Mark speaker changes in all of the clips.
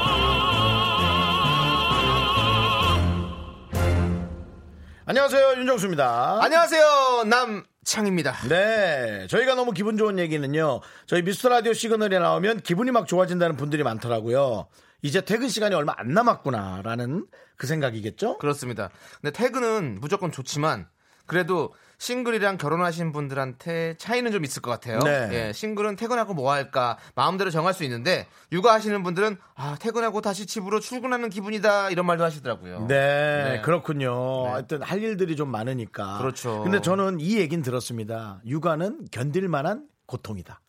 Speaker 1: 안녕하세요 윤정수입니다.
Speaker 2: 안녕하세요 남창입니다.
Speaker 1: 네, 저희가 너무 기분 좋은 얘기는요. 저희 미스터 라디오 시그널에 나오면 기분이 막 좋아진다는 분들이 많더라고요. 이제 퇴근 시간이 얼마 안 남았구나라는 그 생각이겠죠?
Speaker 2: 그렇습니다. 근데 태그는 무조건 좋지만 그래도 싱글이랑 결혼하신 분들한테 차이는 좀 있을 것 같아요.
Speaker 1: 네.
Speaker 2: 예, 싱글은 퇴근하고 뭐 할까 마음대로 정할 수 있는데 육아하시는 분들은 아 퇴근하고 다시 집으로 출근하는 기분이다 이런 말도 하시더라고요.
Speaker 1: 네,
Speaker 2: 네.
Speaker 1: 그렇군요. 하여튼 할 일들이 좀 많으니까.
Speaker 2: 그렇죠.
Speaker 1: 근데 저는 이 얘긴 들었습니다. 육아는 견딜 만한 고통이다.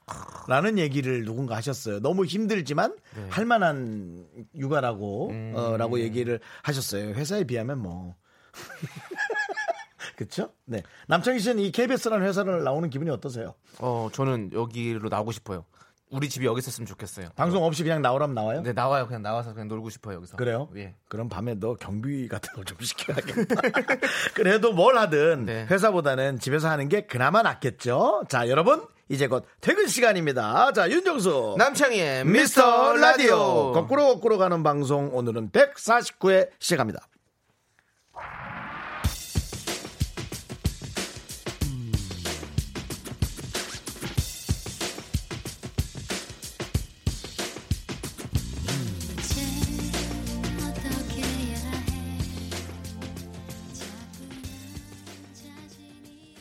Speaker 1: 라는 얘기를 누군가 하셨어요. 너무 힘들지만
Speaker 2: 네.
Speaker 1: 할 만한 육아라고
Speaker 2: 음.
Speaker 1: 어, 라고 얘기를 하셨어요. 회사에 비하면 뭐 그렇죠? 네. 남창희 씨는 이 KBS라는 회사를 나오는 기분이 어떠세요?
Speaker 2: 어 저는 여기로 나오고 싶어요. 우리 집이 여기 있었으면 좋겠어요.
Speaker 1: 방송 없이 그냥 나오라면 나와요?
Speaker 2: 네 나와요 그냥 나와서 그냥 놀고 싶어요 여기서.
Speaker 1: 그래요?
Speaker 2: 예.
Speaker 1: 그럼 밤에 너 경비 같은 걸 좀 시켜야겠다. 그래도 뭘 하든
Speaker 2: 네.
Speaker 1: 회사보다는 집에서 하는 게 그나마 낫겠죠. 자, 여러분 이제 곧 퇴근 시간입니다. 자, 윤정수
Speaker 2: 남창희의
Speaker 1: 미스터 라디오 거꾸로 거꾸로 가는 방송 오늘은 149회 시작합니다.
Speaker 3: 이제 어떻게 해야 해 자꾸 난 자신이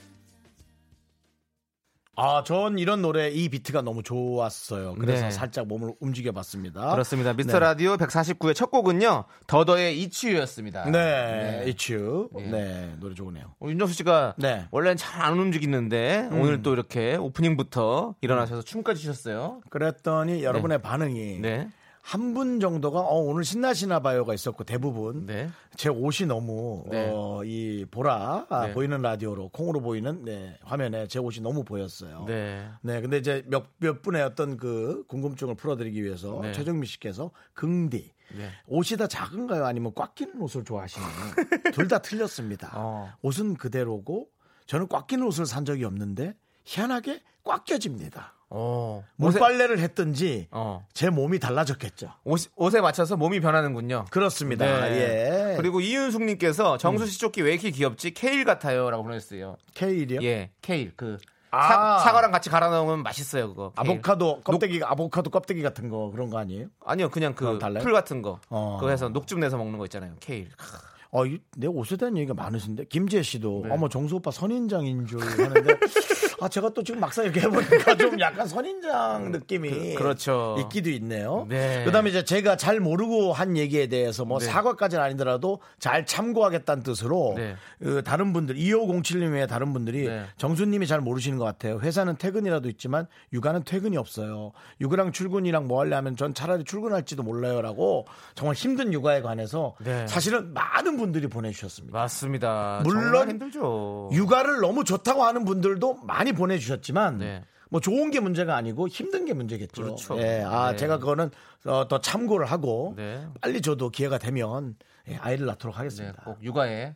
Speaker 1: 아, 전 이런 노래 이 비트가 너무 좋았어요. 그래서
Speaker 2: 네.
Speaker 1: 살짝 몸을 움직여봤습니다.
Speaker 2: 그렇습니다. 미스터
Speaker 1: 네.
Speaker 2: 라디오 149의 첫 곡은요. 더더의 이치유였습니다.
Speaker 1: 네, 이츄.
Speaker 2: 예.
Speaker 1: 네, 노래 좋으네요.
Speaker 2: 어, 윤정수 씨가
Speaker 1: 네. 음.
Speaker 2: 원래는 잘 안 움직이는데 오늘 또 이렇게 오프닝부터 일어나셔서 춤까지 추셨어요.
Speaker 1: 그랬더니 여러분의 반응이
Speaker 2: 네.
Speaker 1: 한 분 정도가 어, 오늘 신나시나 봐요가 있었고 대부분
Speaker 2: 네.
Speaker 1: 제 옷이 너무
Speaker 2: 네.
Speaker 1: 어, 이 보라 아,
Speaker 2: 네.
Speaker 1: 보이는 라디오로 콩으로 보이는 네, 화면에 제 옷이 너무 보였어요.
Speaker 2: 네.
Speaker 1: 네, 근데 이제 몇, 몇 분의 어떤 그 궁금증을 풀어드리기 위해서
Speaker 2: 네.
Speaker 1: 최정미 씨께서 긍디
Speaker 2: 네.
Speaker 1: 옷이 다 작은가요? 아니면 꽉 끼는 옷을 좋아하시나요? 둘 다 틀렸습니다.
Speaker 2: 어.
Speaker 1: 옷은 그대로고 저는 꽉 끼는 옷을 산 적이 없는데 희한하게 꽉 껴집니다.
Speaker 2: 어. 옷에,
Speaker 1: 물빨래를 했든지
Speaker 2: 어.
Speaker 1: 제 몸이 달라졌겠죠.
Speaker 2: 옷, 옷에 맞춰서 몸이 변하는군요. 네.
Speaker 1: 그렇습니다. 예. 음.
Speaker 2: 그리고 이윤숙 님께서 정수 씨 조끼 왜 이렇게 귀엽지? 케일 같아요라고 보내셨어요.
Speaker 1: 케일이요?
Speaker 2: 예. 케일 그
Speaker 1: 아.
Speaker 2: 사, 과랑 같이 갈아 넣으면 맛있어요, 그거. 케일.
Speaker 1: 아보카도 껍데기 아보카도 껍데기 같은 거 그런 거 아니에요?
Speaker 2: 아니요, 그냥 그
Speaker 1: 그럼 달라요?
Speaker 2: 풀 같은 거.
Speaker 1: 어.
Speaker 2: 그거 해서 녹즙 내서 먹는 거 있잖아요. 케일.
Speaker 1: 어, 이- 내 옷에 대한 얘기가 많으신데 김지혜 씨도
Speaker 2: 네.
Speaker 1: 어머 정수 오빠 선인장인 줄 하는데 아 제가 또 지금 막상 이렇게 해보니까 좀 약간 선인장 느낌이
Speaker 2: 그- 그렇죠.
Speaker 1: 있기도 있네요.
Speaker 2: 네.
Speaker 1: 그다음에 이제 제가 잘 모르고 한 얘기에 대해서 뭐
Speaker 2: 네.
Speaker 1: 사과까지는 아니더라도 잘 참고하겠다는 뜻으로
Speaker 2: 네.
Speaker 1: 그 다른 분들 2507님 외에 다른 분들이
Speaker 2: 네.
Speaker 1: 정수님이 잘 모르시는 것 같아요. 회사는 퇴근이라도 있지만 육아는 퇴근이 없어요. 육아랑 출근이랑 뭐 할래 하면 전 차라리 출근할지도 몰라요라고 정말 힘든 육아에 관해서
Speaker 2: 네.
Speaker 1: 사실은 많은 분들이 보내주셨습니다.
Speaker 2: 맞습니다.
Speaker 1: 물론
Speaker 2: 정말 힘들죠.
Speaker 1: 육아를 너무 좋다고 하는 분들도 많이 보내주셨지만
Speaker 2: 네.
Speaker 1: 뭐 좋은 게 문제가 아니고 힘든 게 문제겠죠.
Speaker 2: 그렇죠.
Speaker 1: 예, 아
Speaker 2: 네.
Speaker 1: 제가 그거는 어, 더 참고를 하고
Speaker 2: 네.
Speaker 1: 빨리 저도 기회가 되면 예, 아이를 낳도록
Speaker 2: 네,
Speaker 1: 하겠습니다.
Speaker 2: 꼭 육아에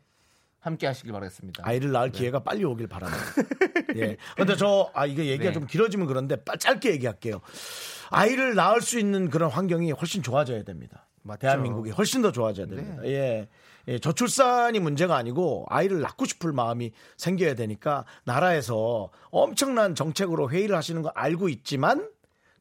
Speaker 2: 함께 하시길 바라겠습니다. 네.
Speaker 1: 아이를 낳을 기회가 빨리 오길 바랍니다. 예. 근데 저, 아, 이게 얘기가
Speaker 2: 네.
Speaker 1: 좀 길어지면 그런데 빨- 짧게 얘기할게요. 아이를 낳을 수 있는 그런 환경이 훨씬 좋아져야 됩니다.
Speaker 2: 맞죠. 네.
Speaker 1: 대한민국이 훨씬 더 좋아져야 됩니다. 예. 예, 저출산이 문제가 아니고 아이를 낳고 싶을 마음이 생겨야 되니까 나라에서 엄청난 정책으로 회의를 하시는 거 알고 있지만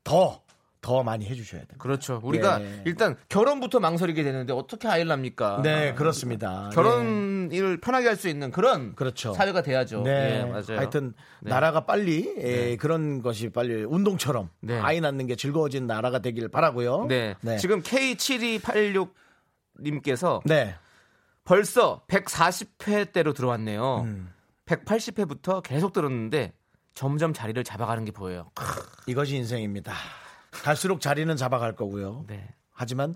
Speaker 1: 더, 더 많이 해주셔야 됩니다.
Speaker 2: 그렇죠. 우리가
Speaker 1: 예.
Speaker 2: 일단 결혼부터 망설이게 되는데 어떻게 아이를 납니까?
Speaker 1: 네, 그렇습니다. 예.
Speaker 2: 결혼을 편하게 할 수 있는 네. 그런
Speaker 1: 그렇죠.
Speaker 2: 사회가 돼야죠.
Speaker 1: 네,
Speaker 2: 예, 맞아요.
Speaker 1: 하여튼
Speaker 2: 네.
Speaker 1: 나라가 빨리 예, 그런 것이 빨리 운동처럼
Speaker 2: 네.
Speaker 1: 아이 낳는 게 즐거워진 나라가 되길 바라고요.
Speaker 2: 네. 지금 K7286 님께서
Speaker 1: 네.
Speaker 2: 벌써 140회대로 들어왔네요. 180회부터 계속 들었는데 점점 자리를 잡아가는 게 보여요. 크,
Speaker 1: 이것이 인생입니다. 갈수록 자리는 잡아갈 거고요.
Speaker 2: 네.
Speaker 1: 하지만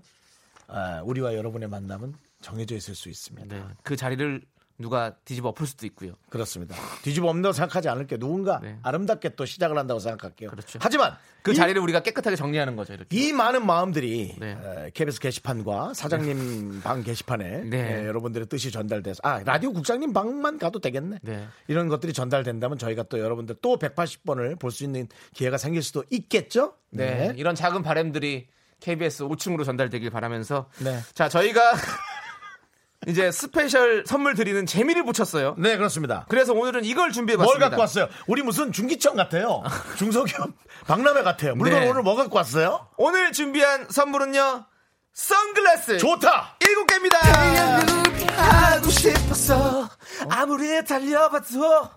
Speaker 1: 아, 우리와 여러분의 만남은 정해져 있을 수 있습니다.
Speaker 2: 네. 그 자리를 누가 뒤집어 엎을 수도 있고요.
Speaker 1: 그렇습니다. 뒤집어 엎는다고 생각하지 않을게요. 누군가
Speaker 2: 네.
Speaker 1: 아름답게 또 시작을 한다고 생각할게요.
Speaker 2: 그렇죠.
Speaker 1: 하지만
Speaker 2: 그
Speaker 1: 이-
Speaker 2: 자리를 우리가 깨끗하게 정리하는 거죠. 이렇게.
Speaker 1: 이 많은 마음들이
Speaker 2: 네.
Speaker 1: 에, KBS 게시판과 사장님 방 게시판에
Speaker 2: 네.
Speaker 1: 예, 여러분들의 뜻이 전달돼서 아 라디오 국장님 방만 가도 되겠네
Speaker 2: 네.
Speaker 1: 이런 것들이 전달된다면 저희가 또 여러분들 또 180번을 볼 수 있는 기회가 생길 수도 있겠죠.
Speaker 2: 네. 이런 작은 바램들이 KBS 5층으로 전달되길 바라면서
Speaker 1: 네.
Speaker 2: 자 저희가 이제 스페셜 선물 드리는 재미를 붙였어요.
Speaker 1: 네 그렇습니다.
Speaker 2: 그래서 오늘은 이걸
Speaker 1: 뭘
Speaker 2: 준비해봤습니다.
Speaker 1: 갖고 왔어요? 우리 무슨 중기청 같아요. 중소기업 박람회 같아요. 물론
Speaker 2: 네.
Speaker 1: 오늘 뭐 갖고 왔어요?
Speaker 2: 오늘 준비한 선물은요. 선글라스
Speaker 1: 좋다.
Speaker 2: 일곱 개입니다. 하고 싶었어 아무리 달려봐도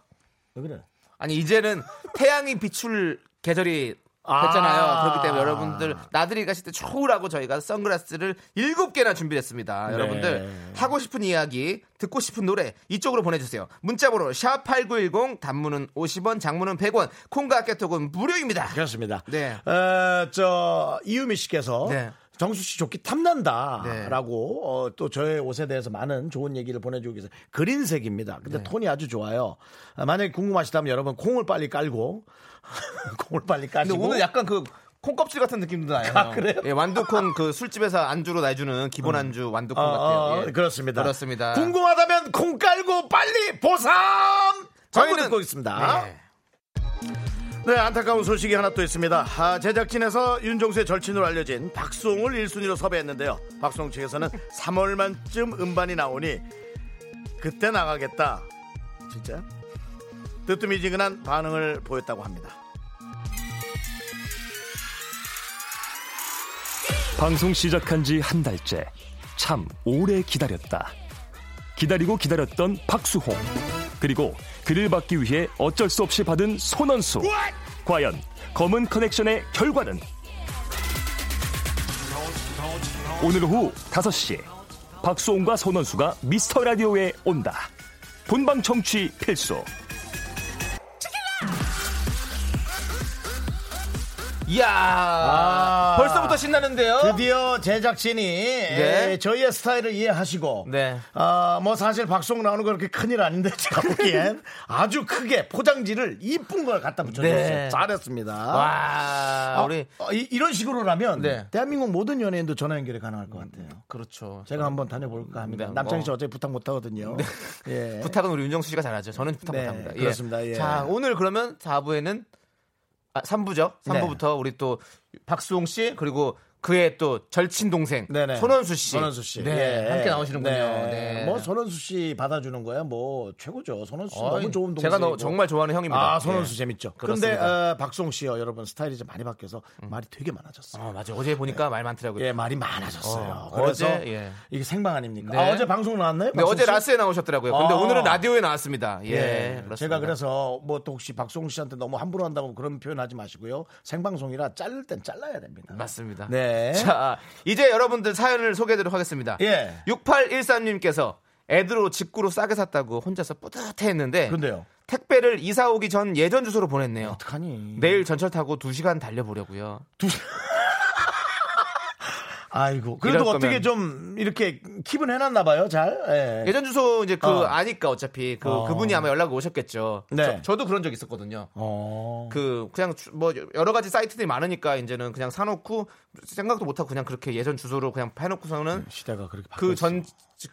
Speaker 1: 왜 그래?
Speaker 2: 아니 이제는 태양이 비출 계절이
Speaker 1: 아.
Speaker 2: 됐잖아요. 그렇기 때문에 여러분들 나들이 가실 때 초우라고 저희가 선글라스를 일곱 개나 준비했습니다. 여러분들 하고 싶은 이야기, 듣고 싶은 노래 이쪽으로 보내주세요. 문자번호 샵 #8910 단문은 50원, 장문은 100원, 콩과 깨톡은 무료입니다.
Speaker 1: 그렇습니다.
Speaker 2: 네.
Speaker 1: 어, 저 이유미 씨께서
Speaker 2: 네.
Speaker 1: 정수 씨 조끼
Speaker 2: 네.
Speaker 1: 탐난다라고 어, 또 저의 옷에 대해서 많은 좋은 얘기를 보내주고 계세요. 그린색입니다. 근데
Speaker 2: 네.
Speaker 1: 톤이 아주 좋아요. 아, 만약에 궁금하시다면 여러분 콩을 빨리 깔고 콩을 빨리
Speaker 2: 근데
Speaker 1: 까시고
Speaker 2: 오늘 약간 그 콩껍질 같은 느낌도 나요.
Speaker 1: 아, 그래요?
Speaker 2: 예, 완두콩 그 술집에서 안주로 내주는 기본 안주 완두콩
Speaker 1: 어, 어,
Speaker 2: 같아요. 예.
Speaker 1: 그렇습니다.
Speaker 2: 그렇습니다.
Speaker 1: 궁금하다면 콩 깔고 빨리 보삼. 저희는 듣고 있습니다.
Speaker 2: 네.
Speaker 1: 네, 안타까운 소식이 하나 또 있습니다. 아, 제작진에서 윤종수의 절친으로 알려진 박수홍을 1순위로 섭외했는데요. 박수홍 측에서는 3월만쯤 음반이 나오니 그때 나가겠다. 진짜? 뜨뜻미지근한 반응을 보였다고 합니다.
Speaker 4: 방송 시작한 지 한 달째 참 오래 기다렸다. 기다리고 기다렸던 박수홍 그리고 그를 받기 위해 어쩔 수 없이 받은 손원수 과연 검은 커넥션의 결과는 오늘 오후 5시 박수홍과 손원수가 미스터 라디오에 온다. 본방 청취 필수.
Speaker 2: 이야 벌써부터 신나는데요.
Speaker 1: 드디어 제작진이
Speaker 2: 네.
Speaker 1: 에, 저희의 스타일을 이해하시고
Speaker 2: 네.
Speaker 1: 아, 뭐 사실 박송 나오는 거 그렇게 큰일 아닌데 제가 보기엔 아주 크게 포장지를 이쁜 걸 갖다 붙여줬어요.
Speaker 2: 네.
Speaker 1: 잘했습니다.
Speaker 2: 와
Speaker 1: 아,
Speaker 2: 우리
Speaker 1: 어, 이, 런 식으로라면
Speaker 2: 네.
Speaker 1: 대한민국 모든 연예인도 전화 연결이 가능할 것 같아요.
Speaker 2: 그렇죠.
Speaker 1: 제가 한번 다녀볼까 합니다.
Speaker 2: 네,
Speaker 1: 남창희
Speaker 2: 뭐.
Speaker 1: 씨 어차피 부탁 못 하거든요. 예.
Speaker 2: 부탁은 우리 윤정수 씨가 잘하죠. 저는 부탁
Speaker 1: 네,
Speaker 2: 못합니다.
Speaker 1: 그렇습니다. 예.
Speaker 2: 자 오늘 그러면 4부에는 아, 3부죠. 3부부터
Speaker 1: 네.
Speaker 2: 우리 또 박수홍 씨 그리고 그의 또 절친 동생
Speaker 1: 네네.
Speaker 2: 손원수 씨,
Speaker 1: 손원수 씨.
Speaker 2: 네,
Speaker 1: 예.
Speaker 2: 함께 나오시는군요.
Speaker 1: 네.
Speaker 2: 네.
Speaker 1: 뭐 손원수 씨 받아주는 거야 뭐 최고죠. 손원수 씨
Speaker 2: 어이,
Speaker 1: 너무 좋은 동생.
Speaker 2: 제가 너, 정말 좋아하는 형입니다.
Speaker 1: 아 손원수
Speaker 2: 예.
Speaker 1: 재밌죠.
Speaker 2: 그렇습니다.
Speaker 1: 그런데 어, 박송 씨요 여러분 스타일이 좀 많이 바뀌어서 말이 되게 많아졌어요.
Speaker 2: 어, 맞아. 어제 보니까 말 많더라고요.
Speaker 1: 예 말이 많아졌어요.
Speaker 2: 어,
Speaker 1: 그래서
Speaker 2: 어제, 예.
Speaker 1: 이게 생방 아닙니까?
Speaker 2: 네.
Speaker 1: 아, 어제 방송 나왔나요?
Speaker 2: 근데
Speaker 1: 박송
Speaker 2: 어제
Speaker 1: 씨?
Speaker 2: 라스에 나오셨더라고요. 근데
Speaker 1: 아.
Speaker 2: 오늘은 라디오에 나왔습니다. 예. 그렇습니다.
Speaker 1: 제가 그래서 뭐 또 혹시 박송 씨한테 너무 함부로 한다고 그런 표현하지 마시고요. 생방송이라 자를 땐 잘라야 됩니다.
Speaker 2: 맞습니다.
Speaker 1: 네.
Speaker 2: 자, 이제 여러분들 사연을 소개해드리도록 하겠습니다.
Speaker 1: 예.
Speaker 2: 6813님께서 애들로 직구로 싸게 샀다고 혼자서 뿌듯해 했는데
Speaker 1: 근데요.
Speaker 2: 택배를 이사 오기 전 예전 주소로 보냈네요.
Speaker 1: 어떡하니?
Speaker 2: 내일 전철 타고 2시간 달려보려고요.
Speaker 1: 어. 아이고. 그래도
Speaker 2: 이럴
Speaker 1: 어떻게
Speaker 2: 거면-
Speaker 1: 좀 이렇게 킵은 해놨나 봐요. 잘. 예.
Speaker 2: 예전 주소 이제 그
Speaker 1: 어.
Speaker 2: 아니까 어차피 그
Speaker 1: 어.
Speaker 2: 그분이 아마 연락 오셨겠죠.
Speaker 1: 네.
Speaker 2: 저, 도 그런 적 있었거든요.
Speaker 1: 어.
Speaker 2: 그 그냥 주- 뭐 여러 가지 사이트들이 많으니까 이제는 그냥 사놓고 생각도 못하고 그냥 그렇게 예전 주소로 그냥 해놓고서는
Speaker 1: 시대가 아, 그렇게 바뀌었어.
Speaker 2: 그 전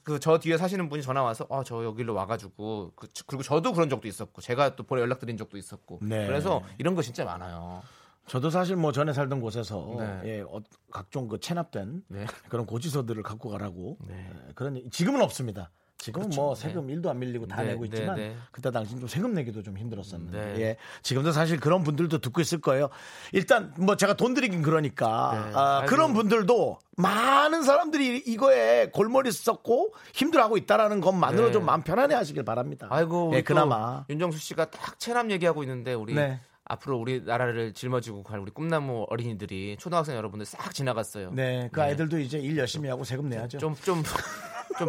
Speaker 2: 그 저 뒤에 사시는 분이 전화 와서 아 저 여기로 와가지고 그, 리고 저도 그런 적도 있었고 제가 또 보내 연락드린 적도 있었고
Speaker 1: 네.
Speaker 2: 그래서 이런 거 진짜 많아요.
Speaker 1: 저도 사실 뭐 전에 살던 곳에서
Speaker 2: 네.
Speaker 1: 예, 어, 각종 그 체납된
Speaker 2: 네.
Speaker 1: 그런 고지서들을 갖고 가라고 예, 그런 얘기- 지금은 없습니다. 지금은 뭐 세금 일 1도 안 밀리고 다
Speaker 2: 네,
Speaker 1: 내고 있지만
Speaker 2: 네, 네.
Speaker 1: 그때 당시 좀 세금 내기도 좀 힘들었었는데
Speaker 2: 네.
Speaker 1: 예, 지금도 사실 그런 분들도 듣고 있을 거예요. 일단 뭐 제가 돈 드리긴 그러니까
Speaker 2: 네.
Speaker 1: 아,
Speaker 2: 아이고.
Speaker 1: 그런 분들도 많은 사람들이 이거에 골머리 썼고 힘들어하고 있다라는 것만으로
Speaker 2: 네.
Speaker 1: 좀 마음 편안해 하시길 바랍니다.
Speaker 2: 아이고
Speaker 1: 예,
Speaker 2: 우리 또
Speaker 1: 그나마
Speaker 2: 윤정수 씨가 딱 체납 얘기하고 있는데 우리
Speaker 1: 네.
Speaker 2: 앞으로 우리 나라를 짊어지고 갈 우리 꿈나무 어린이들이 초등학생 여러분들 싹 지나갔어요.
Speaker 1: 네, 그 아이들도 이제 일 열심히 하고 세금 내야죠.
Speaker 2: 좀 좀 좀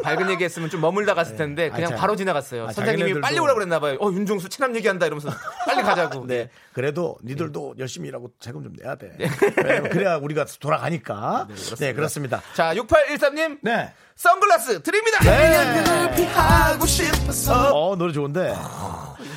Speaker 2: 밝은 얘기했으면 좀 머물다 갔을 텐데 그냥
Speaker 1: 아, 자-
Speaker 2: 바로 지나갔어요.
Speaker 1: 아,
Speaker 2: 선생님이
Speaker 1: 자기네들도-
Speaker 2: 빨리 오라 그랬나 봐요. 어 윤정수 체납 얘기한다 이러면서 빨리 가자고.
Speaker 1: 네. 그래도 니들도 열심히 일하고 세금 좀 내야 돼. 왜냐면 네, 그래야 우리가 돌아가니까. 네, 그렇습니다.
Speaker 2: 자 6813님
Speaker 1: 네.
Speaker 2: 선글라스 드립니다. 네. 하고 싶어서.
Speaker 1: 어, 노래 좋은데.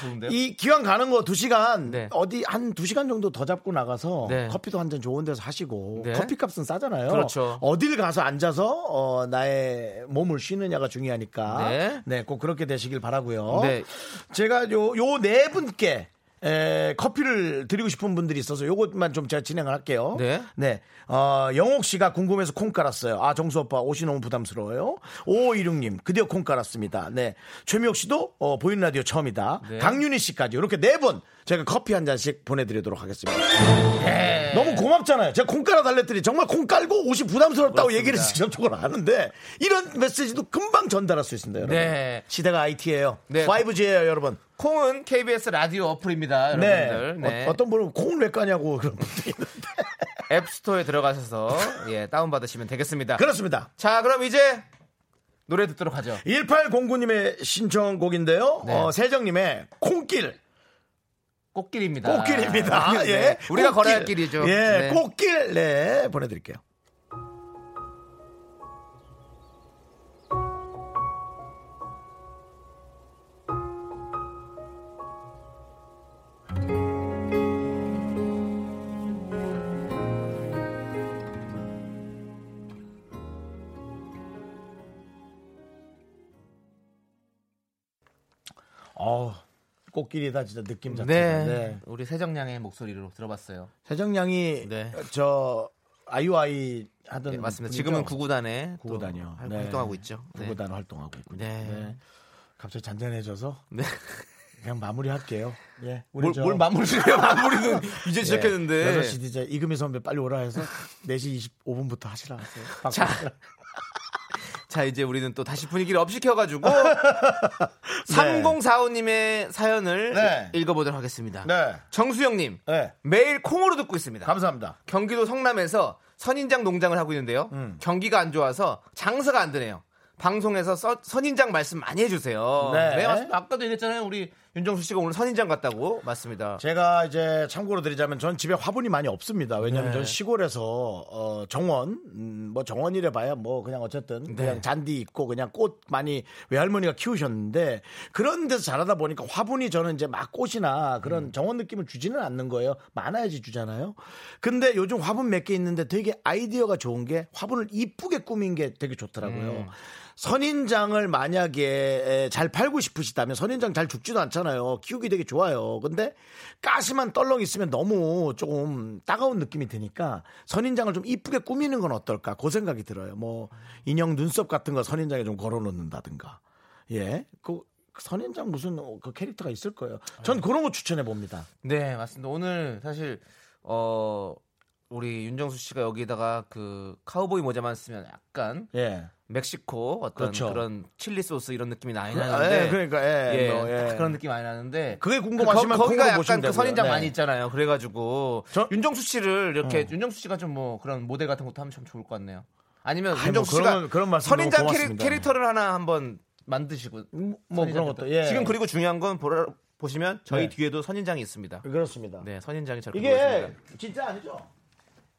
Speaker 2: 좋은데요?
Speaker 1: 이 기왕 가는 거 두시간
Speaker 2: 네.
Speaker 1: 어디 한 두시간 정도 더 잡고 나가서
Speaker 2: 네.
Speaker 1: 커피도 한 잔 좋은 데서 하시고
Speaker 2: 네.
Speaker 1: 커피 값은 싸잖아요.
Speaker 2: 그렇죠.
Speaker 1: 어딜 가서 앉아서 어, 나의 몸을 쉬느냐가 중요하니까
Speaker 2: 네.
Speaker 1: 네. 꼭 그렇게 되시길 바라고요.
Speaker 2: 네.
Speaker 1: 제가 요 요 네 분께 에, 커피를 드리고 싶은 분들이 있어서 요것만 좀 제가 진행을 할게요.
Speaker 2: 네.
Speaker 1: 어, 영옥 씨가 궁금해서 콩 깔았어요. 아, 정수 오빠 옷이 너무 부담스러워요. 5516님, 그대어 콩 깔았습니다. 네. 최미옥 씨도 어, 보이는 라디오 처음이다.
Speaker 2: 네.
Speaker 1: 강윤희 씨까지 이렇게 네 분 제가 커피 한 잔씩 보내드리도록 하겠습니다.
Speaker 2: 네.
Speaker 1: 너무 고맙잖아요. 제가 콩 깔아 달랬더니 정말 콩 깔고 옷이 부담스럽다고 얘기를 직접적으로 하는데 이런 메시지도 금방 전달할 수 있습니다. 여러분.
Speaker 2: 네.
Speaker 1: 시대가 IT예요.
Speaker 2: 네.
Speaker 1: 5G예요, 여러분.
Speaker 2: 콩은 KBS 라디오 어플입니다, 여러분들.
Speaker 1: 네.
Speaker 2: 네.
Speaker 1: 어, 떤 분은 콩을 왜 까냐고 그런 분들이 있는데.
Speaker 2: 앱스토어에 들어가셔서 예, 다운 받으시면 되겠습니다.
Speaker 1: 그렇습니다.
Speaker 2: 자, 그럼 이제 노래 듣도록 하죠.
Speaker 1: 1809님의 신청곡인데요.
Speaker 2: 네.
Speaker 1: 어, 세정님의 콩길.
Speaker 2: 꽃길입니다.
Speaker 1: 꽃길입니다.
Speaker 2: 네.
Speaker 1: 예.
Speaker 2: 우리가
Speaker 1: 꽃길.
Speaker 2: 걸어야 할 길이죠.
Speaker 1: 예.
Speaker 2: 네.
Speaker 1: 꽃길. 네. 보내드릴게요. 어우, 꽃길이다 진짜 느낌 자체가.
Speaker 2: 네.
Speaker 1: 네.
Speaker 2: 우리 세정량의 목소리로 들어봤어요.
Speaker 1: 세정양이 어,
Speaker 2: 네.
Speaker 1: 저 아이오아이 하던
Speaker 2: 네, 맞습니다.
Speaker 1: 분이죠?
Speaker 2: 지금은 구구단에 또
Speaker 1: 구구단이요.
Speaker 2: 활-
Speaker 1: 네.
Speaker 2: 활동하고 있죠. 네.
Speaker 1: 구구단 활동하고 있군요.
Speaker 2: 네.
Speaker 1: 네. 갑자기 잔잔해져서
Speaker 2: 네.
Speaker 1: 그냥 마무리할게요. 예. 우리
Speaker 2: 뭘,
Speaker 1: 저- 네.
Speaker 2: 뭘 마무리를 마무리는 이제 시작했는데.
Speaker 1: 6시 DJ 이금희 선배 빨리 오라 해서 4시 25분부터 하시라 하세요.
Speaker 2: 자.
Speaker 1: 바꾸시라.
Speaker 2: 자, 이제 우리는 또 다시 분위기를 업시켜가지고
Speaker 1: 네.
Speaker 2: 3045님의 사연을
Speaker 1: 네.
Speaker 2: 읽어보도록 하겠습니다.
Speaker 1: 네.
Speaker 2: 정수영님,
Speaker 1: 네.
Speaker 2: 매일 콩으로 듣고 있습니다.
Speaker 1: 감사합니다.
Speaker 2: 경기도 성남에서 선인장 농장을 하고 있는데요. 경기가 안 좋아서 장사가 안 되네요. 방송에서 서- 선인장 말씀 많이 해주세요.
Speaker 1: 네.
Speaker 2: 맞습니다. 아까도 얘기했잖아요. 우리 윤정수 씨가 오늘 선인장 갔다고. 맞습니다.
Speaker 1: 제가 이제 참고로 드리자면 전 집에 화분이 많이 없습니다. 왜냐하면
Speaker 2: 네.
Speaker 1: 전 시골에서 어, 정원 음, 뭐 정원이래 봐야 뭐 그냥 어쨌든 그냥 잔디 있고 그냥 꽃 많이 외할머니가 키우셨는데 그런 데서 자라다 보니까 화분이 저는 이제 막 꽃이나 그런 정원 느낌을 주지는 않는 거예요. 많아야지 주잖아요. 근데 요즘 화분 몇 개 있는데 되게 아이디어가 좋은 게 화분을 이쁘게 꾸민 게 되게 좋더라고요. 선인장을 만약에 에, 잘 팔고 싶으시다면 선인장 잘 죽지도 않잖아요. 키우기 되게 좋아요. 근데 가시만 떨렁 있으면 너무 조금 따가운 느낌이 드니까 선인장을 좀 이쁘게 꾸미는 건 어떨까? 그 생각이 들어요. 뭐 인형 눈썹 같은 거 선인장에 좀 걸어 놓는다든가. 예. 그 선인장 무슨 그 캐릭터가 있을 거예요. 전 그런 거 추천해 봅니다.
Speaker 2: 네, 맞습니다. 오늘 사실 어 우리 윤정수 씨가 여기다가 그 카우보이 모자만 쓰면 약간
Speaker 1: 예.
Speaker 2: 멕시코 어떤
Speaker 1: 그렇죠.
Speaker 2: 그런 칠리 소스 이런 느낌이 많이
Speaker 1: 예,
Speaker 2: 나는데
Speaker 1: 그러니까 예.
Speaker 2: 아, 예,
Speaker 1: 뭐, 예.
Speaker 2: 그런 느낌 많이 나는데
Speaker 1: 그게 궁금하시면
Speaker 2: 거, 기가
Speaker 1: 콩으로
Speaker 2: 약간
Speaker 1: 보시면
Speaker 2: 그
Speaker 1: 되고요.
Speaker 2: 선인장
Speaker 1: 네.
Speaker 2: 많이 있잖아요. 그래가지고
Speaker 1: 저- 음.
Speaker 2: 윤정수 씨를 이렇게 윤정수 씨가 좀 뭐 그런 모델 같은 것도 하면 참 좋을 것 같네요. 아니면
Speaker 1: 아이,
Speaker 2: 윤정수
Speaker 1: 뭐 그런
Speaker 2: 씨가
Speaker 1: 건- 그런 말씀 너무
Speaker 2: 선인장 캐릭,
Speaker 1: 고맙습니다.
Speaker 2: 캐릭터를 하나 한번 만드시고
Speaker 1: 뭐 그런
Speaker 2: 선인장부터.
Speaker 1: 것도 예.
Speaker 2: 지금 그리고 중요한 건 보라, 보시면
Speaker 1: 네.
Speaker 2: 저희 뒤에도 선인장이 있습니다.
Speaker 1: 그렇습니다.
Speaker 2: 네, 선인장이 잘
Speaker 1: 이게
Speaker 2: 그려있습니다.
Speaker 1: 진짜 아니죠?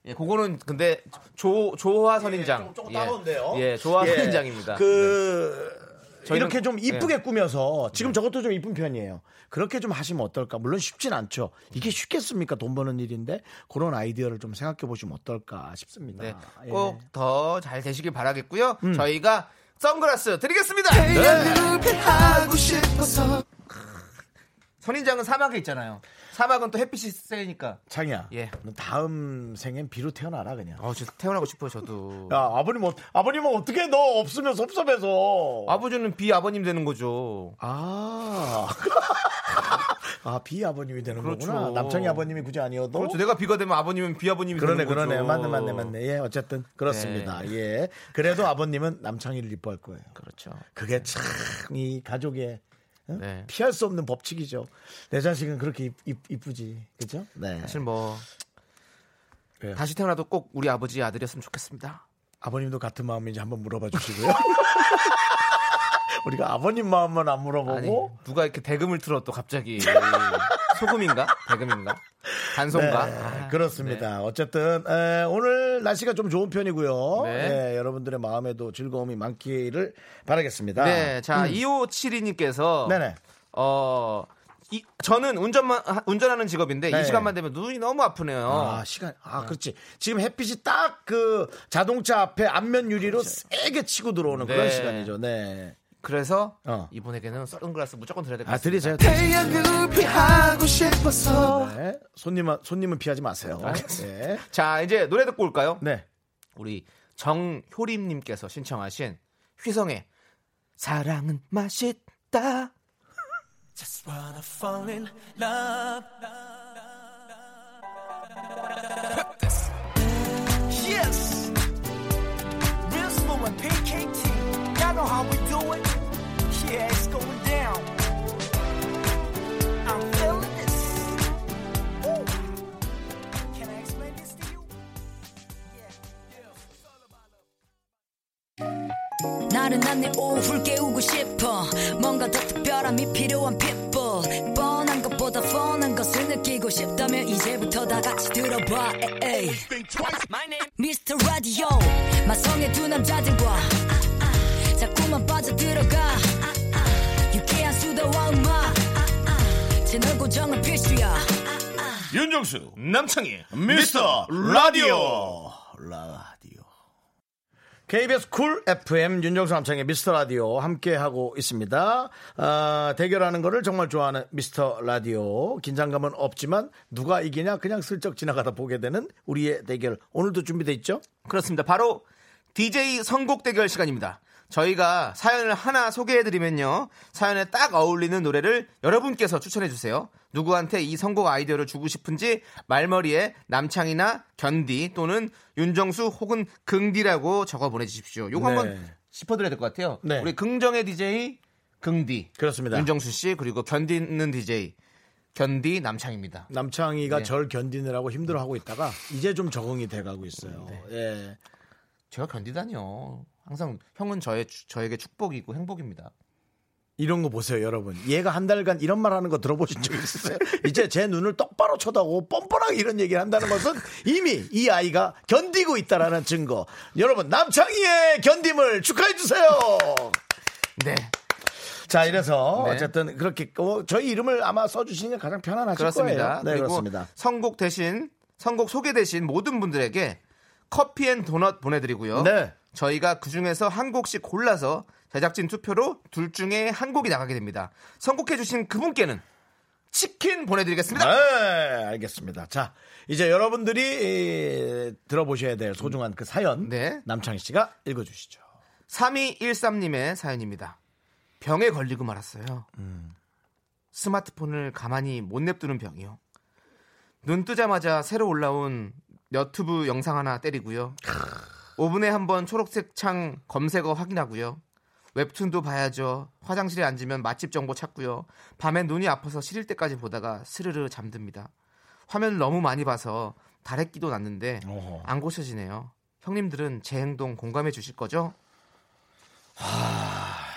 Speaker 2: 예, 그거는 근데 조 조화 선인장.
Speaker 1: 예, 조금 따가운데요.
Speaker 2: 예, 조화
Speaker 1: 예.
Speaker 2: 선인장입니다. 네.
Speaker 1: 그
Speaker 2: 저희는- 예. 네.
Speaker 1: 이렇게 좀 이쁘게 꾸며서 지금 저것도 좀 이쁜 편이에요. 그렇게 좀 하시면 어떨까? 물론 쉽진 않죠. 이게 쉽겠습니까? 돈 버는 일인데 그런 아이디어를 좀 생각해 보시면 어떨까 싶습니다.
Speaker 2: 네,
Speaker 1: 예. 음.
Speaker 2: 꼭 더 잘 되시길 바라겠고요. 저희가 선글라스 드리겠습니다.
Speaker 1: 네.
Speaker 2: 네. 선인장은 사막에 있잖아요. 사막은 또 햇빛이 세니까.
Speaker 1: 창이야.
Speaker 2: 예.
Speaker 1: 너 다음 생엔 비로 아, 태어나라 그냥.
Speaker 2: 어, 저 태어나고 싶어요, 저도.
Speaker 1: 야, 아버님 어, 아버님은 어떻게 너 없으면 섭섭해서.
Speaker 2: 어. 아버지는 비 아버님 되는 거죠.
Speaker 1: 아. 아, 비아버님이 되는
Speaker 2: 그렇죠.
Speaker 1: 거구나. 남창희 아버님이 굳이 아니어도.
Speaker 2: 그렇죠. 내가 비가 되면 아버님은 비 아버님이
Speaker 1: 그러네
Speaker 2: 되는 거죠. 네.
Speaker 1: 그러네 맞네 맞네 맞네 예 어쨌든 그렇습니다 예 그래도 아버님은 남창희를 이뻐할 거예요
Speaker 2: 그렇죠.
Speaker 1: 그게 참 이 가족의 응?
Speaker 2: 네.
Speaker 1: 피할 수 없는 법칙이죠 내 자식은 그렇게 이- 이- 이쁘지 그죠 네
Speaker 2: 사실 뭐
Speaker 1: 왜요?
Speaker 2: 다시 태어나도 꼭 우리 아버지 아들이었으면 좋겠습니다.
Speaker 1: 아버님도 같은 마음인지 한번 물어봐 주시고요 우리가 아버님 마음만 안
Speaker 2: 아니
Speaker 1: 물어보고
Speaker 2: 누가 이렇게 대금을 틀어 또 갑자기 소금인가? 대금인가? 단송가? 아,
Speaker 1: 네, 그렇습니다. 어쨌든 에, 오늘 날씨가 좀 좋은 편이고요.
Speaker 2: 네.
Speaker 1: 예, 여러분들의 마음에도 즐거움이 많기를 바라겠습니다. 음.
Speaker 2: 네, 자 2572님께서
Speaker 1: 네네.
Speaker 2: 어 이, 저는 운전만 하- 운전하는 직업인데
Speaker 1: 네.
Speaker 2: 이 시간만 되면 눈이 너무 아프네요.
Speaker 1: 아 시간 아 그렇지 지금 햇빛이 딱 그 자동차 앞에 앞면 유리로 세게 치고 들어오는 그런
Speaker 2: 네.
Speaker 1: 시간이죠. 네.
Speaker 2: 그래서
Speaker 1: 어.
Speaker 2: 이분에게는 선글라스 무조건 드려야 될 것
Speaker 1: 아 들리세요?
Speaker 2: 같습니다.
Speaker 1: 네. 손님은 손님은 피하지 마세요. 네.
Speaker 2: 자 이제 노래 듣고 올까요?
Speaker 1: 네.
Speaker 2: 우리 정효림님께서 신청하신 휘성의 사랑은 맛있다.
Speaker 5: Yes. Real slow and PKT. Y'all know how we do it. Yeah, it's going down. I'm feeling this. Woo. Can I explain this to you?
Speaker 6: 나른한 내 오후를 깨우고 싶어 뭔가 더 특별함이 필요한 people 뻔한 것보다 뻔한 것을 느끼고 싶다면 이제부터 다 같이 들어봐 에이. Mr. Radio 마성의 두 남자들과 자꾸만 빠져들어가 유쾌한 수다와 음악 채널 고정은 필수야
Speaker 2: 윤정수 남창희
Speaker 1: 미스터 라디오 라디오 KBS 쿨 FM 윤정수 남창의 미스터 라디오 함께 하고 있습니다. 아, 대결하는 거를 정말 좋아하는 미스터 라디오 긴장감은 없지만 누가 이기냐 그냥 슬쩍 지나가다 보게 되는 우리의 대결 오늘도 준비돼 있죠?
Speaker 2: 그렇습니다. 바로 DJ 선곡 대결 시간입니다. 저희가 사연을 하나 소개해드리면요. 사연에 딱 어울리는 노래를 여러분께서 추천해주세요. 누구한테 이 선곡 아이디어를 주고 싶은지 말머리에 남창이나 견디 또는 윤정수 혹은 긍디라고 적어 보내주십시오. 요거
Speaker 1: 네.
Speaker 2: 한번 짚어드려야 될 것 같아요.
Speaker 1: 네.
Speaker 2: 우리 긍정의 DJ 긍디.
Speaker 1: 그렇습니다.
Speaker 2: 윤정수 씨 그리고 견디는 DJ 견디 남창입니다.
Speaker 1: 남창희가
Speaker 2: 네.
Speaker 1: 절 견디느라고 힘들어하고 있다가 이제 좀 적응이 돼가고 있어요.
Speaker 2: 네.
Speaker 1: 예.
Speaker 2: 제가 견디다니요. 항상 형은 저의, 저에게 축복이고 행복입니다.
Speaker 1: 이런 거 보세요, 여러분. 얘가 한 달간 이런 말 하는 거 들어보신 적 있으세요? 이제 제 눈을 똑바로 쳐다보고 뻔뻔하게 이런 얘기를 한다는 것은 이미 이 아이가 견디고 있다라는 증거. 여러분, 남창희의 견딤을 축하해주세요!
Speaker 2: 네.
Speaker 1: 자, 이래서
Speaker 2: 네.
Speaker 1: 어쨌든 그렇게 어, 저희 이름을 아마 써주시는 게 가장 편안하실
Speaker 2: 그렇습니다.
Speaker 1: 거예요. 네,
Speaker 2: 그리고
Speaker 1: 그렇습니다.
Speaker 2: 선곡 대신 선곡 소개 대신 모든 분들에게 커피 앤 도넛 보내드리고요.
Speaker 1: 네.
Speaker 2: 저희가 그 중에서 한 곡씩 골라서 제작진 투표로 둘 중에 한 곡이 나가게 됩니다. 선곡해주신 그분께는 치킨 보내드리겠습니다.
Speaker 1: 네, 알겠습니다. 자, 이제 여러분들이 이, 들어보셔야 될 소중한 그 사연.
Speaker 2: 네.
Speaker 1: 남창희 씨가 읽어주시죠.
Speaker 2: 3213님의 사연입니다. 병에 걸리고 말았어요. 스마트폰을 가만히 못 냅두는 병이요. 눈 뜨자마자 새로 올라온 너튜브 영상 하나 때리고요. 5분에 한 번 초록색 창 검색어 확인하고요. 웹툰도 봐야죠. 화장실에 앉으면 맛집 정보 찾고요. 밤에 눈이 아파서 시릴 때까지 보다가 스르르 잠듭니다. 화면을 너무 많이 봐서 다래끼도 났는데
Speaker 1: 어.
Speaker 2: 안 고쳐지네요. 형님들은 제 행동 공감해 주실 거죠?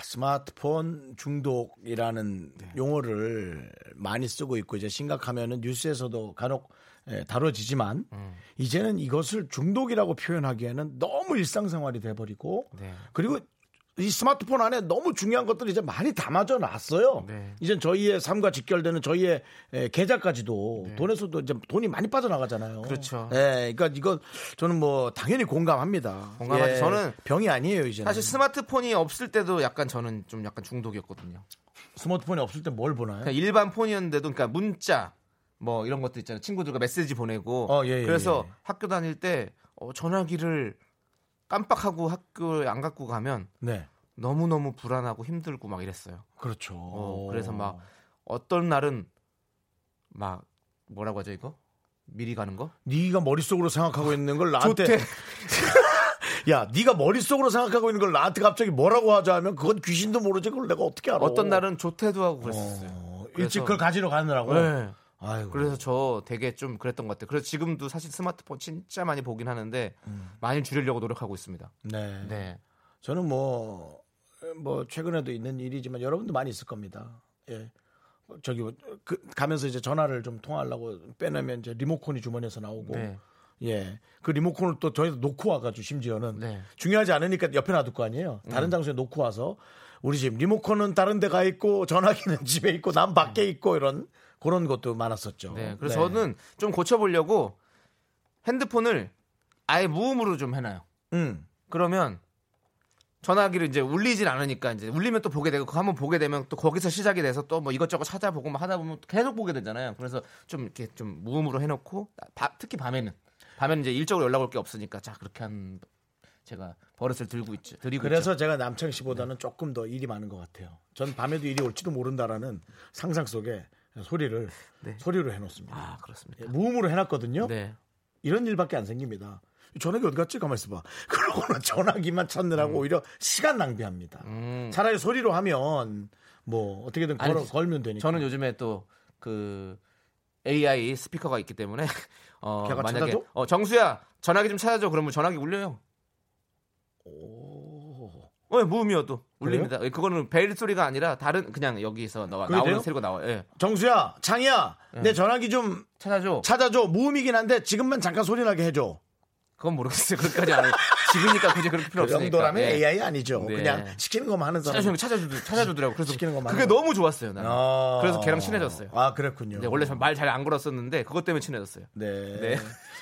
Speaker 1: 스마트폰 중독이라는
Speaker 2: 네.
Speaker 1: 용어를 많이 쓰고 있고 이제 심각하면은 뉴스에서도 간혹 예, 다뤄지지만
Speaker 2: 음.
Speaker 1: 이제는 이것을 중독이라고 표현하기에는 너무 일상생활이 돼버리고
Speaker 2: 네.
Speaker 1: 그리고 이 스마트폰 안에 너무 중요한 것들을 이제 많이 담아져 놨어요.
Speaker 2: 네.
Speaker 1: 이젠 저희의 삶과 직결되는 저희의 에, 계좌까지도 돈에서도 이제 돈이 많이 빠져나가잖아요.
Speaker 2: 네. 그렇죠.
Speaker 1: 예, 그러니까 이건 저는 뭐 당연히 공감합니다.
Speaker 2: 공감하죠.
Speaker 1: 예,
Speaker 2: 저는
Speaker 1: 병이 아니에요 이제.
Speaker 2: 사실 스마트폰이 없을 때도 약간 저는 좀 약간 중독이었거든요.
Speaker 1: 스마트폰이 없을 때 뭘 보나요?
Speaker 2: 그냥 일반 폰이었는데도 그러니까 문자 뭐 이런 것도 있잖아요. 친구들과 메시지 보내고.
Speaker 1: 어, 예, 예,
Speaker 2: 그래서
Speaker 1: 예.
Speaker 2: 학교 다닐 때 어, 전화기를 깜빡하고 학교에 안 갖고 가면
Speaker 1: 네.
Speaker 2: 너무 너무 불안하고 힘들고 막 이랬어요.
Speaker 1: 그렇죠.
Speaker 2: 어, 그래서 막 어떤 날은 막 뭐라고 하죠 이거 미리 가는 거?
Speaker 1: 네가 머릿속으로 생각하고 있는 걸 나한테 야, 네가 머릿속으로 생각하고 있는 걸 나한테 갑자기 뭐라고 하자 하면 그건 귀신도 모르지 그걸 내가 어떻게 알아?
Speaker 2: 어떤 날은 조퇴도 하고 그랬었어요.
Speaker 1: 어,
Speaker 2: 그래서-
Speaker 1: 일찍 그걸 가지러 가느라고.
Speaker 2: 네.
Speaker 1: 아이고.
Speaker 2: 그래서 저 되게 좀 그랬던 것 같아요. 그래서 지금도 사실 스마트폰 진짜 많이 보긴 하는데 많이 줄이려고 노력하고 있습니다.
Speaker 1: 음. 네.
Speaker 2: 네.
Speaker 1: 저는 뭐 뭐 최근에도 있는 일이지만 여러분도 많이 있을 겁니다. 예. 저기 그, 가면서 이제 전화를 좀 통화하려고 빼내면 이제 리모컨이 주머니에서 나오고
Speaker 2: 네.
Speaker 1: 예. 그 리모컨을 또 저희도 놓고 와가지고 심지어는
Speaker 2: 네. 음.
Speaker 1: 중요하지 않으니까 옆에 놔둘 거 아니에요. 다른 장소에 놓고 와서 우리 집 리모컨은 다른 데 가 있고 전화기는 집에 있고 난 밖에 있고 이런 그런 것도 많았었죠.
Speaker 2: 음. 네, 그래서 저는 좀 고쳐보려고 핸드폰을 아예 무음으로 좀 해놔요.
Speaker 1: 음.
Speaker 2: 그러면 전화기를 이제 울리질 않으니까 이제 울리면 또 보게 되고 그거 한번 보게 되면 또 거기서 시작이 돼서 또 뭐 이것저것 찾아보고 막 하다 보면 계속 보게 되잖아요. 그래서 좀 이렇게 좀 무음으로 해놓고 바- 특히 밤에는 밤에는 이제 일적으로 연락 올 게 없으니까 자 그렇게 한 제가 버릇을 들고 있죠. 네. 드리고
Speaker 1: 그래서 제가 남창 씨보다는 조금 더 일이 많은 것 같아요. 전 밤에도 일이 올지도 모른다라는 상상 속에 소리를 소리로 해놓습니다.
Speaker 2: 네. 아 그렇습니까?
Speaker 1: 예, 무음으로 해놨거든요.
Speaker 2: 네.
Speaker 1: 이런 일밖에 안 생깁니다. 전화기 어디 갔지? 가만 있어봐. 그러고는 전화기만 찾느라고
Speaker 2: 음.
Speaker 1: 오히려 시간 낭비합니다. 차라리 소리로 하면 뭐 어떻게든
Speaker 2: 아니,
Speaker 1: 걸어, 걸면 되니까.
Speaker 2: 저는 요즘에 또 그 AI 스피커가 있기 때문에 어
Speaker 1: 걔가
Speaker 2: 만약에
Speaker 1: 찾아줘?
Speaker 2: 어 정수야 전화기 좀 찾아줘 그러면 전화기 울려요. 어, 예, 무음이어도 울립니다. 예, 그거는 벨 소리가 아니라 다른 그냥 여기서 나와
Speaker 1: 그게
Speaker 2: 나오는
Speaker 1: 돼요?
Speaker 2: 소리가 나와요. 예.
Speaker 1: 정수야, 창이야,
Speaker 2: 네.
Speaker 1: 내 전화기 좀
Speaker 2: 찾아줘.
Speaker 1: 찾아줘. 무음이긴 한데 지금만 잠깐 소리 나게 해줘.
Speaker 2: 그건 모르겠어요. 그것까지 안 해요. 지금이니까 굳이 그럴 필요
Speaker 1: 그
Speaker 2: 없으니까.
Speaker 1: 정도라면
Speaker 2: 예.
Speaker 1: AI 아니죠.
Speaker 2: 네.
Speaker 1: 그냥 시키는 것만 하는 사람.
Speaker 2: 찾아주는 거 찾아주 찾아주더라고. 그래서
Speaker 1: 시키는 것만
Speaker 2: 그게
Speaker 1: 하는 거.
Speaker 2: 너무 좋았어요. 나는.
Speaker 1: 아.
Speaker 2: 그래서 걔랑 친해졌어요.
Speaker 1: 아 그랬군요.
Speaker 2: 네, 원래 말 잘 안 걸었었는데 그것 때문에 친해졌어요.
Speaker 1: 네.
Speaker 2: 네.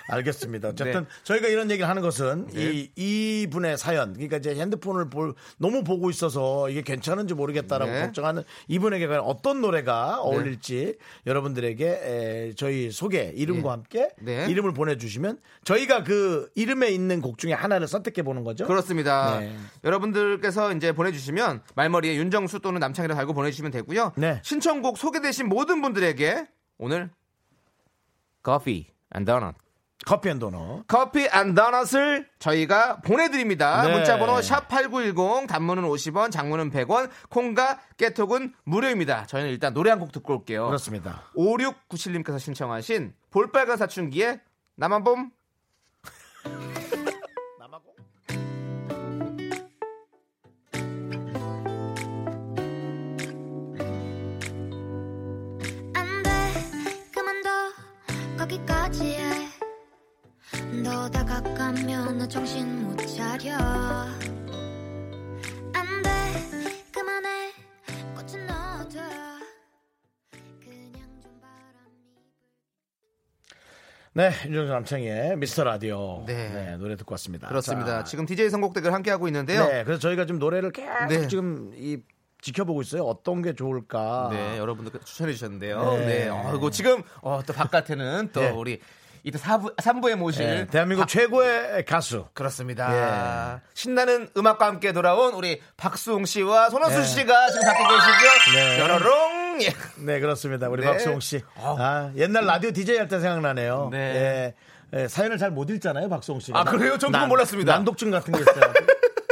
Speaker 1: 알겠습니다. 어쨌든
Speaker 2: 네.
Speaker 1: 저희가 이런 얘기를 하는 것은 이 이분의 사연, 그러니까 이제 핸드폰을 볼 너무 보고 있어서 이게 괜찮은지 모르겠다라고
Speaker 2: 네.
Speaker 1: 걱정하는 이분에게 과연 어떤 노래가 어울릴지 여러분들에게 에, 저희 소개 이름과
Speaker 2: 예.
Speaker 1: 함께
Speaker 2: 네.
Speaker 1: 이름을 보내주시면 저희가 그 이름에 있는 곡 중에 하나를 선택해 보는 거죠.
Speaker 2: 그렇습니다.
Speaker 1: 네.
Speaker 2: 여러분들께서 이제 보내주시면 말머리에 윤정수 또는 남창이라 달고 보내주시면 되고요.
Speaker 1: 네.
Speaker 2: 신청곡 소개되신 모든 분들에게 오늘 커피 안 도넛
Speaker 1: 커피 앤 도넛.
Speaker 2: 커피 안 도넛을 저희가 보내드립니다.
Speaker 1: 네.
Speaker 2: 문자번호 샵 #8910 단문은 50원, 장문은 100원, 콩과 깨톡은 무료입니다. 저희는 일단 노래 한 곡 듣고 올게요.
Speaker 1: 그렇습니다.
Speaker 2: 5697님께서 신청하신 볼빨간 사춘기의 나만 봄
Speaker 3: 안돼 그만둬 거기까지 해 너 다가가면 나 정신 못 차려 안돼 그만해 꽃은 너둬 그냥 좀 바람이
Speaker 1: 네, 윤정수 남창의 미스터 라디오
Speaker 2: 네.
Speaker 1: 네, 노래 듣고 왔습니다.
Speaker 2: 그렇습니다.
Speaker 1: 자,
Speaker 2: 지금 DJ 선곡 대결 함께 하고 있는데요.
Speaker 1: 네, 그래서 저희가 지금 노래를 계속
Speaker 2: 네.
Speaker 1: 지금 이 지켜보고 있어요. 어떤 게 좋을까?
Speaker 2: 네, 여러분들 추천해 주셨는데요.
Speaker 1: 아. 네.
Speaker 2: 네. 아이고 지금 어, 또 바깥에는 또
Speaker 1: 네.
Speaker 2: 우리 이따 4부 3부에 모실
Speaker 1: 네, 대한민국 최고의 가수.
Speaker 2: 그렇습니다. 예. 신나는 음악과 함께 돌아온 우리 박수홍 씨와 손호수 씨가 지금 밖에
Speaker 1: 네.
Speaker 2: 계시죠? 여러롱. 예.
Speaker 1: 네, 그렇습니다. 우리
Speaker 2: 네.
Speaker 1: 박수홍 씨.
Speaker 2: 어.
Speaker 1: 아, 옛날 라디오 DJ 할 때 생각나네요.
Speaker 2: 네.
Speaker 1: 예, 예, 사연을 잘 못 읽잖아요, 박수홍 씨가.
Speaker 2: 아, 그래요? 전 그건
Speaker 1: 난-
Speaker 2: 몰랐습니다.
Speaker 1: 난독증 같은 게 있어요.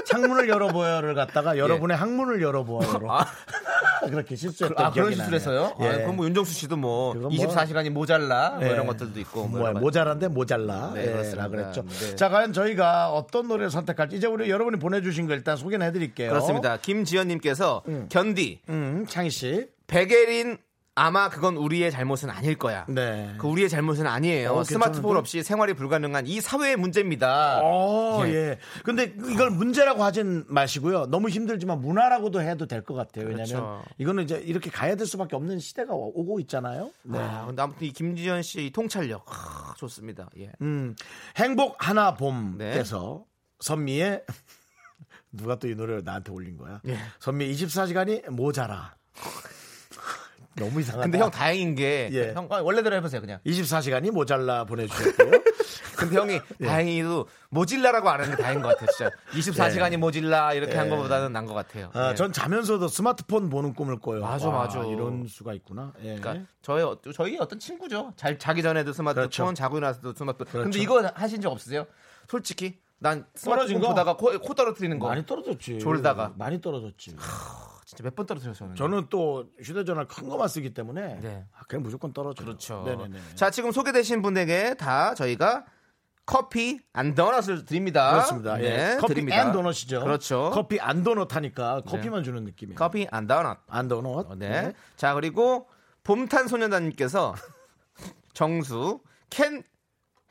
Speaker 1: 창문을 열어보여를 갖다가 여러분의 항문을 열어보여로
Speaker 2: 예. 아,
Speaker 1: 그렇게 실수했던
Speaker 2: 아 그런
Speaker 1: 기억이 나네요.
Speaker 2: 실수를 했어요?
Speaker 1: 예.
Speaker 2: 아, 그럼 뭐 윤정수 씨도 뭐
Speaker 1: 그건 뭐-
Speaker 2: 24시간이 모자라 뭐
Speaker 1: 예.
Speaker 2: 이런 것들도 있고 뭐
Speaker 1: 뭐야,
Speaker 2: 여러 가지.
Speaker 1: 모자란데 모잘라
Speaker 2: 네,
Speaker 1: 예,
Speaker 2: 그렇습니다.
Speaker 1: 라 그랬죠.
Speaker 2: 네.
Speaker 1: 자 과연 저희가 어떤 노래를 선택할지 이제 우리 여러분이 보내주신 거 일단 소개는 해드릴게요.
Speaker 2: 그렇습니다. 김지연님께서 견디
Speaker 1: 음, 창희 씨.
Speaker 2: 백예린 아마 그건 우리의 잘못은 아닐 거야.
Speaker 1: 네.
Speaker 2: 그 우리의 잘못은 아니에요.
Speaker 1: 어,
Speaker 2: 스마트폰
Speaker 1: 괜찮은데?
Speaker 2: 없이 생활이 불가능한 이 사회의 문제입니다.
Speaker 1: 어, 예. 근데 이걸 문제라고 하진 마시고요. 너무 힘들지만 문화라고도 해도 될 것 같아요. 왜냐면
Speaker 2: 그렇죠.
Speaker 1: 이거는 이제 이렇게 가야 될 수밖에 없는 시대가 오- 오고 있잖아요.
Speaker 2: 아, 근데 아무튼 이 김지현 씨의 통찰력 아, 좋습니다. 예.
Speaker 1: 음, 행복 하나
Speaker 2: 네.
Speaker 1: 봄께서 선미의 누가 또 이 노래를 나한테 올린 거야.
Speaker 2: 예.
Speaker 1: 선미 24시간이 모자라. 너무 이상하다.
Speaker 2: 근데 형 다행인 게
Speaker 1: 예.
Speaker 2: 형 아, 원래대로 해보세요 그냥.
Speaker 1: 24시간이 모자라
Speaker 2: 네.
Speaker 1: 보내주셨고요.
Speaker 2: 근데 형이 다행히도 모질라라고 안 하는 게 다행인 것 같아요. 진짜 24시간이 모질라 이렇게 한 것보다는 난 것 예. 같아요.
Speaker 1: 아,
Speaker 2: 예.
Speaker 1: 전 자면서도 스마트폰 보는 꿈을 꿔요.
Speaker 2: 맞아,
Speaker 1: 와,
Speaker 2: 맞아.
Speaker 1: 이런 수가 있구나. 예.
Speaker 2: 그러니까 저희 어- 저희 어떤 친구죠. 잘 자기 전에도 스마트폰,
Speaker 1: 그렇죠.
Speaker 2: 자고 일어나서도 스마트폰. 근데
Speaker 1: 그렇죠.
Speaker 2: 이거 하신 적 없으세요? 솔직히 난
Speaker 1: 떨어진
Speaker 2: 스마트폰
Speaker 1: 거?
Speaker 2: 보다가 코, 코 떨어뜨리는 거.
Speaker 1: 많이 떨어졌지.
Speaker 2: 뭐 졸다가.
Speaker 1: 많이 떨어졌지.
Speaker 2: 진짜 몇 번 떨어뜨려요 저는.
Speaker 1: 저는 또 휴대전화 큰 거만 쓰기 때문에
Speaker 2: 네.
Speaker 1: 아, 그냥 무조건 떨어져요.
Speaker 2: 그렇죠.
Speaker 1: 네네네.
Speaker 2: 자 지금 소개되신 분에게 다 저희가 커피 안 도넛을 드립니다.
Speaker 1: 그렇습니다.
Speaker 2: 네,
Speaker 1: 예. 커피
Speaker 2: 드립니다.
Speaker 1: 앤 도넛이죠.
Speaker 2: 그렇죠. 네. 커피,
Speaker 1: 커피 안 도넛 네. 하니까 커피만 주는 느낌이에요.
Speaker 2: 안 도넛.
Speaker 1: 안 도넛.
Speaker 2: 네. 자 그리고 봄탄소년단님께서 정수 캔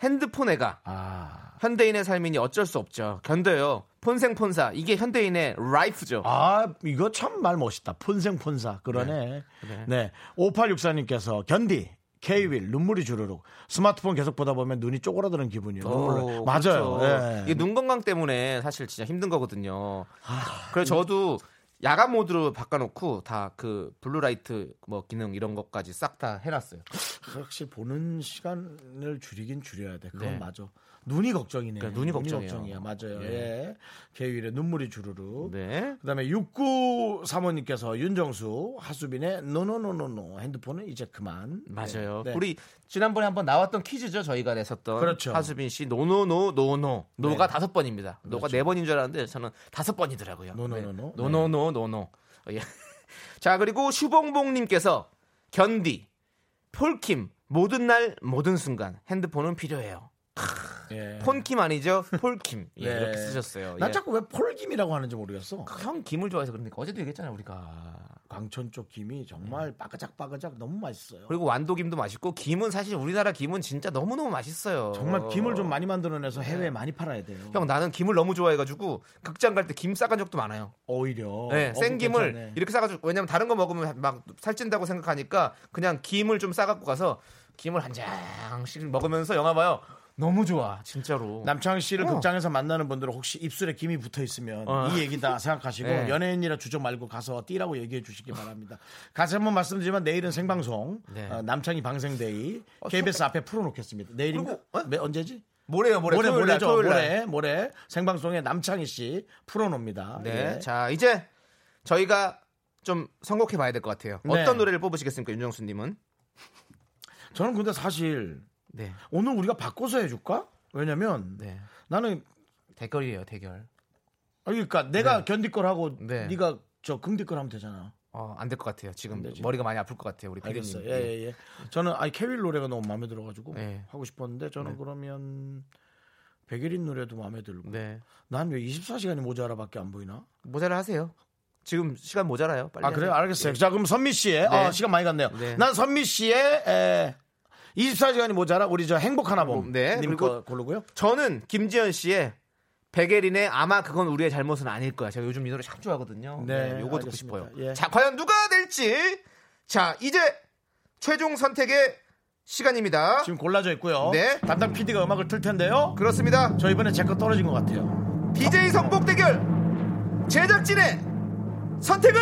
Speaker 2: 핸드폰 애가
Speaker 1: 아.
Speaker 2: 현대인의 삶이니 어쩔 수 없죠. 견뎌요. 폰생폰사 이게 현대인의 라이프죠.
Speaker 1: 아, 이거 참 말 멋있다. 폰생폰사. 그러네. 네. 5864님께서 견디. 케이윌 눈물이 주르륵 스마트폰 계속 보다 보면 눈이 쪼그라드는 기분이요. 눈물로.
Speaker 2: 오,
Speaker 1: 맞아요.
Speaker 2: 그렇죠.
Speaker 1: 예.
Speaker 2: 이게 눈 건강 때문에 사실 진짜 힘든 거거든요.
Speaker 1: 아,
Speaker 2: 그래서 저도 야간 모드로 바꿔놓고 다 그 블루라이트 뭐 기능 이런 것까지 싹 다 해놨어요.
Speaker 1: 아, 확실히 보는 시간을 줄이긴 줄여야 돼. 그건
Speaker 2: 네.
Speaker 1: 맞아. 눈이 걱정이네.
Speaker 2: 그러니까 눈이 걱정이에요.
Speaker 1: 야 맞아요.
Speaker 2: 예.
Speaker 1: 예. 개유일의 눈물이 주르륵.
Speaker 2: 네.
Speaker 1: 그다음에 69 사모님께서 윤정수 하수빈의 노노노노노 핸드폰은 이제 그만.
Speaker 2: 맞아요.
Speaker 1: 네. 네.
Speaker 2: 우리 지난번에 한번 나왔던 퀴즈죠. 저희가 냈었던
Speaker 1: 그렇죠.
Speaker 2: 하수빈 씨 노노노 노노 노가
Speaker 1: 네.
Speaker 2: 다섯 번입니다. 노가 네 번인 줄 알았는데 저는 다섯 번이더라고요.
Speaker 1: 노노노노?
Speaker 2: 네. 노노노 노노. 예. 자 그리고 슈봉봉님께서 견디 폴킴 모든 날 모든 순간 핸드폰은 필요해요.
Speaker 1: 예.
Speaker 2: 폰킴 아니죠? 폴킴 예,
Speaker 1: 네.
Speaker 2: 이렇게 쓰셨어요.
Speaker 1: 나
Speaker 2: 예.
Speaker 1: 자꾸 왜 폴김이라고 하는지 모르겠어.
Speaker 2: 형 김을 좋아해서 그러니까 어제도 얘기했잖아요 우리가.
Speaker 1: 광천 쪽 김이 정말 빠그작빠그작 너무 맛있어요.
Speaker 2: 그리고 완도김도 맛있고 김은 사실 우리나라 김은 진짜 너무 너무 맛있어요.
Speaker 1: 정말 김을 좀 많이 만들어내서 해외에 많이 팔아야 돼요.
Speaker 2: 형 나는 김을 너무 좋아해가지고 극장 갈 때 김 싸간 적도 많아요.
Speaker 1: 오히려
Speaker 2: 네,
Speaker 1: 어,
Speaker 2: 생 김을
Speaker 1: 괜찮네.
Speaker 2: 이렇게 싸가지고 왜냐면 다른 거 먹으면 막 살찐다고 생각하니까 그냥 김을 좀 싸갖고 가서 김을 한 장씩 먹으면서 영화 봐요. 너무 좋아 진짜로.
Speaker 1: 남창희 씨를
Speaker 2: 어.
Speaker 1: 극장에서 만나는 분들은 혹시 입술에 김이 붙어 있으면
Speaker 2: 어.
Speaker 1: 이 얘기다 생각하시고
Speaker 2: 네.
Speaker 1: 연예인이라 주저 말고 가서 띠라고 얘기해 주시기 바랍니다. 다시 한번 말씀드리지만 내일은 생방송
Speaker 2: 네. 어,
Speaker 1: 어, 남창희 방생데이 KBS 앞에 풀어놓겠습니다. 내일인가? 매- 언제지?
Speaker 2: 모레요 모레
Speaker 1: 모레
Speaker 2: 토요일 날,
Speaker 1: 모레죠.
Speaker 2: 토요일
Speaker 1: 모레
Speaker 2: 날.
Speaker 1: 모레 생방송에 남창희 씨 풀어놓습니다.
Speaker 2: 네.
Speaker 1: 예.
Speaker 2: 자, 이제 저희가 좀 선곡해 봐야 될 것 같아요.
Speaker 1: 네.
Speaker 2: 어떤 노래를 뽑으시겠습니까, 윤정수 님은?
Speaker 1: 저는 근데 사실
Speaker 2: 네.
Speaker 1: 오늘 우리가 바꿔서 해줄까? 왜냐면
Speaker 2: 네.
Speaker 1: 나는
Speaker 2: 대결이에요, 대결.
Speaker 1: 아니, 그러니까 내가 견디 걸 하고
Speaker 2: 네.
Speaker 1: 네. 가저 긍디 걸 하면 되잖아.
Speaker 2: 어, 안 될 것 같아요. 지금
Speaker 1: 되죠.
Speaker 2: 머리가 많이 아플 것 같아요, 우리
Speaker 1: 알겠어요.
Speaker 2: 피디님.
Speaker 1: 예예 예, 저는 아이 케윌 노래가 너무 마음에 들어가지고
Speaker 2: 예.
Speaker 1: 하고 싶었는데 저는
Speaker 2: 네.
Speaker 1: 그러면 백일인 노래도 마음에 들고
Speaker 2: 네.
Speaker 1: 난 왜 24시간이 모자라밖에 안 보이나?
Speaker 2: 모자라 하세요. 지금 시간 모자라요. 빨리.
Speaker 1: 아 그래요?
Speaker 2: 하세요.
Speaker 1: 알겠어요. 자 그럼 선미 씨의
Speaker 2: 네.
Speaker 1: 아, 시간 많이 갔네요.
Speaker 2: 네.
Speaker 1: 난 선미 씨의 에, 24시간이 모자라 우리 저 행복하나 봄.
Speaker 2: 네,
Speaker 1: 님
Speaker 2: 그리고-
Speaker 1: 거 고르고요.
Speaker 2: 저는 김지현 씨의 백예린의 아마 그건 우리의 잘못은 아닐 거야. 제가 요즘 이 노래 참 좋아하거든요.
Speaker 1: 네,
Speaker 2: 네, 요거 듣고
Speaker 1: 알겠습니다.
Speaker 2: 싶어요.
Speaker 1: 예.
Speaker 2: 자, 과연 누가 될지. 자, 이제 최종 선택의 시간입니다.
Speaker 1: 지금 골라져 있고요.
Speaker 2: 네.
Speaker 1: 담당 PD가 음악을 틀 텐데요.
Speaker 2: 그렇습니다.
Speaker 1: 저 이번에 제 거 떨어진 것 같아요.
Speaker 2: DJ 선곡 대결 제작진의 선택은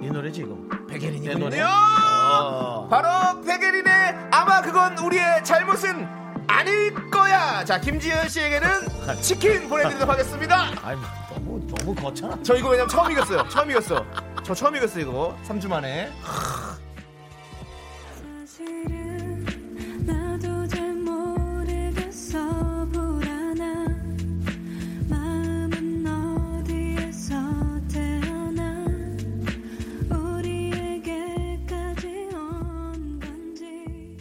Speaker 1: 이 노래지 이거. 아. 백예린이 노래.
Speaker 2: 요 바로 백예린의 아마 그건 우리의 잘못은 아닐 거야. 자 김지현 씨에게는 치킨 보내드리도록 하겠습니다.
Speaker 1: 아니 너무 너무 거창.
Speaker 2: 저 이거 왜냐면 처음 이겼어요. 처음 이겼어. 저 처음 이겼어요 이거 3주 만에.
Speaker 3: 사실은 나도 잘 모르겠어 불안한 마음은 어디에서 태어나 우리에게까지 온 건지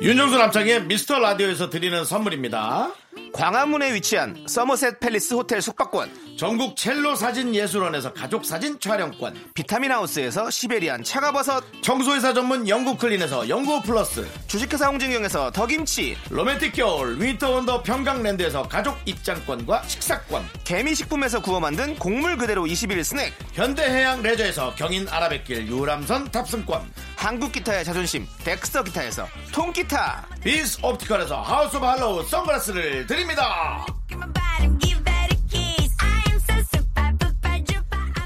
Speaker 1: 윤정수 남창의 미스터 라디오에서 드리는 선물입니다.
Speaker 2: 광화문에 위치한 서머셋 팰리스 호텔 숙박권,
Speaker 1: 전국 첼로 사진 예술원에서 가족 사진 촬영권,
Speaker 2: 비타민 하우스에서 시베리안 차가버섯,
Speaker 1: 청소회사 전문 영국 클린에서 영국 플러스,
Speaker 2: 주식회사 홍진경에서 더김치,
Speaker 1: 로맨틱 겨울 위터 원더 평강랜드에서 가족 입장권과 식사권,
Speaker 2: 개미식품에서 구워 만든 곡물 그대로 21 스낵.
Speaker 1: 현대해양 레저에서 경인 아라뱃길 유람선 탑승권,
Speaker 2: 한국 기타의 자존심 덱스터 기타에서 통기타
Speaker 1: 비스 옵티컬에서 하우스 오브 할로우 선글라스를 드립니다.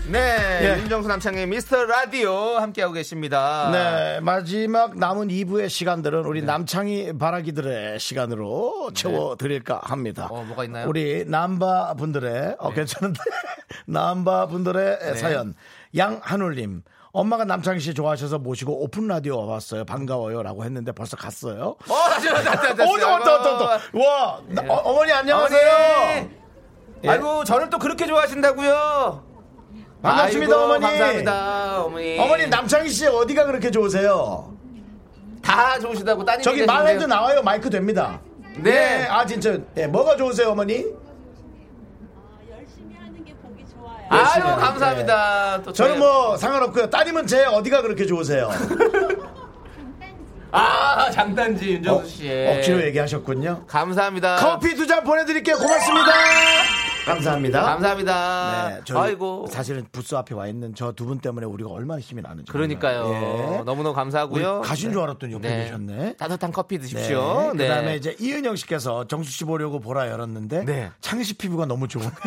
Speaker 2: 네
Speaker 1: 예.
Speaker 2: 윤정수 남창의 미스터 라디오 함께하고 계십니다
Speaker 1: 네, 마지막 남은 2부의 시간들은
Speaker 2: 네.
Speaker 1: 우리 남창희 바라기들의 시간으로 채워드릴까 합니다.
Speaker 2: 어, 뭐가 있나요? 네.
Speaker 1: 우리 남바 분들의, 어, 괜찮은데? 남바 분들의 사연. 양한울님. 엄마가 남창희 씨 좋아하셔서 모시고 오픈 라디오 와봤어요. 반가워요. 라고 했는데 벌써 갔어요.
Speaker 2: 어 다시 왔다 왔다 왔다
Speaker 1: 어, 왔다, 왔다, 왔다, 왔다. 와, 나- 어, 어머니 안녕하세요. 예.
Speaker 2: 아이고 저를 또 그렇게 좋아하신다고요
Speaker 1: 반갑습니다,
Speaker 2: 아이고,
Speaker 1: 어머니.
Speaker 2: 감사합니다 어머니
Speaker 1: 어머니 남창희 씨 어디가 그렇게 좋으세요?
Speaker 2: 다 좋으시다고 따님
Speaker 1: 저기 말해도 나와요. 마이크 됩니다.
Speaker 2: 네.
Speaker 1: 예, 아 진짜. 예, 뭐가 좋으세요, 어머니?
Speaker 2: 아유
Speaker 1: 열심히
Speaker 2: 감사합니다. 네. 또
Speaker 1: 저는
Speaker 2: 저희-
Speaker 1: 뭐 상관없고요. 따님은 제 어디가 그렇게 좋으세요?
Speaker 2: 아 장단지
Speaker 1: 어,
Speaker 2: 윤정수 씨.
Speaker 1: 억지로 얘기하셨군요.
Speaker 2: 감사합니다.
Speaker 1: 커피 두 잔 보내드릴게요. 고맙습니다. 감사합니다.
Speaker 2: 감사합니다.
Speaker 1: 네, 저희
Speaker 2: 아이고.
Speaker 1: 사실은 부스 앞에 와 있는 저 두 분 때문에 우리가 얼마나 힘이 나는지.
Speaker 2: 그러니까요.
Speaker 1: 몰라요. 예.
Speaker 2: 너무너무 감사하고요.
Speaker 1: 우리 가신 줄 알았더니 옆에
Speaker 2: 네.
Speaker 1: 계셨네.
Speaker 2: 따뜻한 커피 드십시오.
Speaker 1: 네. 그다음에 이제 이은영 씨께서 정수 씨 보려고 보라 열었는데
Speaker 2: 네.
Speaker 1: 창희 씨 피부가 너무 좋은.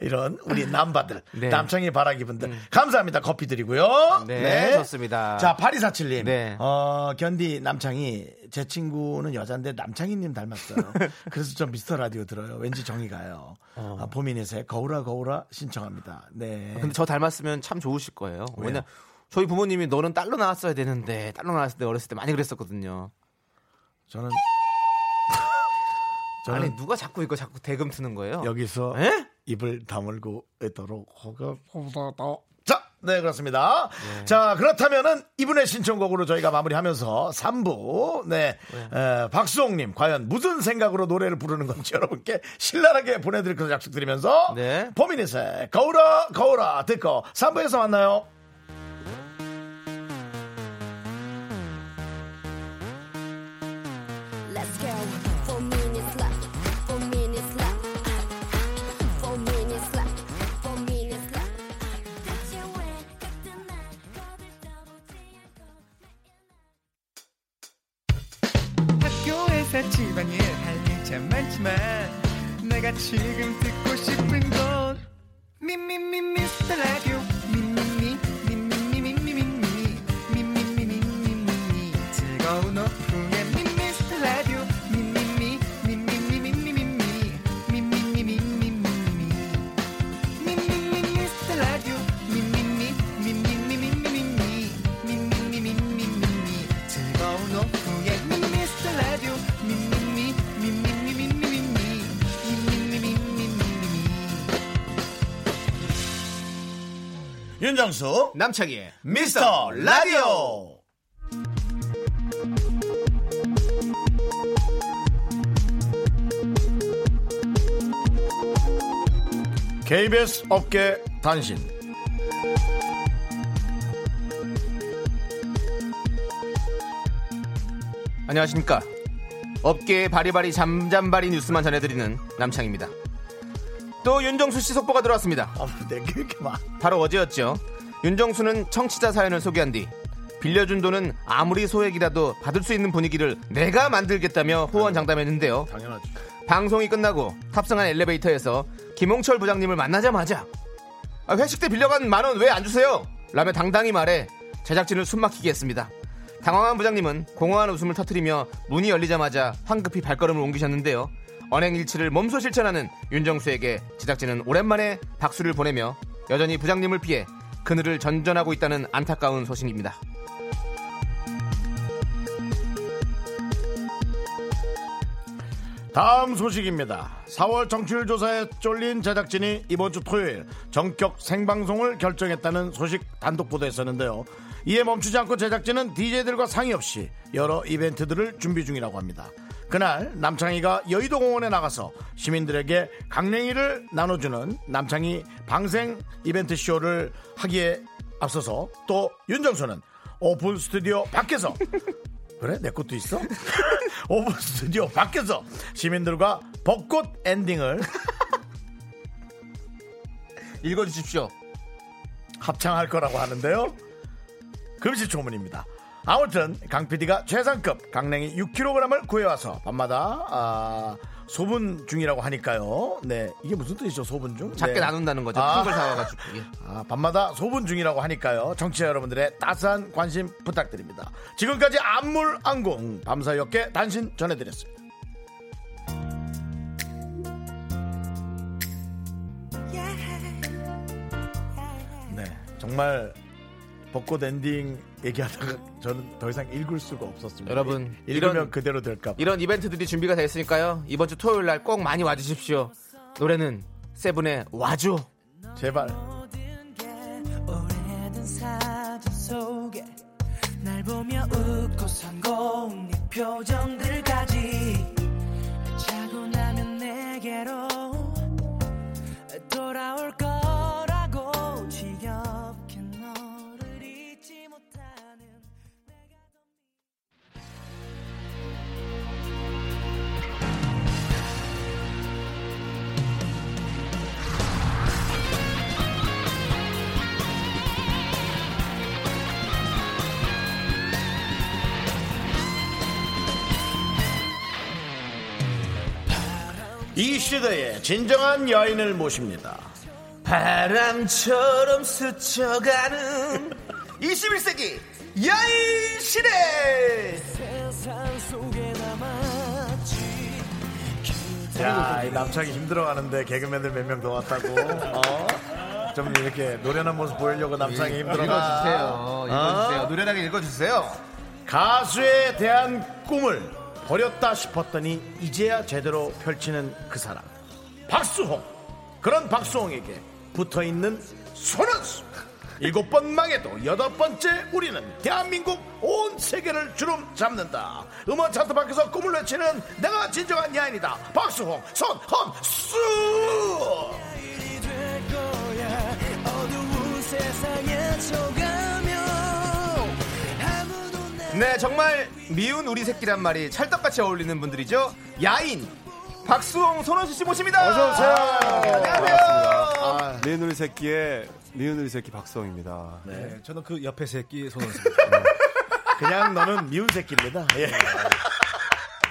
Speaker 1: 이런 우리 남바들
Speaker 2: 네. 음.
Speaker 1: 남창희 바라기 분들 감사합니다 커피 드리고요
Speaker 2: 네, 좋습니다.
Speaker 1: 자 8247님
Speaker 2: 네.
Speaker 1: 어, 견디 남창희 제 친구는 여잔데 남창희님 닮았어요 그래서 전 미스터 라디오 들어요 왠지 정이 가요 아, 보민이세 거울아 거울아 신청합니다 네
Speaker 2: 어. 아, 근데 저 닮았으면 참 좋으실 거예요. 왜냐 저희 부모님이 너는 딸로 나왔어야 되는데 딸로 나왔을 때 어렸을 때 많이 그랬었거든요.
Speaker 1: 저는
Speaker 2: 아니
Speaker 1: 저는
Speaker 2: 누가 자꾸 이거 자꾸 대금 트는 거예요?
Speaker 1: 어. 여기서
Speaker 2: 예?
Speaker 1: 입을 다물고 있도록 허가 자, 네 그렇습니다. 자 그렇다면은 이분의 신청곡으로 저희가 마무리하면서 3부 네 에, 박수홍님 과연 무슨 생각으로 노래를 부르는 건지 여러분께 신랄하게 보내드릴 것을 약속드리면서
Speaker 2: 네.
Speaker 1: 보미닛의 거울아 거울아 듣고 3부에서 만나요.
Speaker 6: Let's go. Four minutes left. Four minutes left. Four minutes left. Four minutes left.
Speaker 3: 대체 왜 같은 날 거들떠보지 않고
Speaker 7: 학교에서 집안일 할 일 참 많지만 내가 지금 듣고 싶은 건 미미미 미스터 라디오 미미미 미미미 미미미 미미미 미미미 즐거운 오픈에 미스터 라디오 미미미 미미미 미미미 미미미 미미미 미미미 미스터 라디오 미미미 미미미 미미미 미미미 미미미 즐거운 오후에 미스터 라디오 미미미 미미미 미미미 미미미 미미미
Speaker 1: 윤정수
Speaker 2: 남창희
Speaker 1: 미스터 라디오. KBS 업계 단신.
Speaker 2: 안녕하십니까. 업계의 바리바리 잠잠바리 뉴스만 전해드리는 남창입니다. 또 윤정수 씨 속보가 들어왔습니다.
Speaker 1: 아, 내게 이렇게 막.
Speaker 2: 바로 어제였죠. 윤정수는 청취자 사연을 소개한 뒤 빌려준 돈은 아무리 소액이라도 받을 수 있는 분위기를 내가 만들겠다며 호언장담했는데요.
Speaker 1: 당연하죠.
Speaker 2: 방송이 끝나고 탑승한 엘리베이터에서 김홍철 부장님을 만나자마자 아, 회식 때 빌려간 만 원 왜 안 주세요? 라며 당당히 말해 제작진을 숨막히게 했습니다. 당황한 부장님은 공허한 웃음을 터뜨리며 문이 열리자마자 황급히 발걸음을 옮기셨는데요. 언행일치를 몸소 실천하는 윤정수에게 제작진은 오랜만에 박수를 보내며 여전히 부장님을 피해 그늘을 전전하고 있다는 안타까운 소식입니다.
Speaker 1: 다음 소식입니다. 4월 정치율 조사에 쫄린 제작진이 이번 주 토요일 전격 생방송을 결정했다는 소식 단독 보도했었는데요. 이에 멈추지 않고 제작진은 DJ들과 상의 없이 여러 이벤트들을 준비 중이라고 합니다. 그날 남창희가 여의도 공원에 나가서 시민들에게 강냉이를 나눠주는 남창희 방생 이벤트 쇼를 하기에 앞서서 또 윤정수는 오픈 스튜디오 밖에서 그래 내 것도 있어? 오픈 스튜디오 밖에서 시민들과 벚꽃 엔딩을
Speaker 2: 읽어주십시오.
Speaker 1: 합창할 거라고 하는데요. 금시초문입니다. 아무튼 강 PD가 최상급 강냉이 6kg을 구해와서 밤마다 아, 소분 중이라고 하니까요. 네 이게 무슨 뜻이죠 소분 중?
Speaker 2: 작게
Speaker 1: 네.
Speaker 2: 나눈다는 거죠.
Speaker 1: 아.
Speaker 2: 큰 걸 사와가지고. 예.
Speaker 1: 아, 밤마다 소분 중이라고 하니까요. 정치자 여러분들의 따스한 관심 부탁드립니다. 지금까지 안물안궁 밤사이역계 단신 전해드렸습니다. 네, 정말 벚꽃 엔딩 얘기하다가 저는 더 이상 읽을 수가 없었습니다.
Speaker 2: 여러분,
Speaker 1: 읽으면
Speaker 2: 이런-
Speaker 1: 그대로 될까 봐.
Speaker 2: 이런 이벤트들이 준비가 되어 있으니까요. 이번 주 토요일 날 꼭 많이 와주십시오. 노래는 세븐의 와줘.
Speaker 1: 제발.
Speaker 7: 오래된 사진 속에
Speaker 5: 날 보며 웃고 선고운 네 표정들까지 자고 나면 내게로 돌아올 거라고 지겹게 너를 잊지 못하는 내가 더
Speaker 1: 이 시대의 진정한 여인을 모십니다.
Speaker 2: 바람처럼 스쳐가는 21세기 여인 시대
Speaker 5: 세상 속에 남았지
Speaker 1: 야, 이 남창이 힘들어하는데 개그맨들 몇 명 더 왔다고. 어? 좀 이렇게 노련한 모습 보이려고 남창이 힘들어.
Speaker 2: 읽어주세요 읽어주세요 노련하게 읽어주세요
Speaker 1: 가수에 대한 꿈을 버렸다 싶었더니 이제야 제대로 펼치는 그 사람. 박수홍. 그런 박수홍에게 붙어 있는 손은수. 일곱 번 망해도 여덟 번째 우리는 대한민국 온 세계를 주름 잡는다. 음원 차트 밖에서 꿈을 외치는 내가 진정한 야인이다. 박수홍, 손헌수!
Speaker 5: 일이 될 거야 어두운 세상에 쳐가며 아무도 내
Speaker 2: 네 정말 미운 우리 새끼란 말이 찰떡같이 어울리는 분들이죠 야인 박수홍 손원수 씨 모십니다
Speaker 8: 어서오세요.
Speaker 2: 안녕하세요
Speaker 8: 미운 우리 새끼의 미운 우리 새끼 박성입니다.
Speaker 1: 네,
Speaker 9: 저는 그 옆에 새끼 손원수.
Speaker 1: 그냥 너는 미운 새끼입니다. 예.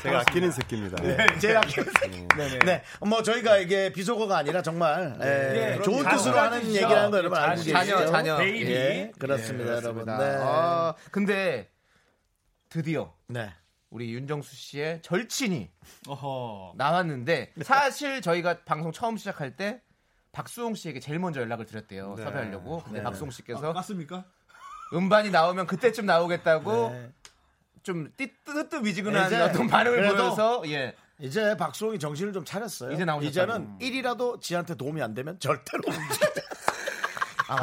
Speaker 8: 제가 아끼는 새끼입니다.
Speaker 2: 네,
Speaker 1: 제가 키운 새끼. 네, 뭐 저희가 이게 비속어가 아니라 정말 예, 좋은 뜻으로 하는 얘기라는 거 여러분 알고 계시죠?
Speaker 2: 자녀 자녀
Speaker 1: 예,
Speaker 2: 예.
Speaker 1: 그렇습니다, 여러분.
Speaker 2: 그렇습니다.
Speaker 1: 네.
Speaker 2: 아, 근데 드디어
Speaker 1: 네.
Speaker 2: 우리 윤정수 씨의 절친이 나왔는데 사실 저희가 방송 처음 시작할 때 박수홍 씨에게 제일 먼저 연락을 드렸대요
Speaker 1: 네.
Speaker 2: 섭외하려고 근데 박수홍 씨께서
Speaker 1: 아,
Speaker 9: 맞습니까?
Speaker 2: 음반이 나오면 그때쯤 나오겠다고
Speaker 1: 네.
Speaker 2: 좀 뜨뜻 미지근한
Speaker 1: 이제
Speaker 2: 어떤 반응을
Speaker 1: 그래도
Speaker 2: 보여서 예
Speaker 1: 이제 박수홍이 정신을 좀 차렸어요.
Speaker 2: 이제 나오셨다고.
Speaker 1: 이제는 1이라도 지한테 도움이 안 되면 절대로 움직이지
Speaker 2: 아,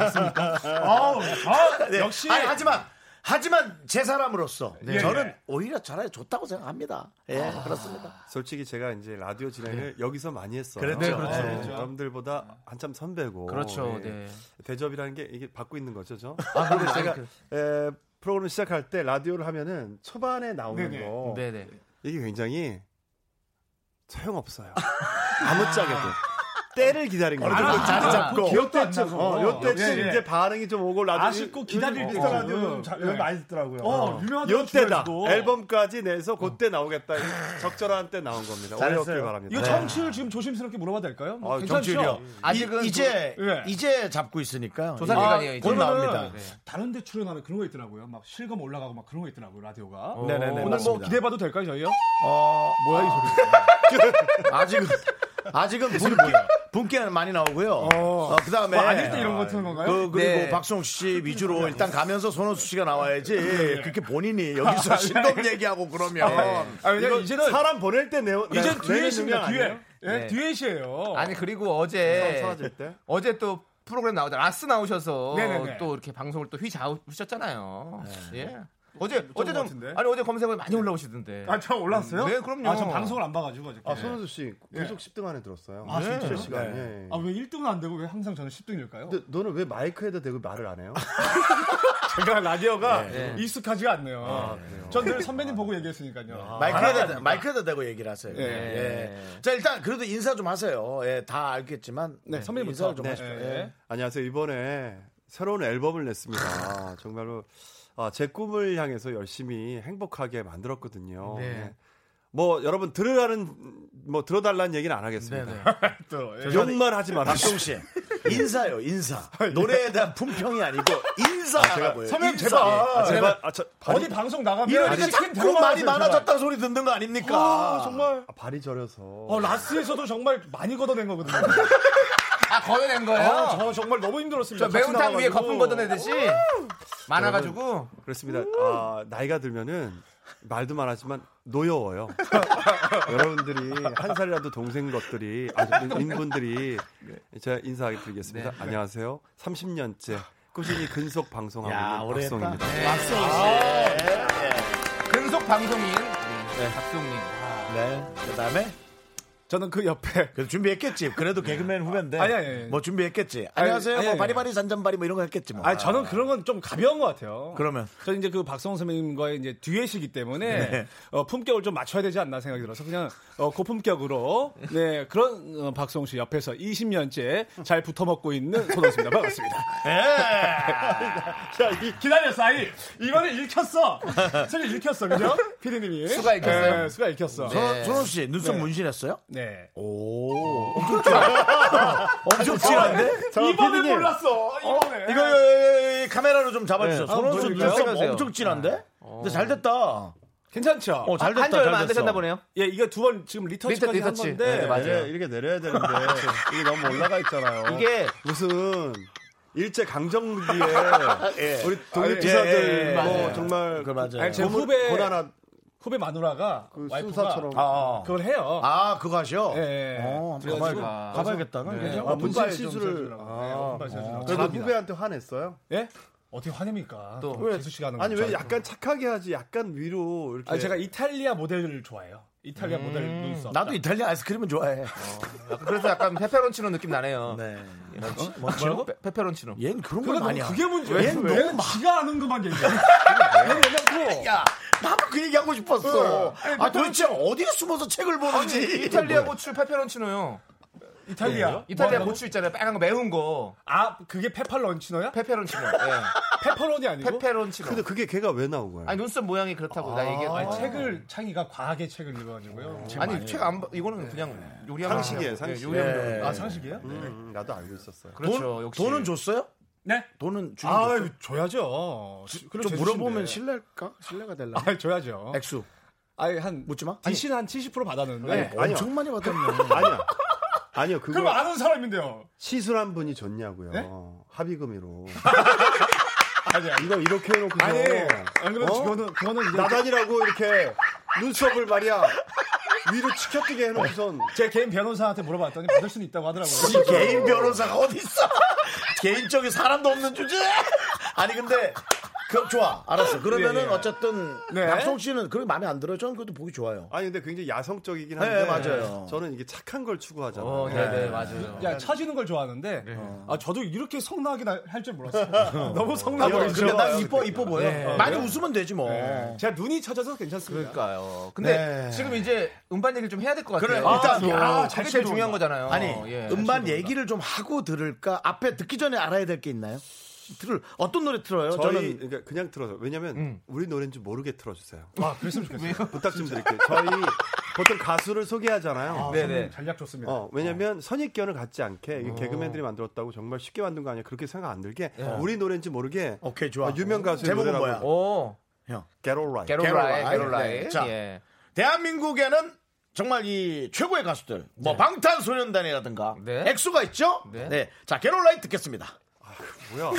Speaker 1: 네.
Speaker 9: 역시
Speaker 1: 아니, 하지만 하지만 제 사람으로서
Speaker 2: 네.
Speaker 1: 저는 오히려 차라리 좋다고 생각합니다. 예,
Speaker 2: 아.
Speaker 1: 그렇습니다.
Speaker 8: 솔직히 제가 이제 라디오 진행을 여기서 많이 했어요.
Speaker 1: 네. 그랬죠. 네, 그렇죠.
Speaker 9: 네.
Speaker 8: 여러분들보다 한참 선배고.
Speaker 2: 그렇죠
Speaker 8: 예.
Speaker 2: 네. 아,
Speaker 8: 대접이라는 게 이게 받고 있는 거죠, 저. 근데 제가
Speaker 2: 그
Speaker 8: 에, 프로그램 시작할 때 라디오를 하면은 초반에 나오는 거
Speaker 2: 네네
Speaker 8: 이게 굉장히 소용 없어요. 아무짝에도 때를 기다린
Speaker 9: 아,
Speaker 8: 거죠.
Speaker 1: 자리 잡고
Speaker 8: 요때쯤, 어, 요때쯤
Speaker 9: 예, 예.
Speaker 8: 이제 반응이 좀 오고 라디오
Speaker 9: 아쉽고 기다릴
Speaker 8: 요즘
Speaker 9: 때
Speaker 8: 인스타
Speaker 9: 저는.
Speaker 8: 라디오 자- 요즘 많이 듣더라고요.
Speaker 9: 어, 유명한
Speaker 8: 요때다
Speaker 9: 주제가지고.
Speaker 8: 앨범까지 내서 그때 나오겠다 적절한 때 나온 겁니다. 오해없길 바랍니다. 네.
Speaker 9: 이거 정치를 지금 조심스럽게 물어봐도 될까요? 뭐
Speaker 8: 아,
Speaker 9: 괜찮죠?
Speaker 8: 정치율이요?
Speaker 2: 아직은
Speaker 1: 이, 이제
Speaker 9: 예.
Speaker 1: 이제 잡고 있으니까요.
Speaker 2: 조사
Speaker 1: 예.
Speaker 2: 기간이에요 이제 네.
Speaker 1: 곧 나옵니다.
Speaker 9: 그러면은 다른 데 출연하는 그런 거 있더라고요. 막 실검 올라가고 막 그런 거 있더라고요. 라디오가.
Speaker 8: 어.
Speaker 1: 네네네,
Speaker 9: 오늘 뭐
Speaker 1: 맞습니다.
Speaker 9: 기대해봐도 될까요, 저희요?
Speaker 1: 어,
Speaker 9: 뭐야, 이 소리.
Speaker 1: 아직은 아직은 분기 분기는 많이 나오고요. 어, 그다음에
Speaker 9: 뭐 아닐 때 이런 거 같은 건가요?
Speaker 1: 그, 그리고
Speaker 2: 네.
Speaker 1: 박성욱 씨 위주로 일단 가면서 손호수 씨가 나와야지
Speaker 9: 네,
Speaker 1: 그렇게 본인이 여기서 실검 얘기하고 그러면
Speaker 9: 아, 왜냐면 이제는
Speaker 8: 사람 보낼 때 내,
Speaker 9: 이제
Speaker 8: 내는
Speaker 9: 뒤에
Speaker 8: 능력
Speaker 9: 있습니다. 뒤에.
Speaker 8: 아니에요?
Speaker 9: 예, 뒤에 시에요.
Speaker 2: 아니 그리고 어제
Speaker 8: 사라질 때?
Speaker 2: 어제 또 프로그램 나오자 라스 나오셔서
Speaker 9: 네네네. 네.
Speaker 2: 또 이렇게 방송을 또 휘저으셨잖아요. 예. 어제 어제
Speaker 9: 것
Speaker 2: 좀
Speaker 9: 같은데?
Speaker 2: 아니 어제 검색어 많이 올라오시던데.
Speaker 9: 아, 저 올랐어요?
Speaker 2: 네, 그럼요.
Speaker 9: 아, 저 방송을 안 봐가지고 아직.
Speaker 8: 아, 손호수 씨 계속 10등 안에 들었어요.
Speaker 9: 아, 진짜요?
Speaker 8: 실시간. 예.
Speaker 9: 아, 왜 1등은 안 되고 왜 항상 저는 10등일까요?
Speaker 8: 근데 너는 왜 마이크에다 대고 말을 안 해요?
Speaker 9: 제가 라디오가 익숙하지가 않네요. 전 늘 선배님 보고 얘기했으니까요.
Speaker 1: 마이크에다 마이크에다 대고 얘기를 하세요.
Speaker 9: 아, 네.
Speaker 1: 예. 자 일단 그래도 인사 좀 하세요. 예, 다 알겠지만
Speaker 9: 선배님부터.
Speaker 1: 인사를 좀
Speaker 9: 네.
Speaker 1: 하시죠. 예.
Speaker 9: 네.
Speaker 8: 안녕하세요. 이번에 새로운 앨범을 냈습니다. 정말로 아, 제 꿈을 향해서 열심히 행복하게 만들었거든요. 네. 뭐 여러분 들으라는 뭐 들어달라는 얘기는 안 하겠습니다.
Speaker 9: 네, 또, 예.
Speaker 8: 욕만 하지 마라.
Speaker 1: 박성욱 씨 인사요 인사
Speaker 9: 아,
Speaker 1: 노래에 대한 품평이 아니고 인사라고요.
Speaker 9: 선배님
Speaker 1: 인사.
Speaker 9: 제발.
Speaker 1: 예.
Speaker 8: 제발 아, 저, 발이,
Speaker 9: 어디 방송 나가면
Speaker 1: 이러니까
Speaker 9: 치킨
Speaker 1: 자꾸
Speaker 9: 데려가
Speaker 1: 말이
Speaker 9: 왔어요,
Speaker 1: 많아졌다는 소리 듣는 거 아닙니까?
Speaker 9: 제발. 정말.
Speaker 8: 아, 발이 저려서
Speaker 9: 어, 라스에서도 정말 많이 걷어낸 거거든요.
Speaker 2: 아 거둬낸 거예요.
Speaker 9: 아, 저 정말 너무 힘들었습니다.
Speaker 2: 저 매운탕 위에
Speaker 9: 같이 나와가지고. 네.
Speaker 2: 거품 걷어내듯이 많아가지고
Speaker 8: 그렇습니다. 아, 나이가 들면은 말도 많았지만 노여워요. 여러분들이 한 살이라도 아, 동생 네. 것들이 아주 인분들이 제가 인사하게 드리겠습니다. 안녕하세요. 30년째 꾸준히 근속 방송하고
Speaker 1: 야,
Speaker 8: 있는
Speaker 1: 오래 했다. 네.
Speaker 8: 박성입니다.
Speaker 1: 아, 박수홍 씨.
Speaker 2: 근속 방송인 네. 박송님.
Speaker 1: 네. 그다음에
Speaker 9: 저는 그 옆에
Speaker 1: 그래도 준비했겠지. 그래도 개그맨 후배인데.
Speaker 9: 아니, 아니, 아니.
Speaker 1: 뭐 준비했겠지. 안녕하세요.
Speaker 9: 아니,
Speaker 1: 뭐
Speaker 9: 아니.
Speaker 1: 바리바리 잔잔바리 뭐 이런 거 했겠지 뭐.
Speaker 9: 아, 저는 그런 건 좀 가벼운 것 같아요.
Speaker 1: 그러면.
Speaker 9: 저는 이제 그 박성훈 선배님과의 이제 듀엣이기 때문에
Speaker 1: 네.
Speaker 9: 어, 품격을 좀 맞춰야 되지 않나 생각이 들어서 그냥 어, 고품격으로 네 그런 어, 박성훈 씨 옆에서 20년째 잘 붙어먹고 있는 손호수입니다. 반갑습니다. 자, 이- 기다렸어, 아니 이거는 읽혔어. 선배 읽혔어, 그죠? 피디님이
Speaker 2: 수가 읽혔어요?
Speaker 9: 네, 수가 읽혔어.
Speaker 1: 저- 손호 씨 눈썹
Speaker 9: 네.
Speaker 1: 문신했어요?
Speaker 9: 네.
Speaker 1: 오. 엄청 진한. 엄청 진한데?
Speaker 9: 이번에 몰랐어. 이번에.
Speaker 1: 이거 이- 이- 이 카메라로 좀 잡아주세요.
Speaker 9: 네.
Speaker 1: 손호 씨
Speaker 9: 한번
Speaker 1: 눈썹
Speaker 2: 보여주세요.
Speaker 1: 엄청 진한데? 근데 잘 됐다. 어,
Speaker 9: 괜찮죠?
Speaker 1: 잘 됐다.
Speaker 2: 아, 한지 얼마 안
Speaker 1: 잘 됐어.
Speaker 2: 되셨나 보네요.
Speaker 9: 예, 이게 두 번 지금 리터치까지
Speaker 2: 리터-
Speaker 9: 한
Speaker 2: 리터치.
Speaker 9: 건데
Speaker 2: 네, 맞아요.
Speaker 8: 이렇게, 이렇게 내려야 되는데 이게 너무 올라가 있잖아요.
Speaker 2: 이게
Speaker 8: 무슨 일제 강점기에
Speaker 1: 예.
Speaker 8: 우리
Speaker 1: 아,
Speaker 8: 독립
Speaker 1: 예, 예,
Speaker 8: 기사들
Speaker 1: 예.
Speaker 8: 뭐
Speaker 1: 맞아요.
Speaker 8: 정말
Speaker 1: 그 맞아요.
Speaker 9: 아니, 제
Speaker 8: 고문-
Speaker 9: 후배
Speaker 8: 고난한
Speaker 9: 후배 마누라가
Speaker 8: 예. 그
Speaker 9: 와이프가
Speaker 8: 순사처럼
Speaker 1: 아, 아.
Speaker 9: 그걸 해요.
Speaker 1: 아, 그거 하셔?
Speaker 9: 예.
Speaker 1: 어, 한번 가봐야, 가봐야겠다. 그럼
Speaker 9: 네.
Speaker 1: 그냥.
Speaker 8: 아, 문신
Speaker 9: 분발 좀
Speaker 8: 시술을
Speaker 9: 써주라고. 네,
Speaker 8: 아,
Speaker 9: 분발 써주라고.
Speaker 8: 그래도
Speaker 9: 잘합니다.
Speaker 8: 후배한테 화냈어요.
Speaker 9: 예? 어떻게 화냅니까? 또
Speaker 8: 왜?
Speaker 9: 재수 씨가 하는 거.
Speaker 8: 아니 왜 약간 착하게 하지? 약간 위로 이렇게.
Speaker 9: 아 제가 이탈리아 모델을 좋아해요. 이탈리아 모델 눈썹.
Speaker 1: 나도 이탈리아 아이스크림은 좋아해.
Speaker 2: 그래서 약간 페페론치노 느낌 나네요.
Speaker 1: 네.
Speaker 9: 어?
Speaker 2: 뭐라고? 페- 페페론치노.
Speaker 1: 얜 그런
Speaker 9: 그거
Speaker 1: 건
Speaker 9: 너무
Speaker 1: 아니야.
Speaker 9: 그게 문제야.
Speaker 1: 얘는 너무
Speaker 9: 얘는 지가 아는 것만 얘기해.
Speaker 1: 야, 나도 그 얘기하고 싶었어. 아, 도대체 어디에 숨어서 책을 보는지.
Speaker 2: 이탈리아 고추 페페론치노요.
Speaker 9: 이탈리아.
Speaker 2: 이탈리아
Speaker 9: 뭐라고?
Speaker 2: 고추 있잖아요. 빨간 거 매운 거.
Speaker 9: 아 그게 페팔런치노야?
Speaker 2: 페페론치노. 예.
Speaker 9: 페퍼론이 아니고.
Speaker 2: 페페론치노.
Speaker 8: 근데 그게 걔가 왜 나온 거야?
Speaker 2: 아니 눈썹 모양이 그렇다고 나 얘기해.
Speaker 9: 아니, 책을 창이가 과하게 책을 읽어가지고요. 책
Speaker 2: 아니 책 안 이거는 그냥 요리하는 거예요.
Speaker 8: 상식이에요, 상식.
Speaker 2: 예, 요리하는 거.
Speaker 9: 아 상식이에요?
Speaker 8: 음, 나도 알고 있었어요.
Speaker 2: 그렇죠.
Speaker 1: 돈,
Speaker 2: 역시.
Speaker 1: 돈은 줬어요?
Speaker 9: 네.
Speaker 1: 돈은 주고.
Speaker 9: 아 줘야죠. 그럼
Speaker 1: 좀
Speaker 9: 재수 씨인데.
Speaker 1: 물어보면 신뢰할까? 신뢰가 될라.
Speaker 9: 아 줘야죠.
Speaker 1: 액수.
Speaker 9: 아니 한
Speaker 1: 묻지 마.
Speaker 9: 디신 한 70% 받았는데.
Speaker 8: 아니요.
Speaker 1: 엄청 많이 받았네.
Speaker 8: 아니야. 아니요, 그거
Speaker 9: 그럼 아는 예? 사람인데요.
Speaker 8: 시술한 분이 줬냐고요. 합의금으로.
Speaker 9: 아니야.
Speaker 8: 이거 이렇게 해놓고서 어?
Speaker 9: 아니, 안 그래도 그거는 그거는 이제
Speaker 8: 나다니라고 이렇게 눈썹을 말이야 위로 치켜뜨게 해놓고선
Speaker 9: 제 개인 변호사한테 물어봤더니 받을 수는 있다고 하더라고요.
Speaker 2: 아,
Speaker 1: 이 개인 변호사가 어디 있어? 개인적인 사람도 없는 주제. 아니 근데 그 좋아 알았어. 그러면은
Speaker 9: 예, 예.
Speaker 1: 어쨌든
Speaker 9: 네.
Speaker 1: 박성 씨는 그렇게 마음에 안 들어요. 저는 그것도 보기 좋아요.
Speaker 8: 아니 근데 굉장히 야성적이긴 한데
Speaker 1: 네, 맞아요.
Speaker 8: 저는 이게 착한 걸 추구하잖아요.
Speaker 2: 어, 네, 네, 맞아요. 네.
Speaker 9: 야 처지는 걸 좋아하는데 아 저도 이렇게 성나하게 할 줄 몰랐어요. 너무 성나
Speaker 1: 아,
Speaker 9: 보이죠.
Speaker 1: 근데 난 이뻐 이뻐 보여. 많이 웃으면 되지 뭐.
Speaker 9: 제가 눈이 처져서 괜찮습니다.
Speaker 2: 그러니까요. 근데
Speaker 9: 네.
Speaker 2: 지금 이제 음반 얘기를 좀 해야 될 것 같아요.
Speaker 1: 그래, 일단
Speaker 2: 뭐,
Speaker 1: 야,
Speaker 2: 그게
Speaker 9: 잘
Speaker 2: 제일 중요한 거잖아요.
Speaker 1: 아니
Speaker 2: 예,
Speaker 1: 음반
Speaker 2: 잘
Speaker 1: 얘기를 좀 하고 들을까? 앞에 듣기 전에 알아야 될 게 있나요? 들을 어떤 노래 틀어요?
Speaker 8: 저희
Speaker 1: 저는
Speaker 8: 그러니까 그냥 틀어서 왜냐면 우리 노래인 줄 모르게 틀어주세요.
Speaker 9: 아 그랬으면 좋겠어요.
Speaker 8: 부탁 좀 드릴게요. 저희 보통 가수를 소개하잖아요.
Speaker 2: 모르겠어요. 네네.
Speaker 9: 전략 좋습니다.
Speaker 8: 어, 왜냐면 선입견을 갖지 않게 이게 개그맨들이 만들었다고 정말 쉽게 만든 거 아니야 그렇게 생각 안 들게 우리 노래인지 모르게
Speaker 1: 오케이 좋아.
Speaker 8: 아, 유명 가수의
Speaker 1: 어, 제목은
Speaker 8: 노래라고.
Speaker 1: 뭐야?
Speaker 2: 오,
Speaker 8: Get Alright.
Speaker 2: 게롤라이,
Speaker 1: 게롤라이.
Speaker 2: 게롤라이.
Speaker 1: 네. 자.
Speaker 2: 예.
Speaker 1: 대한민국에는 정말 이 최고의 가수들 뭐 방탄소년단이라든가
Speaker 2: 네.
Speaker 1: 엑소가 있죠.
Speaker 2: 네.
Speaker 1: 네. 자 게롤라이 듣겠습니다.
Speaker 8: 뭐야?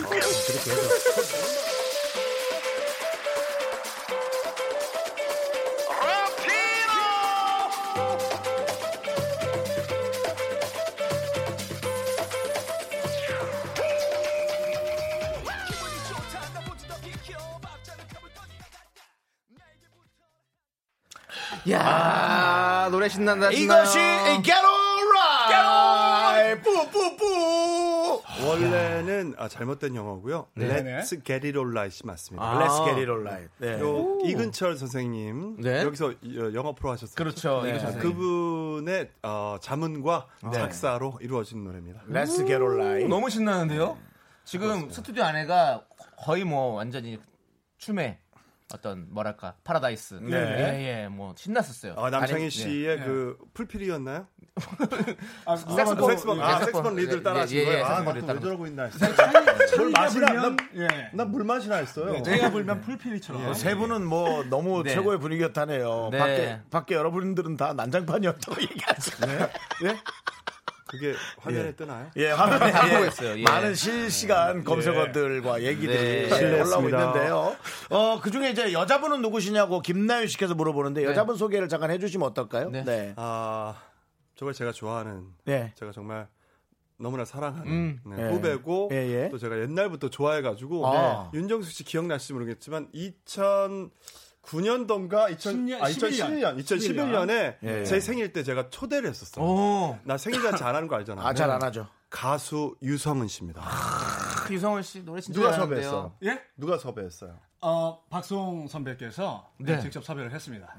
Speaker 2: 야 노래 신난다. 신나요.
Speaker 1: 이것이 게롤라이. 뿌뿌뿌.
Speaker 8: 원래는 아, 잘못된 영어고요.
Speaker 9: 네네.
Speaker 8: Let's Get It Alright이 맞습니다.
Speaker 2: 아.
Speaker 1: Let's get it alright. 네.
Speaker 8: 요 이근철 선생님
Speaker 2: 네.
Speaker 8: 여기서 이- 어, 영어 프로 하셨어요.
Speaker 2: 그렇죠. 이거
Speaker 8: 아,
Speaker 2: 좋습니다.
Speaker 8: 그분의 어, 자문과 작사로 이루어진 노래입니다.
Speaker 1: Let's get alright.
Speaker 2: 네. 너무
Speaker 8: 네,
Speaker 2: 신나는데요? 지금 스튜디오 안에가 거의 뭐 완전히 춤에 어떤 뭐랄까 파라다이스. 예, 예, 뭐 신났었어요.
Speaker 8: 네. 아, 남창희
Speaker 1: 네.
Speaker 2: 아니, 예.
Speaker 8: 씨의 그 풀필이었나요?
Speaker 9: 아,
Speaker 2: 색소폰.
Speaker 8: 색스폰
Speaker 2: 예,
Speaker 8: 아,
Speaker 2: 색소폰. 예,
Speaker 8: 색스폰
Speaker 2: 예,
Speaker 8: 리드를 따라 하신
Speaker 2: 예,
Speaker 8: 거예요.
Speaker 2: 예,
Speaker 8: 아,
Speaker 2: 색소폰
Speaker 8: 나도
Speaker 2: 리드
Speaker 8: 왜
Speaker 2: 따라
Speaker 8: 저러고 있나 했어.
Speaker 9: 물
Speaker 8: 맛이나
Speaker 9: 마시면 예.
Speaker 8: 난물 맛이나 했어요.
Speaker 2: 예.
Speaker 9: 내가 불면 풀필이처럼.
Speaker 1: 세 분은 뭐 너무
Speaker 2: 네.
Speaker 1: 최고의 분위기였다네요.
Speaker 2: 네.
Speaker 1: 밖에 밖에 여러분들은 다 난장판이었다고 얘기하시네.
Speaker 8: 예? 그게 화면에 뜨나요?
Speaker 1: 예, 화면에
Speaker 2: 하고
Speaker 1: 예,
Speaker 2: 있어요. 예.
Speaker 1: 많은 실시간 검색어들과 얘기들이
Speaker 2: 네.
Speaker 1: 예, 올라오고
Speaker 8: 실례했습니다.
Speaker 1: 있는데요. 어, 그 중에 이제 여자분은 누구시냐고 김나윤 씨께서 물어보는데 여자분 소개를 잠깐 해주시면 어떨까요?
Speaker 2: 네.
Speaker 1: 네.
Speaker 8: 아, 저걸 제가 좋아하는
Speaker 1: 네.
Speaker 8: 제가 정말 너무나 사랑하는 네, 후배고
Speaker 1: 예, 예.
Speaker 8: 또 제가 옛날부터 좋아해가지고
Speaker 1: 아.
Speaker 8: 네, 윤정수 씨 기억나실지 모르겠지만 2009년도인가 2000,
Speaker 9: 10년,
Speaker 8: 아, 2011년 2011년에
Speaker 1: 예.
Speaker 8: 제 생일 때 제가 초대를 했었어요. 나 생일 잔치 안 하는 거 알잖아요.
Speaker 1: 아, 잘 안 하죠.
Speaker 8: 가수 유성은 씨입니다.
Speaker 2: 유성원 씨 노래 진짜
Speaker 8: 아, 누가
Speaker 2: 잘하는데요.
Speaker 8: 섭외했어?
Speaker 9: 예?
Speaker 8: 누가 섭외했어요?
Speaker 9: 어, 박송 선배께서 네, 음.
Speaker 2: 네.
Speaker 9: 직접 섭외를 했습니다.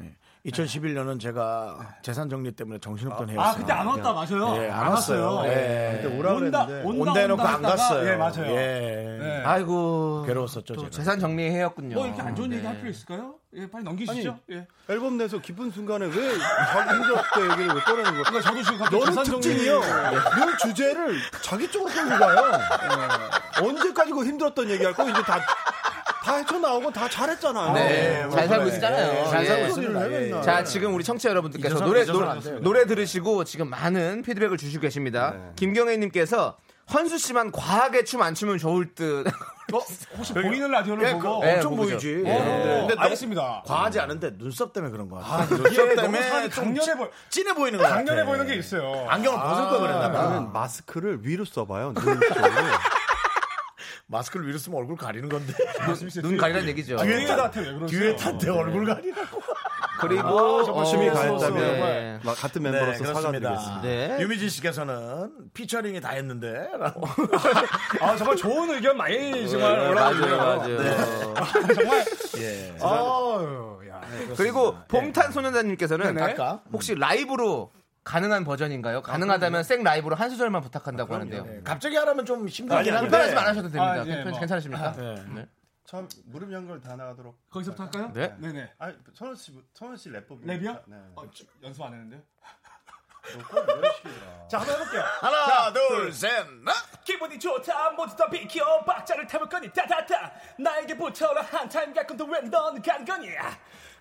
Speaker 1: 2011년은 제가 재산 정리 때문에 정신없던 해였어요.
Speaker 9: 아, 그때 안 왔다, 맞아요.
Speaker 1: 예, 안 왔어요. 예.
Speaker 8: 네, 그때 오라
Speaker 9: 온다,
Speaker 8: 그랬는데
Speaker 9: 온다,
Speaker 1: 온다 해놓고
Speaker 9: 온다
Speaker 1: 안
Speaker 9: 했다가,
Speaker 1: 갔어요.
Speaker 9: 예, 맞아요.
Speaker 1: 예.
Speaker 9: 네.
Speaker 2: 아이고
Speaker 1: 괴로웠었죠,
Speaker 2: 또
Speaker 1: 제가.
Speaker 2: 재산 정리해였군요.
Speaker 9: 뭐 이렇게 안 좋은
Speaker 2: 네.
Speaker 9: 얘기 할 필요 있을까요? 예, 빨리 넘기시죠. 예.
Speaker 8: 앨범 내서 기쁜 순간에 왜 자기 힘들었때 얘기를 왜 꺼내는 거야?
Speaker 9: 그러니까 저도 지금 갑자기
Speaker 8: 너는
Speaker 9: 재산 정리-
Speaker 8: 특징이요. 늘 주제를 자기 쪽으로 끌고 가요. 언제까지 그 힘들었던 얘기할 거 이제 다, 다 헤쳐나오고 다 잘했잖아요.
Speaker 2: 네, 잘 살고 있잖아요.
Speaker 1: 잘 살고
Speaker 2: 예.
Speaker 1: 있습니다. 예, 예.
Speaker 2: 자, 지금 우리 청취자 여러분들께서
Speaker 1: 잊어서-
Speaker 2: 노래,
Speaker 1: 잊어서는
Speaker 2: 노래,
Speaker 1: 안 돼요.
Speaker 2: 노래 들으시고 지금 많은 피드백을 주시고 계십니다. 김경애님께서 헌수 씨만 과하게 춤 안 추면 좋을 듯.
Speaker 9: 어, 혹시 보이는 라디오를
Speaker 1: 예,
Speaker 9: 보고
Speaker 1: 그거
Speaker 2: 예,
Speaker 1: 엄청
Speaker 2: 보죠.
Speaker 1: 보이지.
Speaker 9: 어,
Speaker 1: 네. 근데 너무
Speaker 9: 알겠습니다.
Speaker 1: 과하지 않은데 눈썹 때문에 그런 거 같아.
Speaker 9: 이게
Speaker 1: 눈썹
Speaker 9: 너무 사람이
Speaker 1: 때문에 좀
Speaker 9: 당연해 보여.
Speaker 1: 진해 보이는 거 같아.
Speaker 9: 당연해 보이는 게 있어요. 아.
Speaker 1: 안경을 벗을 걸 그랬나 봐.
Speaker 8: 나는 마스크를 위로 써봐요. 눈 쪽으로.
Speaker 1: 마스크를 위로 쓰면 얼굴 가리는 건데.
Speaker 2: 눈 가리란 아, 얘기죠.
Speaker 9: 듀엣한테 왜 그러세요? 네. 아,
Speaker 1: 듀엣한테 얼굴 가리라고.
Speaker 2: 그리고
Speaker 8: 심히
Speaker 2: 어,
Speaker 8: 가했다면
Speaker 2: 네.
Speaker 8: 막 같은 멤버로서 사과드리겠습니다.
Speaker 2: 네.
Speaker 1: 유미진 씨께서는 피처링이 다 했는데. 라고.
Speaker 9: 아, 정말 좋은 의견 많이 정말
Speaker 2: 네, 맞아요,
Speaker 9: 올라와주세요.
Speaker 2: 맞아요.
Speaker 9: 정말.
Speaker 1: 예.
Speaker 9: 아유, 야.
Speaker 2: 그리고 봉탄소년단님께서는
Speaker 9: 네네.
Speaker 2: 혹시 라이브로 가능한 버전인가요? 가능하다면 생 라이브로 한 소절만 부탁한다고 하는데요.
Speaker 1: 갑자기 하라면 좀 힘들긴 한데.
Speaker 2: 불편하시면 안 하셔도 됩니다.
Speaker 9: 아, 예,
Speaker 2: 불편하시-
Speaker 9: 뭐.
Speaker 2: 괜찮으십니까?
Speaker 8: 참 무릎 연결 다 나가도록.
Speaker 9: 거기서부터 할까요?
Speaker 2: 네.
Speaker 9: 네네.
Speaker 8: 아니 천원 씨, 천원 씨 랩법.
Speaker 9: 랩이요? 어, 지- 연습 안 했는데요?
Speaker 1: 자, 한번 해볼게요. 하나, 둘, 셋, 넷.
Speaker 9: 기분이 좋다 못 듣던 비키어 박자를 타볼 거니 따다다 나에게 붙어라 한타임 갈 건데 왜넌간 거니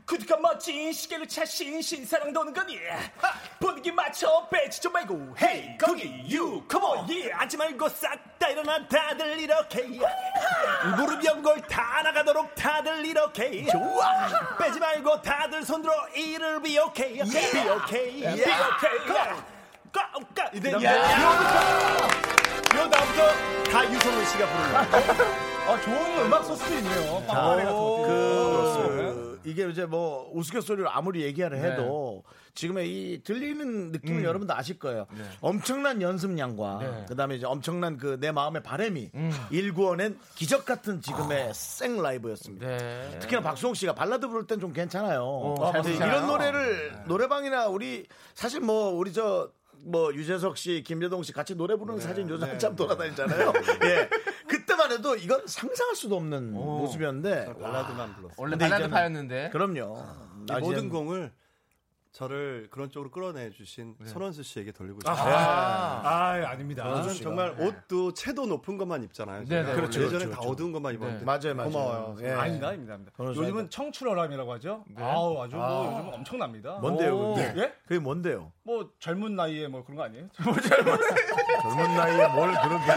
Speaker 9: 구두가 멋진 시계를 차신 신사랑 도는 거니 분위기 맞춰 빼지 좀 말고 헤이 거기 유 컴온 예 앉지 말고 싹 다 일어나 다들 이렇게 무릎 연골 다 나가도록 다들 이렇게 좋아 빼지 말고 다들 손들어 이를 비 오케이 비 오케이 비 오케이 까까 이제
Speaker 8: 요 다음부터 다 유성훈 씨가 부르는 거야.
Speaker 9: 아, 좋은 음악 소스도 있네요. 빵빵해 같은 거.
Speaker 1: 그, 이게 이제 뭐 우스갯소리로 아무리 얘기하려
Speaker 9: 네.
Speaker 1: 해도 지금의 이 들리는 느낌을
Speaker 9: 음.
Speaker 1: 여러분도 아실 거예요.
Speaker 9: 네.
Speaker 1: 엄청난 연습량과 그다음에 이제 엄청난 그 내 마음의 바램이 일구어낸 기적 같은 지금의
Speaker 9: 아.
Speaker 1: 생 라이브였습니다.
Speaker 2: 네.
Speaker 1: 특히나 박수홍 씨가 발라드 부를 땐 좀 괜찮아요.
Speaker 2: 잘
Speaker 1: 근데
Speaker 2: 부르잖아요.
Speaker 1: 이런 노래를 노래방이나 우리 사실 뭐 우리 저 뭐 유재석 씨, 김재동 씨 같이 노래 부르는 사진 요즘 한참 돌아다니잖아요. 예. 그때만 해도 이건 상상할 수도 없는 모습이었는데
Speaker 8: 발라드만 불렀어.
Speaker 2: 원래
Speaker 1: 근데
Speaker 2: 발라드
Speaker 1: 이제는-
Speaker 2: 파였는데.
Speaker 1: 그럼요. 아,
Speaker 8: 이 아, 모든
Speaker 1: 이제는- 뭐
Speaker 8: 공을 저를 그런 쪽으로 끌어내 주신 손원수 씨에게 돌리고 싶어요.
Speaker 9: 아, 아닙니다.
Speaker 8: 저는 정말 옷도 채도 높은 것만 입잖아요. 제가.
Speaker 2: 네, 그렇죠,
Speaker 8: 예전에 다 어두운 것만 입었는데
Speaker 1: 맞아요, 맞아요.
Speaker 8: 고마워요.
Speaker 1: 예.
Speaker 9: 아니다, 아닙니다. 아닙니다. 요즘은 청출어람이라고 하죠. 아우, 아주 뭐 요즘 엄청납니다.
Speaker 1: 뭔데요,
Speaker 9: 오.
Speaker 1: 그게?
Speaker 9: 예?
Speaker 1: 그게 뭔데요?
Speaker 9: 뭐 젊은 나이에 뭐 그런 거 아니에요?
Speaker 1: 젊은 나이에 뭘 그런 게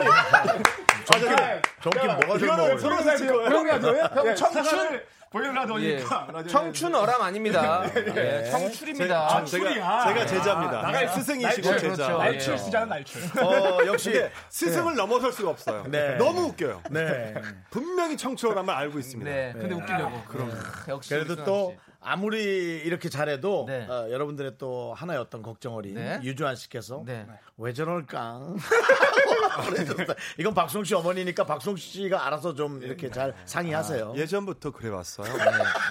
Speaker 1: 정기 정기 뭐가
Speaker 9: 이거는
Speaker 1: 젊어?
Speaker 9: 서른 살 거예요. 그런 거야,
Speaker 2: 청춘
Speaker 9: 네, 보이는
Speaker 2: 예.
Speaker 9: 라디오니까.
Speaker 2: 청춘 어람 아닙니다. 예, 청출입니다.
Speaker 8: 아,
Speaker 9: 제-
Speaker 8: 제가, 제가 제자입니다.
Speaker 9: 나가요.
Speaker 8: 스승이시고
Speaker 2: 네,
Speaker 8: 제자.
Speaker 2: 그렇죠. 네.
Speaker 9: 날출 쓰자는 날출.
Speaker 8: 어, 역시 근데 스승을 넘어설 수가 없어요.
Speaker 1: 네.
Speaker 8: 너무 웃겨요.
Speaker 1: 네.
Speaker 8: 분명히 청초라는 말 알고 있습니다.
Speaker 2: 네, 근데 웃기려고. 그럼. 역시.
Speaker 1: 그래도
Speaker 2: 우리
Speaker 1: 또
Speaker 2: 수남 씨.
Speaker 1: 아무리 이렇게 잘해도
Speaker 2: 네.
Speaker 1: 어, 여러분들의 또 하나의 어떤 걱정 어린
Speaker 2: 네.
Speaker 1: 유주환 씨께서
Speaker 2: 네.
Speaker 1: 왜 저럴까? 그래줬어요. 이건 박송 씨 어머니니까 박송 씨가 알아서 좀 이렇게 잘 상의하세요.
Speaker 8: 예전부터 그래 왔어요.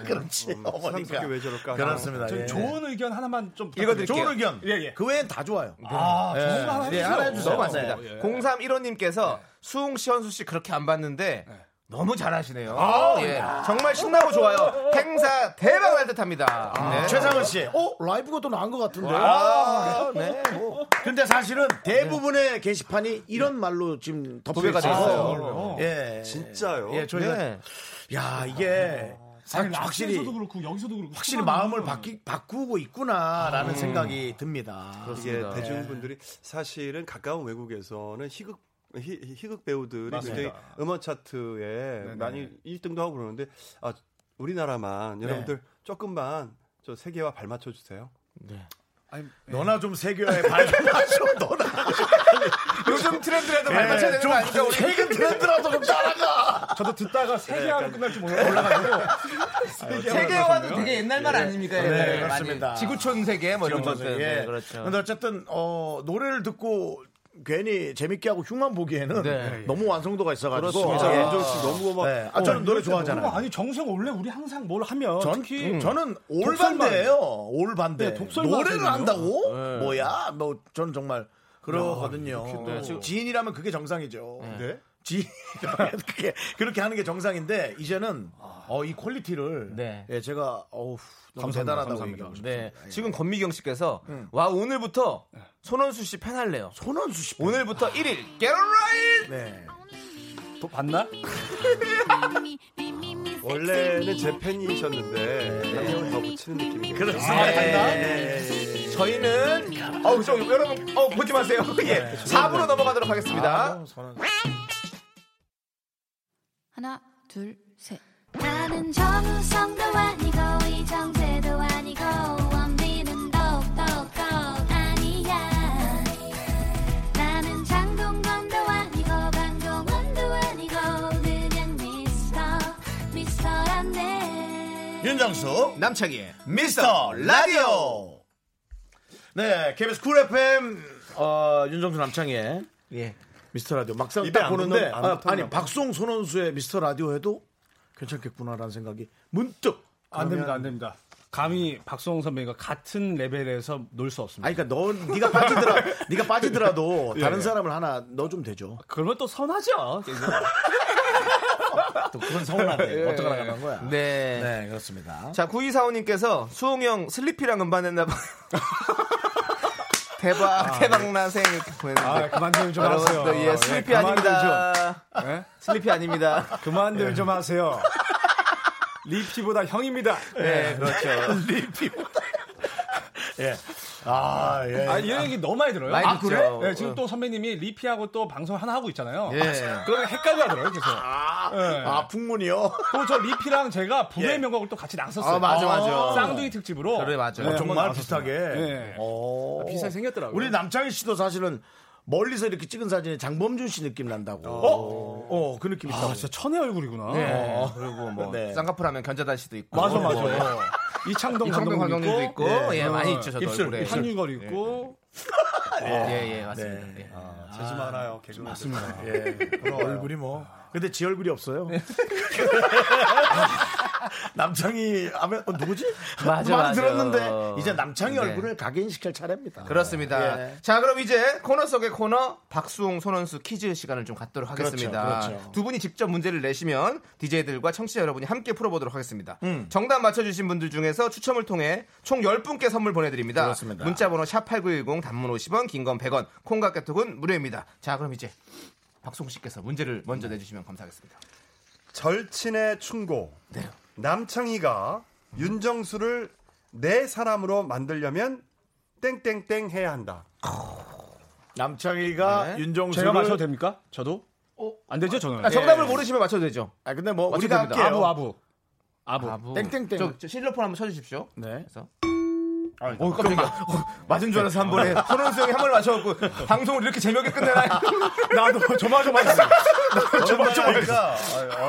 Speaker 1: 그렇지
Speaker 2: 음,
Speaker 1: 어머니가
Speaker 8: 삼성이 왜 저럴까?
Speaker 1: 그렇습니다.
Speaker 9: 저
Speaker 1: 예.
Speaker 9: 좋은 의견 하나만 좀
Speaker 2: 읽어드릴게요.
Speaker 1: 좋은 의견.
Speaker 9: 예, 예.
Speaker 1: 그 외엔 다 좋아요.
Speaker 9: 아,
Speaker 1: 예.
Speaker 9: 좋은 거 하나
Speaker 1: 네,
Speaker 9: 해주세요.
Speaker 1: 하나 해주세요.
Speaker 2: 너무 많습니다.
Speaker 1: 네.
Speaker 2: 0315님께서 수홍 씨, 현수 씨 그렇게 안 봤는데 너무 잘하시네요. 네. 예. 정말 신나고 좋아요. 행사 대박 날 듯합니다. 네.
Speaker 1: 최상은 씨, 어 라이브가 또 나은 것 같은데.
Speaker 2: 아, 네. 뭐.
Speaker 1: 근데 사실은 대부분의 게시판이 이런 말로 지금 덮여가
Speaker 2: 도배가
Speaker 1: 돼서
Speaker 2: 됐어요.
Speaker 1: 예,
Speaker 8: 진짜요?
Speaker 1: 예, 저희가
Speaker 2: 네.
Speaker 1: 야 이게
Speaker 9: 아니,
Speaker 1: 확실히
Speaker 9: 확실히서도 그렇고 여기서도 그렇고
Speaker 1: 확실히
Speaker 9: 하나는
Speaker 1: 마음을 바뀌, 바꾸고 있구나라는 생각이 듭니다.
Speaker 8: 이게 대중분들이 사실은 가까운 외국에서는 희극 희, 희극 배우들이 굉장히 음원 차트에 많이 1등도 하고 그러는데 아 우리나라만 여러분들 조금만 저 세계와 발맞춰 주세요.
Speaker 1: 너나 좀 세교에 발좀 하죠. 너나. 네,
Speaker 2: 요즘 트렌드라도 발맞춰야 되는
Speaker 1: 좀
Speaker 2: 거 아닙니까? 우리
Speaker 1: 최근 트렌드라도 좀 따라가. 네, 아,
Speaker 9: 저도 듣다가 세계화로 끝날지 몰라가지고
Speaker 2: 세계화도 되게 옛날 말 아닙니까? 옛날에
Speaker 1: 네,
Speaker 2: 많이
Speaker 1: 그렇습니다.
Speaker 2: 지구촌 세계 뭐 이런 것들.
Speaker 1: 예.
Speaker 2: 네, 그렇죠.
Speaker 1: 근데 어쨌든 어, 노래를 듣고 괜히 재밌게 하고 흉만 보기에는 너무 완성도가 있어가지고
Speaker 8: 진짜
Speaker 1: 예.
Speaker 8: 윤정 씨 너무 고마워.
Speaker 1: 네. 아, 저는 노래 좋아하잖아요.
Speaker 9: 어, 아니 정석 원래 우리 항상 뭘 하면
Speaker 1: 전,
Speaker 9: 특히
Speaker 1: 저는
Speaker 9: 독설만.
Speaker 1: 올반대예요. 올반대.
Speaker 9: 네, 독설만
Speaker 1: 노래를
Speaker 9: 하거든요.
Speaker 1: 한다고? 뭐야? 뭐 저는 정말 그러거든요. 지인이라면 그게 정상이죠.
Speaker 8: 네?
Speaker 1: 지인이라면 그게 그렇게 하는 게 정상인데 이제는 어, 이 퀄리티를
Speaker 2: 네.
Speaker 1: 예, 제가 어우 너무
Speaker 9: 감사합니다.
Speaker 1: 대단하다고
Speaker 9: 감사합니다.
Speaker 1: 얘기하고 싶어요.
Speaker 2: 네. 지금 권미경 씨께서 와 오늘부터 손원수 씨 팬할래요.
Speaker 1: 손원수 씨.
Speaker 2: 오늘부터 1일 Get right.
Speaker 1: 네.
Speaker 9: 또 봤나?
Speaker 8: 원래는 제 팬이셨는데 한번 더 붙이는 느낌이. 그렇죠.
Speaker 2: 저희는 어우 저 여러분 어 보지 마세요. 예. 4부로 넘어가도록
Speaker 9: 아,
Speaker 2: 하겠습니다.
Speaker 6: 하나 둘셋
Speaker 3: 나는 정우성도 아니고 이정재도 아니고 원빈은 더욱더 아니야 나는 장동건도 아니고 강동원도 아니고 그냥 미스터 미스터란데
Speaker 1: 윤정수
Speaker 2: 남창희의
Speaker 1: 미스터 라디오. 네, KBS 쿨 FM 어, 윤정수 남창의
Speaker 2: 예.
Speaker 1: 미스터 라디오 막상
Speaker 8: 입에
Speaker 1: 딱
Speaker 8: 안
Speaker 1: 보는데
Speaker 8: 붙는- 안
Speaker 1: 아,
Speaker 8: 붙었나
Speaker 1: 아니
Speaker 8: 봐.
Speaker 1: 박송 손원수의 미스터 라디오 해도 괜찮겠구나라는 생각이 문득
Speaker 9: 안 됩니다 안
Speaker 1: 그러면-
Speaker 9: 됩니다 감히 박수홍 선배님과 같은 레벨에서 놀 수 없습니다
Speaker 1: 아니 그러니까 넌 네가 빠지더라 네가 빠지더라도 다른 사람을 하나 넣어주면 되죠.
Speaker 9: 그러면 또 선하죠
Speaker 1: 아, 또 그건 서운하네. 어떻게 나가는 거야?
Speaker 2: 네.
Speaker 1: 예. 네, 그렇습니다.
Speaker 2: 자, 9245님께서 수홍이 형 슬리피랑 음반했나봐요. 대박, 대박나생. 이렇게
Speaker 9: 예. 아,
Speaker 2: 보냈는데.
Speaker 9: 그만 좀좀 하세요
Speaker 2: 여러분들, 예, 슬리피
Speaker 9: 예, 그만 좀
Speaker 2: 아닙니다.
Speaker 9: 좀. 예?
Speaker 2: 슬리피 아닙니다.
Speaker 9: 그만들 좀 하세요 리피보다 형입니다
Speaker 2: 네, 그렇죠.
Speaker 1: 예. 아, 예.
Speaker 9: 아, 이런 얘기 너무 많이 들어요.
Speaker 2: 많이
Speaker 9: 아,
Speaker 2: 듣죠.
Speaker 9: 그래? 네,
Speaker 2: 어.
Speaker 9: 지금 또 선배님이 리피하고 또 방송 하나 하고 있잖아요.
Speaker 2: 예.
Speaker 9: 그러면 헷갈려 하더라고요, 그래서.
Speaker 1: 아,
Speaker 9: 예.
Speaker 1: 아, 풍문이요?
Speaker 9: 또 저 리피랑 제가 불의
Speaker 1: 예.
Speaker 9: 명곡을 또 같이 나섰어요.
Speaker 2: 아, 맞아, 맞아.
Speaker 9: 쌍둥이 특집으로.
Speaker 2: 그래, 맞아. 어,
Speaker 9: 한번
Speaker 1: 정말
Speaker 9: 나섰어요.
Speaker 1: 비슷하게.
Speaker 9: 예. 비슷하게
Speaker 1: 어.
Speaker 2: 그러니까
Speaker 9: 생겼더라고요.
Speaker 1: 우리 남창희 씨도 사실은 멀리서 이렇게 찍은 사진이 장범준 씨 느낌 난다고. 어, 어, 그 느낌 있다고.
Speaker 9: 아, 진짜 천의 얼굴이구나.
Speaker 2: 네. 그리고 뭐,
Speaker 1: 네.
Speaker 2: 쌍꺼풀 하면 견자다시도 있고.
Speaker 9: 어, 맞아,
Speaker 2: 뭐,
Speaker 9: 맞아.
Speaker 2: 예.
Speaker 1: 어.
Speaker 9: 이창동
Speaker 2: 이창동
Speaker 9: 감독님도
Speaker 2: 감독님도
Speaker 9: 있고,
Speaker 2: 있고, 예,
Speaker 9: 예.
Speaker 2: 많이 있죠, 저
Speaker 1: 입술,
Speaker 2: 얼굴에.
Speaker 1: 입술.
Speaker 9: 한유걸 있고.
Speaker 2: 예, 예, 맞습니다. 예.
Speaker 8: 재지 말아요. 개그 맞습니다.
Speaker 1: 예. 그럼 얼굴이 뭐. 근데 지 얼굴이 없어요. 남창희 하면 어, 누구지? 많이
Speaker 2: 맞아, 맞아.
Speaker 1: 들었는데 이제 남창희
Speaker 2: 네.
Speaker 1: 얼굴을 각인시킬 차례입니다.
Speaker 2: 그렇습니다.
Speaker 1: 예.
Speaker 2: 자, 그럼 이제 코너 속의 코너 박수홍 손원수 퀴즈 시간을 좀 갖도록 하겠습니다.
Speaker 1: 그렇죠, 그렇죠.
Speaker 2: 두 분이 직접 문제를 내시면 DJ들과 청취자 여러분이 함께 풀어보도록 하겠습니다.
Speaker 1: 음.
Speaker 2: 정답 맞춰주신 분들 중에서 추첨을 통해 총 10분께 선물 보내드립니다.
Speaker 1: 그렇습니다.
Speaker 2: 문자번호 샵8910 단문 50원, 긴 건 100원, 콩깍개톡은 무료입니다. 자, 그럼 이제 박수홍 씨께서 문제를 먼저 내주시면 감사하겠습니다.
Speaker 8: 절친의 충고. 남창희가 윤정수를 내 사람으로 만들려면 땡땡땡 해야 한다.
Speaker 1: 남창희가
Speaker 2: 네.
Speaker 1: 윤정수를
Speaker 9: 제가 마셔도 됩니까? 저도? 안 되죠,
Speaker 1: 어,
Speaker 9: 저는.
Speaker 2: 아,
Speaker 1: 예.
Speaker 2: 정답을 모르시면 맞춰도 되죠.
Speaker 1: 아 근데 뭐
Speaker 2: 어떻게
Speaker 1: 우리가
Speaker 2: 됩니다.
Speaker 1: 할게요.
Speaker 9: 아부, 아부. 아부.
Speaker 1: 어,
Speaker 9: 네.
Speaker 1: 땡땡땡.
Speaker 2: 저, 저 실로폰 한번 쳐주십시오.
Speaker 1: 네.
Speaker 2: 그래서. 어, 깜짝이야. 어, 맞은 줄 알아서 한 번에 손원수 형이 한 번에 맞춰갖고 방송을 이렇게 재미없게 끝내나
Speaker 1: 나도 조마조마했어. 조마조마했어.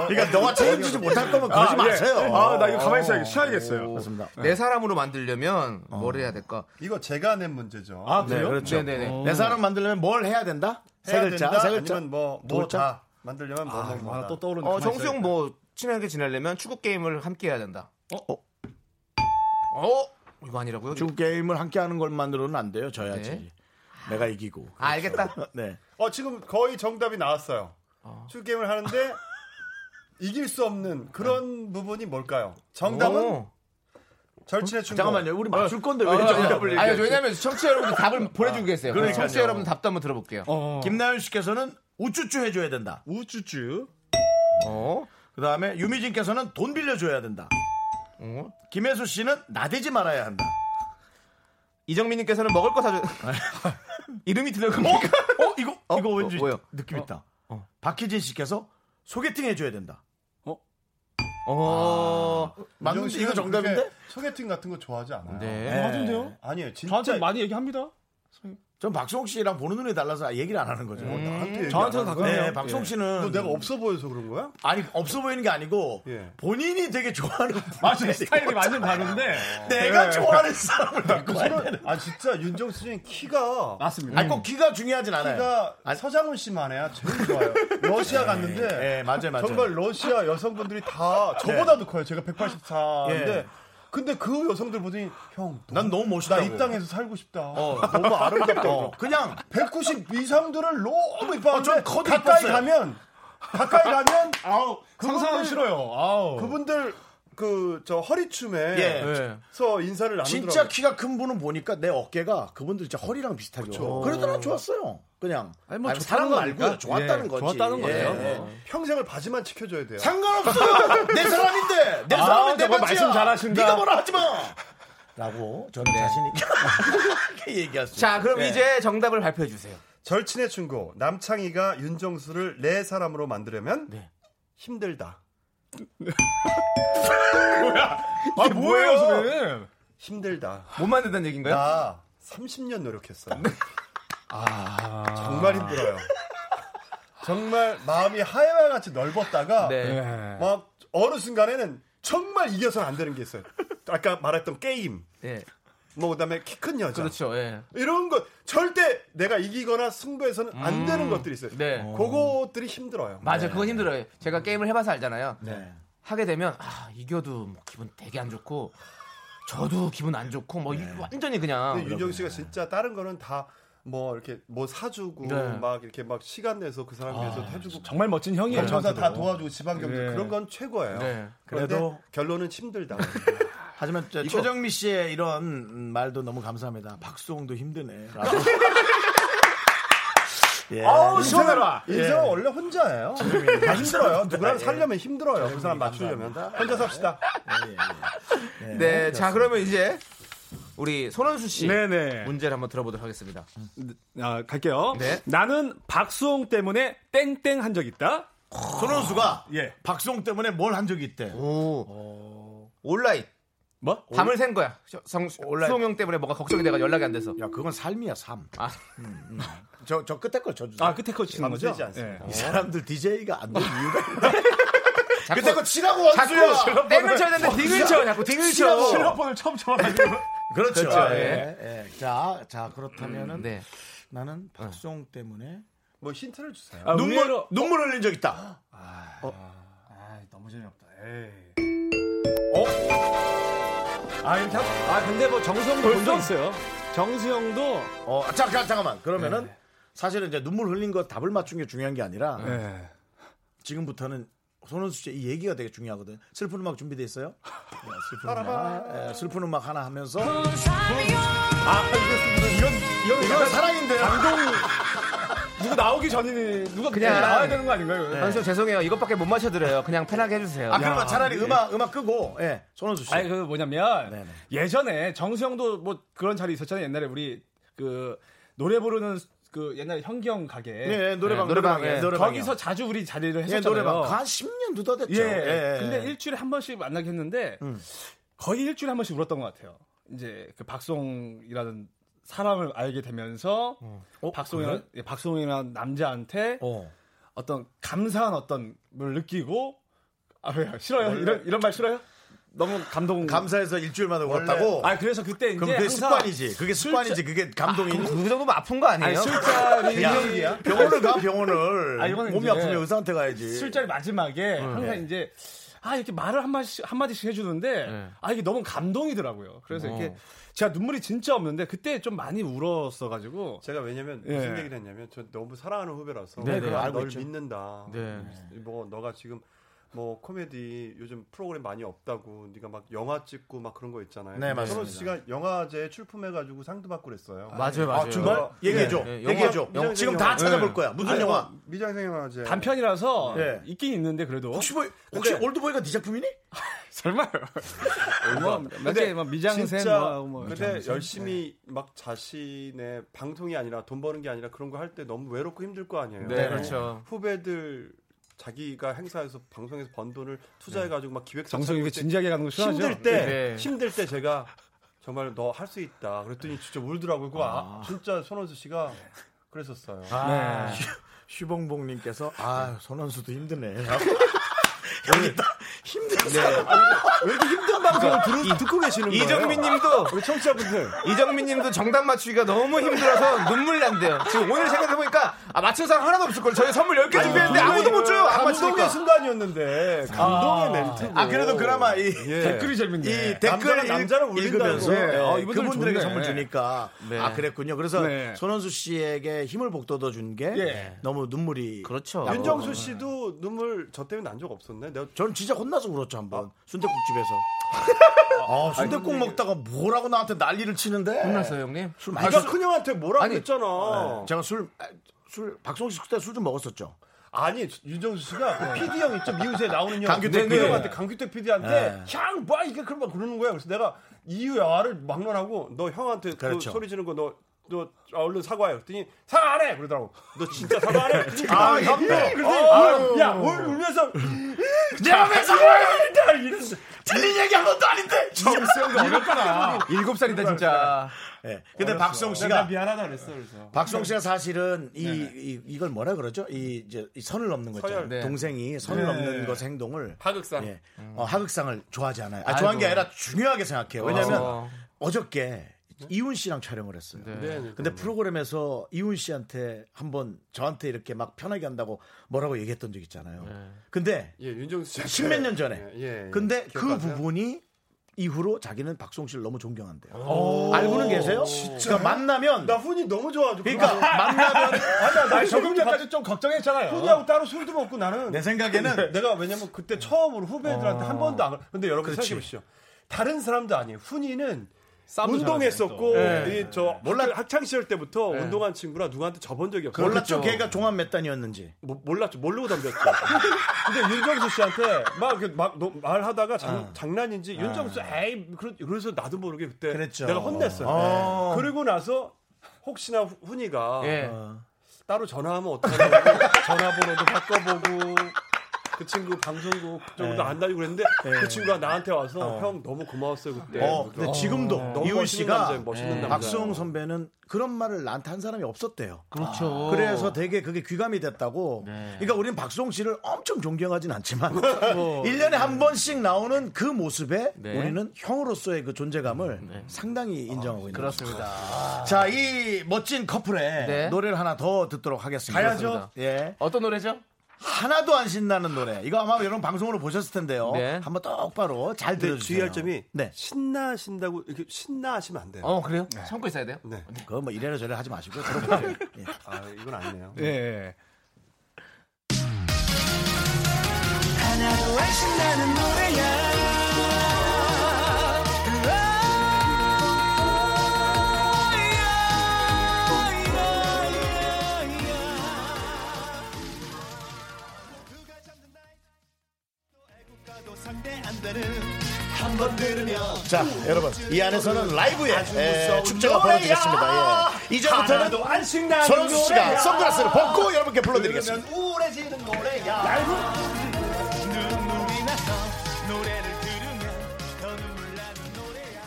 Speaker 1: 그러니까 너가 책임지지 못할 거면 그러지
Speaker 9: 예.
Speaker 1: 마세요.
Speaker 9: 아, 나 이거 가만히 있어야, 쉬어야겠어요.
Speaker 1: 그렇습니다.
Speaker 2: 내네 사람으로 만들려면 뭘 해야 될까?
Speaker 9: 어,
Speaker 8: 이거 제가 낸 문제죠.
Speaker 9: 아, 그래요?
Speaker 2: 그렇죠. 네네네.
Speaker 1: 내 사람 만들려면 뭘 해야 된다? 세
Speaker 8: 해야
Speaker 1: 글자,
Speaker 8: 된다?
Speaker 1: 세 글자.
Speaker 8: 아니면 뭐,
Speaker 1: 도자?
Speaker 8: 뭐다 만들려면 뭐, 뭐,
Speaker 9: 아,
Speaker 8: 뭐다.
Speaker 9: 또 떠오르는
Speaker 2: 어, 정수영 뭐 친하게 지내려면 축구 게임을 함께 해야 된다. 어? 어? 이거 아니라고요?
Speaker 1: 중 게임을 함께 하는 것만으로는 안 돼요. 져야지.
Speaker 2: 네.
Speaker 1: 내가 이기고.
Speaker 2: 아, 알겠다.
Speaker 1: 네.
Speaker 8: 어, 지금 거의 정답이 나왔어요.
Speaker 9: 아.
Speaker 8: 출게임을 하는데 이길 수 없는 그런 부분이 뭘까요? 정답은 아,
Speaker 2: 오.
Speaker 8: 절친의 충고.
Speaker 1: 잠깐만요. 우리 맞출 건데 왜 정답을
Speaker 2: 아니, 네.
Speaker 1: 얘기해?
Speaker 2: 왜냐면
Speaker 9: 그렇죠.
Speaker 2: 청취자 여러분들 답을 보내주고 계세요. 그럼
Speaker 1: 그러니까요.
Speaker 2: 청취자 여러분 답도 한번 들어볼게요. 어?
Speaker 1: 김나연 씨께서는 우쭈쭈 해줘야 된다.
Speaker 9: 우쭈쭈.
Speaker 2: 어?
Speaker 1: 그 다음에 유미진께서는 돈 빌려줘야 된다. 김혜수 씨는 나대지 말아야 한다.
Speaker 2: 이정민님께서는 먹을 거 사줘. 이름이 들려갑니까?
Speaker 1: 어 이거
Speaker 2: 어?
Speaker 1: 이거 왠지
Speaker 2: 어, 뭐예요?
Speaker 1: 느낌 있다. 박희진 씨께서 소개팅 해줘야 된다.
Speaker 9: 어?
Speaker 2: 어.
Speaker 1: 맞는 이거 정답인데?
Speaker 8: 소개팅 같은 거 좋아하지 않아요?
Speaker 2: 네.
Speaker 9: 맞은데요?
Speaker 8: 아니에요. 진짜
Speaker 9: 저한테 많이 얘기합니다.
Speaker 1: 전 박수홍 씨랑 보는 눈이 달라서 얘기를 안 하는 거죠. 어,
Speaker 8: 나한테 얘기
Speaker 9: 저한테는
Speaker 8: 안 하는
Speaker 9: 다
Speaker 8: 거야?
Speaker 9: 그래요.
Speaker 1: 네, 박수홍 씨는
Speaker 8: 너 내가 없어 보여서 그런 거야?
Speaker 1: 아니 없어 보이는 게 아니고
Speaker 8: 예.
Speaker 1: 본인이 되게 좋아하는
Speaker 9: 맞아요. 스타일이 완전 다른데. 네.
Speaker 1: 내가 좋아하는 사람을 갖고 와야 되는.
Speaker 8: 아 진짜 윤정수 씨는 키가
Speaker 9: 맞습니다.
Speaker 1: 아니 꼭 키가 중요하진 않아요.
Speaker 8: 키가 서장훈 씨만 해야 제일 좋아요. 러시아 갔는데
Speaker 1: 예, 맞아요, 맞아요.
Speaker 8: 정말 러시아 여성분들이 다 저보다도 커요. 제가 184인데
Speaker 1: 예.
Speaker 8: 근데 그 여성들 보더니 형,
Speaker 1: 난 너무 멋있다고.
Speaker 8: 나이 땅에서 살고 싶다.
Speaker 1: 어.
Speaker 8: 너무 아름답다.
Speaker 1: 어, 그냥
Speaker 8: 190 이상들은 너무 이뻐하는데
Speaker 1: 어, 좀 커도
Speaker 8: 가까이
Speaker 1: 이뻤어요.
Speaker 8: 가면 가까이 가면 아우
Speaker 9: 상상하기 싫어요. 아우.
Speaker 8: 그분들 그 저
Speaker 1: 예.
Speaker 8: 허리춤에서
Speaker 2: 네.
Speaker 8: 인사를 나누더라고요.
Speaker 1: 진짜 키가 큰 분은 보니까 내 어깨가 그분들 진짜 허리랑 비슷하죠. 그래도난 좋았어요. 그냥
Speaker 9: 아니, 뭐 좋다는
Speaker 1: 사람
Speaker 9: 거니까.
Speaker 1: 말고 좋았다는
Speaker 9: 예,
Speaker 1: 거지.
Speaker 9: 좋았다는 거죠. 어.
Speaker 8: 평생을 바지만 지켜줘야 돼요.
Speaker 1: 상관없어요. 내 사람인데 내 사람인데
Speaker 9: 아, 정말
Speaker 1: 맞지.
Speaker 9: 말씀 잘하신다.
Speaker 1: 네가 뭐라 하지 마. 라고 저는 자신 있게 그렇게 얘기할 수.
Speaker 2: 자, 그럼
Speaker 1: 예.
Speaker 2: 이제 정답을 발표해 주세요.
Speaker 8: 절친의 충고 남창희가 윤정수를 내 사람으로 만들려면
Speaker 9: 네.
Speaker 8: 힘들다.
Speaker 9: 아, 뭐예요, 저는?
Speaker 8: 힘들다.
Speaker 2: 못 만든다는 얘기인가요?
Speaker 8: 나 30년 노력했어요.
Speaker 2: 아.
Speaker 8: 아, 정말 힘들어요. 정말 마음이 하얀같이 넓었다가
Speaker 2: 네.
Speaker 8: 막 어느 순간에는 정말 이겨서는 안 되는 게 있어요. 아까 말했던 게임,
Speaker 2: 예.
Speaker 8: 뭐 그다음에 키 큰 여자,
Speaker 2: 그렇죠. 예.
Speaker 8: 이런 것 절대 내가 이기거나 승부해서는 안 되는 것들이 있어요.
Speaker 2: 네.
Speaker 8: 그것들이 힘들어요.
Speaker 2: 맞아. 요 그건 힘들어요. 제가 게임을 해 봐서 알잖아요.
Speaker 1: 네.
Speaker 2: 하게 되면 아, 이겨도 뭐 기분 되게 안 좋고 저도 기분 안 좋고 뭐 이- 완전히 그냥
Speaker 8: 근데 윤정 씨가 진짜 다른 거는 다 뭐 이렇게 뭐 사주고
Speaker 2: 네.
Speaker 8: 막 이렇게 막 시간 내서 그 사람 위해서 해주고
Speaker 9: 정말 멋진 형이에요.
Speaker 8: 경찰서 다 도와주고 지방 경제
Speaker 9: 네.
Speaker 8: 그런 건 최고예요.
Speaker 2: 네.
Speaker 8: 그런데
Speaker 1: 그래도-
Speaker 8: 결론은 힘들다.
Speaker 1: 하지만 저 최정미 씨의 이런 음, 말도 너무 감사합니다. 박수홍도 힘드네. 라고. 예.
Speaker 8: 인생은, 인생은 원래 혼자예요. 다 힘들어요.
Speaker 1: 네.
Speaker 8: 누구랑
Speaker 1: 예.
Speaker 8: 살려면 힘들어요. 그 사람 맞추려면 혼자 삽시다.
Speaker 2: 네. 자, 그러면 이제 우리 손원수 씨
Speaker 9: 네네.
Speaker 2: 문제를 한번 들어보도록 하겠습니다.
Speaker 9: 아, 갈게요.
Speaker 2: 네.
Speaker 9: 나는 박수홍 때문에 땡땡 한 적 있다.
Speaker 1: 아, 손원수가
Speaker 9: 예.
Speaker 1: 박수홍 때문에 뭘 한 적이 있대.
Speaker 2: 오. 어. 온라인.
Speaker 9: 뭐?
Speaker 2: 밤을 샌 거야. 성, 수홍 형 때문에 뭐가 걱정이 돼가 연락이 안 돼서.
Speaker 1: 야, 그건 삶이야, 삶.
Speaker 2: 아.
Speaker 1: 음, 음. 저, 저 끝에 걸 쳐주세요.
Speaker 9: 아, 끝에 거 치는 거죠?
Speaker 8: 밤새지 않습니다.
Speaker 9: 예.
Speaker 1: 이 사람들 DJ가 안 될 이유가 있나?
Speaker 2: 자꾸-
Speaker 1: 끝에 거 치라고 원수야!
Speaker 2: 자꾸 땡을 쳐야 되는데 딩을 쳐. 자꾸 딩을 쳐.
Speaker 9: 실로폰을 처음 쳐가지고.
Speaker 1: 그렇죠.
Speaker 2: 그렇죠,
Speaker 1: 예, 음, 예. 자, 자, 그렇다면은
Speaker 2: 네.
Speaker 1: 나는 박수홍 때문에
Speaker 8: 뭐 힌트를 주세요.
Speaker 9: 아,
Speaker 1: 눈물, 눈물 흘린 적 있다.
Speaker 9: 너무 재미없다. 어? 아, 이렇게 하... 아, 근데 뭐 정수형도 본 적 있어요. 정수형도
Speaker 1: 어, 아, 잠깐, 잠깐만. 그러면은
Speaker 9: 네.
Speaker 1: 사실은 이제 눈물 흘린 거 답을 맞춘 게 중요한 게 아니라
Speaker 9: 네.
Speaker 1: 지금부터는 손은수 씨의 이 얘기가 되게 중요하거든. 슬픈 음악 준비돼 있어요? 네, 슬픈 음악. 예, 슬픈 음악 하나 하면서
Speaker 9: 아, 이건
Speaker 1: 이건 사랑인데요.
Speaker 9: 누구 나오기 전에 누가
Speaker 2: 그냥- 네.
Speaker 9: 그냥 나와야 되는 거 아닌가요? 네.
Speaker 2: 선수 죄송해요. 이것밖에 못 마셔드려요. 그냥 편하게 해주세요.
Speaker 1: 아, 그러면 차라리 음악, 음악 끄고, 예, 손은수 씨.
Speaker 9: 예. 아니 그 뭐냐면
Speaker 1: 네네.
Speaker 9: 예전에 정수형도 뭐 그런 자리 있었잖아요. 옛날에 우리 그 노래 부르는 그 옛날 현기형 가게
Speaker 1: 예, 예, 노래방,
Speaker 2: 네,
Speaker 1: 노래방,
Speaker 2: 노래방,
Speaker 1: 예,
Speaker 2: 예.
Speaker 1: 노래방.
Speaker 9: 거기서 자주 우리 자리를
Speaker 1: 예,
Speaker 9: 했었잖아요.
Speaker 1: 노래방. 한 10년 늦어댔죠.
Speaker 9: 예. 근데 일주일에 한 번씩 만나게 했는데 거의 일주일에 한 번씩 울었던 것 같아요. 이제 그 박송이라는 사람을 알게 되면서 박송이란 예, 박송이란 남자한테
Speaker 1: 어.
Speaker 9: 어떤 감사한 어떤 걸 느끼고 아 왜요? 싫어요? 이런 이런 말 싫어요? 너무 감동
Speaker 1: 감사해서 일주일만에 울었다고?
Speaker 9: 아 그래서 그때 이제
Speaker 1: 그럼 그게
Speaker 9: 항상
Speaker 1: 습관이지. 그게 습관이지. 그게 감동이.
Speaker 2: 그 정도면 아픈 거
Speaker 9: 아니
Speaker 2: 아니에요?
Speaker 9: 술자리
Speaker 1: 야, 병원을 가, 병원을.
Speaker 9: 아, 이거는
Speaker 1: 몸이
Speaker 9: 이제
Speaker 1: 아프면 예. 의사한테 가야지.
Speaker 9: 술자리 마지막에 항상 이제 아 이렇게 말을 한 마디씩 한 마디씩 해주는데 아 이게 너무 감동이더라고요. 그래서 이렇게 제가 눈물이 진짜 없는데 그때 좀 많이 울었어가지고
Speaker 8: 제가 왜냐면
Speaker 9: 예.
Speaker 8: 무슨 얘기를 했냐면 저 너무 사랑하는 후배라서
Speaker 2: 네, 네,
Speaker 8: 아,
Speaker 1: 알고
Speaker 8: 널
Speaker 1: 있죠.
Speaker 8: 믿는다.
Speaker 2: 네.
Speaker 8: 뭐 너가 지금 뭐 코미디 요즘 프로그램 많이 없다고 네가 막 영화 찍고 막 그런 거 있잖아요.
Speaker 1: 네, 맞습니다.
Speaker 8: 서로 씨가 영화제에 출품해가지고 상도 받고 그랬어요. 뭐?
Speaker 2: 맞아요, 뭐? 맞아요.
Speaker 1: 정말? 얘기해줘.
Speaker 2: 예, 영화-
Speaker 1: 얘기해줘.
Speaker 2: 영화-
Speaker 1: 지금 다 예. 찾아볼 거야. 무슨
Speaker 8: 아니,
Speaker 1: 영화?
Speaker 8: 뭐 미장생 영화제.
Speaker 9: 단편이라서
Speaker 1: 네.
Speaker 9: 있긴 있는데 그래도
Speaker 1: 혹시 뭐, 혹시
Speaker 8: 근데-
Speaker 1: 올드보이가 네 작품이니?
Speaker 9: 설마
Speaker 8: 근데
Speaker 9: 몇개막 미장센
Speaker 8: 진짜
Speaker 9: 뭐, 뭐
Speaker 8: 근데 열심히 막 자신의 방송이 아니라 돈 버는 게 아니라 그런 거 할 때 너무 외롭고 힘들 거 아니에요.
Speaker 2: 네, 그렇죠.
Speaker 8: 후배들 자기가 행사에서 방송에서 번 돈을 투자해 가지고 막 기획
Speaker 10: 정성이가 진지하게 가는 거 싫어하죠?
Speaker 8: 힘들 때
Speaker 9: 네.
Speaker 8: 힘들 때 제가 정말 너 할 수 있다 그랬더니 진짜 울더라고요. 그거 아, 진짜 손원수 씨가 그랬었어요.
Speaker 1: 아, 슈봉봉님께서 아 손원수도 힘드네. 여기 힘들어.
Speaker 8: 왜 이렇게 힘든 방송을 들 듣고 계시는 거예요?
Speaker 9: 이정민님도
Speaker 8: 우리 청취자분들
Speaker 9: 이정민님도 정답 맞추기가 너무 힘들어서 눈물 난대요. 지금 오늘 생각해 보니까 아 맞춘 사람 하나도 없을 걸. 저희 선물 10개 준비했는데 아무도 못 줘요. 안
Speaker 8: 감동의
Speaker 9: 맞추니까.
Speaker 8: 순간이었는데 감동의 멘트.
Speaker 1: 아 그래도 그나마 이
Speaker 8: 예.
Speaker 10: 댓글이 재밌네.
Speaker 1: 이
Speaker 8: 남자는
Speaker 1: 댓글
Speaker 8: 남자를 울린다는
Speaker 1: 읽으면서
Speaker 8: 거예요.
Speaker 1: 예,
Speaker 10: 아, 이분들
Speaker 1: 그분들에게
Speaker 10: 좋네.
Speaker 1: 선물 주니까
Speaker 9: 네.
Speaker 1: 아 그랬군요. 그래서
Speaker 10: 네.
Speaker 1: 손원수 씨에게 힘을 북돋워 준 게
Speaker 10: 예.
Speaker 1: 너무 눈물이.
Speaker 9: 그렇죠.
Speaker 8: 윤정수 씨도 눈물 저 때문에 난 적 없었네. 내가
Speaker 1: 저는 진짜 혼나서 울었죠 한번 순대국 집에서. 아 순대국 먹다가 뭐라고 나한테 난리를 치는데.
Speaker 9: 혼났어요 형님?
Speaker 1: 술 많이
Speaker 8: 아까
Speaker 1: 술-
Speaker 8: 그녀한테 어. 뭐라
Speaker 9: 아니,
Speaker 8: 그랬잖아.
Speaker 1: 제가 술. 아, 술 박성 씨 그때 술 좀 먹었었죠.
Speaker 8: 아니 윤정수 씨가 그 PD 형 있죠 미우새 나오는 형
Speaker 1: 강규택
Speaker 8: 네,
Speaker 1: PD. 네.
Speaker 8: 그 형한테 강규택 PD한테 향봐 이게 그런 막 그러는 거야 그래서 내가 이유야를 막론하고 너 형한테 그
Speaker 1: 그렇죠.
Speaker 8: 소리 지르는 거 너 너 얼른 사과해 그랬더니 사과 안 해 그러더라고 너 진짜 사과 안 해? 아,
Speaker 1: 예.
Speaker 8: 답답해 그래서 야 울- 울면서 내가 왜 사과해 이랬어
Speaker 1: 틀린 얘기 한 것도 아닌데.
Speaker 9: 일곱 살이다 진짜.
Speaker 1: 예. 근데 박성 씨가
Speaker 8: 미안하다 그랬어 그렇죠. 그래서
Speaker 1: 박성 씨가
Speaker 8: 그러니까
Speaker 1: 사실은 이, 이 이걸 뭐라 그러죠? 이 이제 이 선을 넘는 거죠.
Speaker 8: 네. 서열.
Speaker 9: 네.
Speaker 1: 동생이 선을 넘는 것 행동을
Speaker 9: 하극상.
Speaker 1: 예. 어, 하극상을 좋아하지 않아요. 아, 좋아한 게
Speaker 9: 아이고.
Speaker 1: 아니라 중요하게 생각해요. 왜냐하면
Speaker 9: 어.
Speaker 1: 어저께 이훈 씨랑 촬영을 했어요.
Speaker 8: 네.
Speaker 1: 근데 프로그램에서 이훈 씨한테 한번 저한테 이렇게 막 편하게 한다고 뭐라고 얘기했던 적 있잖아요. 근데
Speaker 8: 네. 예 윤정수 씨
Speaker 1: 십몇 년 전에.
Speaker 8: 예, 예.
Speaker 1: 근데 그
Speaker 8: 기억하세요?
Speaker 1: 부분이 이후로 자기는 박송 씨를 너무 존경한대요. 알고는 계세요? 그러니까 만나면
Speaker 8: 나 훈이 너무 좋아가지고
Speaker 1: 그러니까 만나면
Speaker 8: 아니야 나
Speaker 10: 적응자까지 좀 걱정했잖아요. 네.
Speaker 8: 후배하고 따로 술도 먹고 나는
Speaker 1: 내 생각에는 아.
Speaker 8: 내가 왜냐면 그때 처음으로 후배들한테 한 번도 안 그래. 근데 여러분
Speaker 1: 그렇지.
Speaker 8: 생각해 보시죠. 다른 사람도 아니에요. 훈이는
Speaker 10: 쌈도 네.
Speaker 8: 운동했었고 이저
Speaker 1: 몰라-
Speaker 8: 몰라 학창 시절 때부터 운동한 친구라 누구한테 접은 적이 없어요.
Speaker 1: 몰랐죠 걔가 종합 몇 단이었는지.
Speaker 8: 모- 뭐, 몰랐죠. 모르고 덤볐죠. 근데 윤정수 씨한테 막, 이렇게 막 너- 말하다가 장, 장난인지 윤정수 에이 그러- 그래서 나도 모르게 네. 그때
Speaker 1: 그랬죠.
Speaker 8: 내가 혼냈어요. 네.
Speaker 1: 어.
Speaker 8: 그리고 나서 혹시나 후- 훈이가 어,
Speaker 9: 예.
Speaker 8: 따로 전화하면 어떡하냐고 전화번호도 바꿔보고 그 친구 방송국 쪽도 안 다니고 그랬는데 그 친구가 나한테 와서 형 너무 네. 고마웠어요 그때
Speaker 1: 어, 근데 지금도
Speaker 8: 너무
Speaker 1: 이훈
Speaker 8: 멋있는
Speaker 1: 씨가
Speaker 8: 남자예요, 멋있는
Speaker 9: 네.
Speaker 8: 남자.
Speaker 1: 박수홍 선배는 그런 말을 나한테 한 사람이 없었대요. 아.
Speaker 9: 그렇죠. 네.
Speaker 1: 그래서 되게 그게 귀감이 됐다고. 그러니까 우리는 박수홍 씨를 엄청 존경하진 않지만 일년에한 번씩 나오는 그 모습에
Speaker 9: 그렇죠. 네.
Speaker 1: 우리는 형으로서의 그 존재감을 상당히 인정하고 있는 거죠.
Speaker 9: 그렇습니다.
Speaker 1: 자, 이 멋진 커플의
Speaker 9: 네.
Speaker 1: 노래를 하나 더 듣도록 하겠습니다.
Speaker 9: 가야죠.
Speaker 1: 예.
Speaker 9: 어떤 노래죠?
Speaker 1: 하나도 안 신나는 노래. 이거 아마 여러분 방송으로 보셨을 텐데요.
Speaker 9: 네.
Speaker 1: 한번 똑바로 잘
Speaker 8: 근데
Speaker 1: 들어주세요.
Speaker 8: 주의할 점이
Speaker 1: 네.
Speaker 8: 신나신다고 이렇게 신나하시면 안 돼요
Speaker 9: 어 그래요? 참고 있어야 돼요.
Speaker 8: 네.
Speaker 1: 그거 뭐 이래라 저래라 하지 마시고 들어보세요. 예.
Speaker 8: 아 이건 아니네요
Speaker 10: 예, 예.
Speaker 2: 하나로 안 신나는 노래야 한번 들으면
Speaker 1: 자, 여러분 이 안에서는 라이브의 에, 예, 축제가 벌어지겠습니다. 예. 이제부터는
Speaker 8: 하나도 안 신나는
Speaker 1: 손흥수 씨가
Speaker 8: 노래야.
Speaker 1: 선글라스를 벗고 여러분께 불러드리겠습니다.
Speaker 2: 들으면 우울해지는 노래야 라이브 눈물이 나서 노래를 들으면 더 눈물 나는 노래야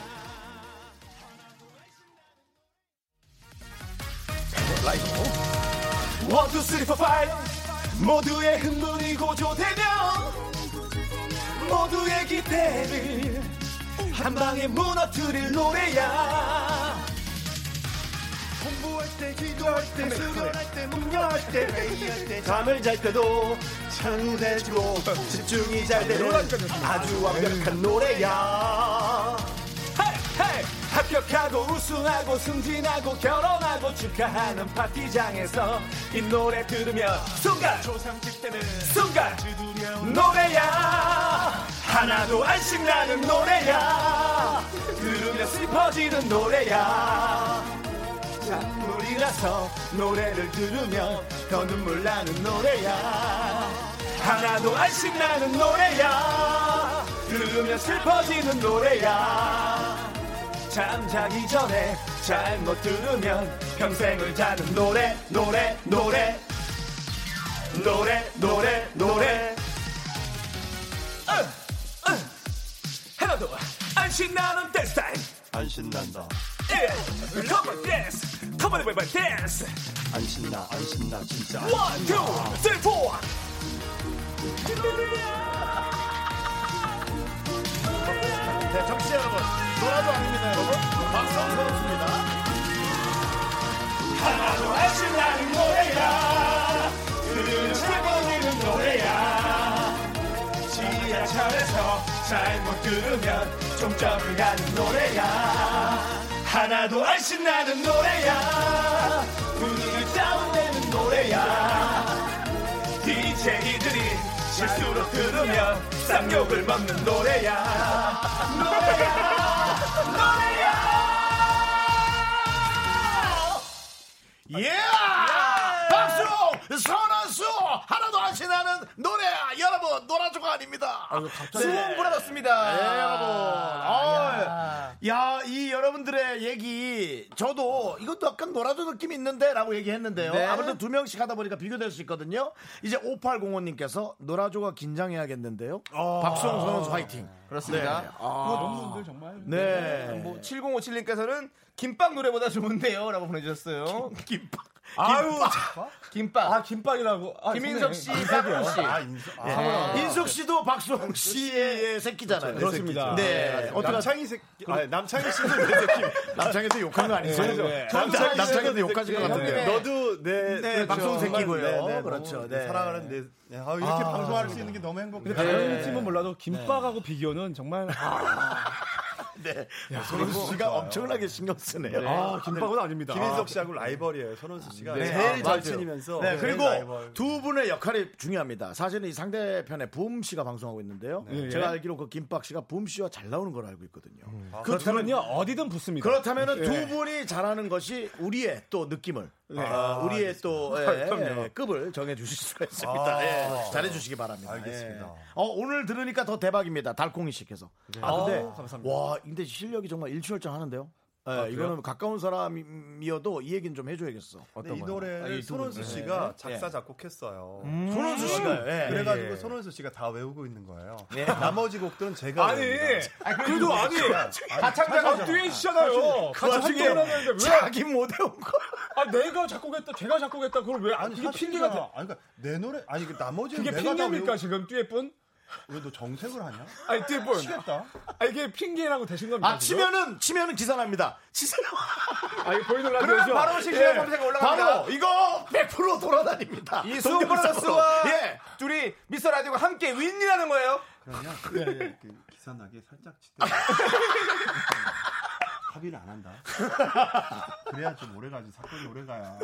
Speaker 2: 라이브 원, 투, 쓰리, 포, 파이브 모두의 흥분이 고조되면 모두의 기대를 한 방에 무너뜨릴 노래야 공부할 때, 기도할 때, 수련할 때, 문명할 때, 회의할 때, 잠을 잘 때도 창대지고 집중이 잘 되는 아주 완벽한 노래야. 헤이, 헤이! 합격하고 우승하고 승진하고 결혼하고 축하하는 파티장에서 이 노래 들으면 순간 조상집 때는 순간 노래야 하나도 안 신나는 노래야 들으면 슬퍼지는 노래야 작물이라서 노래를 들으면 더 눈물 나는 노래야 하나도 안 신나는 노래야 들으면 슬퍼지는 노래야 잠자기 전에 잘못 들으면 평생을 자는 노래 노래 노래
Speaker 8: 노래 노래 노래
Speaker 11: 해봐도 안 신나는 댄스 타임
Speaker 8: 안 신난다
Speaker 11: 예. 컴온 댄스 컴온 해봐봐 댄스
Speaker 8: 안 신나 안 신나 진짜
Speaker 11: 원, 투, 쓰리, 포
Speaker 8: 네, 정치 여러분 노라도 아닙니다 여러분 박성 선수입니다 하나도 안 신나는 노래야 그들은 즐거워지는 노래야 지하철에서 잘못 들으면 종점을 가는 노래야 하나도 안 신나는 노래야 분위기를 다운되는 노래야 DJ들이 실수로 들으면 쌍욕을 먹는 노래야
Speaker 1: 예! 박수! 선언수! 하나도 안 신나는 노래야! 여러분, 노라조가 아닙니다!
Speaker 2: 수홍 불어졌습니다.
Speaker 1: 네, 여러분. 아, 야, 이 여러분들의 얘기, 저도 이것도 약간 놀아도 느낌이 있는데 라고 얘기했는데요.
Speaker 2: 네.
Speaker 1: 아무래도 두 명씩 하다 보니까 비교될 수 있거든요. 이제 5805님께서 놀아줘가 긴장해야겠는데요. 박수홍 선수 화이팅.
Speaker 2: 그렇습니다.
Speaker 9: 너무 힘들 아. 정말.
Speaker 1: 네.
Speaker 2: 뭐 7057님께서는 김밥 노래보다 좋은데요라고 보내주셨어요. 김밥.
Speaker 8: 아유
Speaker 2: 김밥.
Speaker 8: 김밥이라고
Speaker 1: 아,
Speaker 2: 김인석 씨,
Speaker 1: 네,
Speaker 2: 박훈 씨.
Speaker 1: 인숙 씨도 아, 박수홍 씨의 새끼잖아요.
Speaker 9: 그렇습니다.
Speaker 1: 네. 어떻게
Speaker 8: 남창희 새끼 아 남창희 씨도 내 새끼
Speaker 1: 남창에도 욕한 거 아니죠? 그렇죠. 네. 남창, 남창에도 욕하신 것 같은데.
Speaker 8: 너도 내
Speaker 1: 네, 박성 새끼고요. 그렇죠. 네.
Speaker 8: 사랑하는 내 네. 아, 이렇게 방송할 수 있는 게 너무 행복해.
Speaker 9: 근데 다른 팀은 몰라도 김밥하고 비교는 정말
Speaker 1: 손은수 씨가 엄청나게 신경 쓰네요.
Speaker 9: 아 김밥은 아닙니다.
Speaker 8: 김인석 씨하고 라이벌이에요. 손원수 씨가
Speaker 2: 네.
Speaker 8: 제일
Speaker 2: 아, 맞아요.
Speaker 8: 잘 치면서
Speaker 1: 네, 그리고
Speaker 8: 라이벌.
Speaker 1: 두 분의 역할이 중요합니다. 사실은 이 상대편에 붐 씨가 방송하고 있는데요.
Speaker 9: 네, 예.
Speaker 1: 제가 알기로 그 김밥 씨가 붐 씨와 잘 나오는 걸 알고 있거든요. 그
Speaker 9: 음. 그렇다면요 어디든 붙습니다. 예.
Speaker 1: 그렇다면 은두 분이 잘하는 것이 우리의 또 느낌을,
Speaker 9: 네. 아,
Speaker 1: 어, 우리의 또 예, 예, 급을 정해 주실 수가 있습니다.
Speaker 9: 아,
Speaker 1: 예, 잘해 주시기 바랍니다.
Speaker 8: 알겠습니다.
Speaker 1: 예. 어, 오늘 들으니까 더 대박입니다. 달콩이 씨께서. 아 근데
Speaker 9: 네. 아우, 감사합니다. 아,
Speaker 1: 와, 근데 실력이 정말 일취월장하는데요. 예, 이거는 가까운 사람이어도 이 얘기는 좀 해줘야겠어.
Speaker 8: 근데 이 노래를 손원수 씨가 작사 작곡했어요.
Speaker 9: 음.
Speaker 8: 네,
Speaker 1: 손원수 씨가요. 예.
Speaker 9: 네.
Speaker 8: 그래가지고 손원수 씨가 다 외우고 있는 거예요. 나머지 곡들은 제가
Speaker 9: 아니
Speaker 8: 외웁니다.
Speaker 9: 그래도 아니 가창자가
Speaker 1: 어,
Speaker 9: 듀엣이잖아요.
Speaker 2: 그
Speaker 9: 같이
Speaker 1: 나중에
Speaker 9: 활동하는데 왜?
Speaker 1: 자기 못 외운 거야.
Speaker 9: 아 내가 작곡했다, 제가 작곡했다 그걸 왜? 아니
Speaker 8: 아니
Speaker 9: 이게
Speaker 8: 사실상-
Speaker 9: 핑계가 돼.
Speaker 8: 아니 그러니까 내 노래 아니 그 나머지는
Speaker 9: 그게
Speaker 8: 내가 다
Speaker 9: 핑계입니까
Speaker 8: 외우고-
Speaker 9: 지금 듀엣뿐?
Speaker 8: 왜너 정색을 하냐?
Speaker 9: 아니 듀엣뿐.
Speaker 8: 치겠다.
Speaker 9: 아 이게 핑계라고 되신 겁니다.
Speaker 1: 아 치면은 치면은 기사납니다. 치세요.
Speaker 9: 아 이거 보이는
Speaker 1: 그러면
Speaker 9: 라디오죠.
Speaker 1: 바로
Speaker 2: 실시간 검색에 올라갑니다.
Speaker 1: 예. 바로 이거 100% 돌아다닙니다.
Speaker 2: 이
Speaker 1: 동영상으로.
Speaker 2: 수브라더스와
Speaker 1: 예.
Speaker 2: 둘이 미스터 라디오가 함께 윈이라는 거예요.
Speaker 9: 예.
Speaker 8: 그러면 이렇게 기사나게 살짝 치대. 합의를 안 한다. 그래야 좀 오래가지 사건이 오래가야.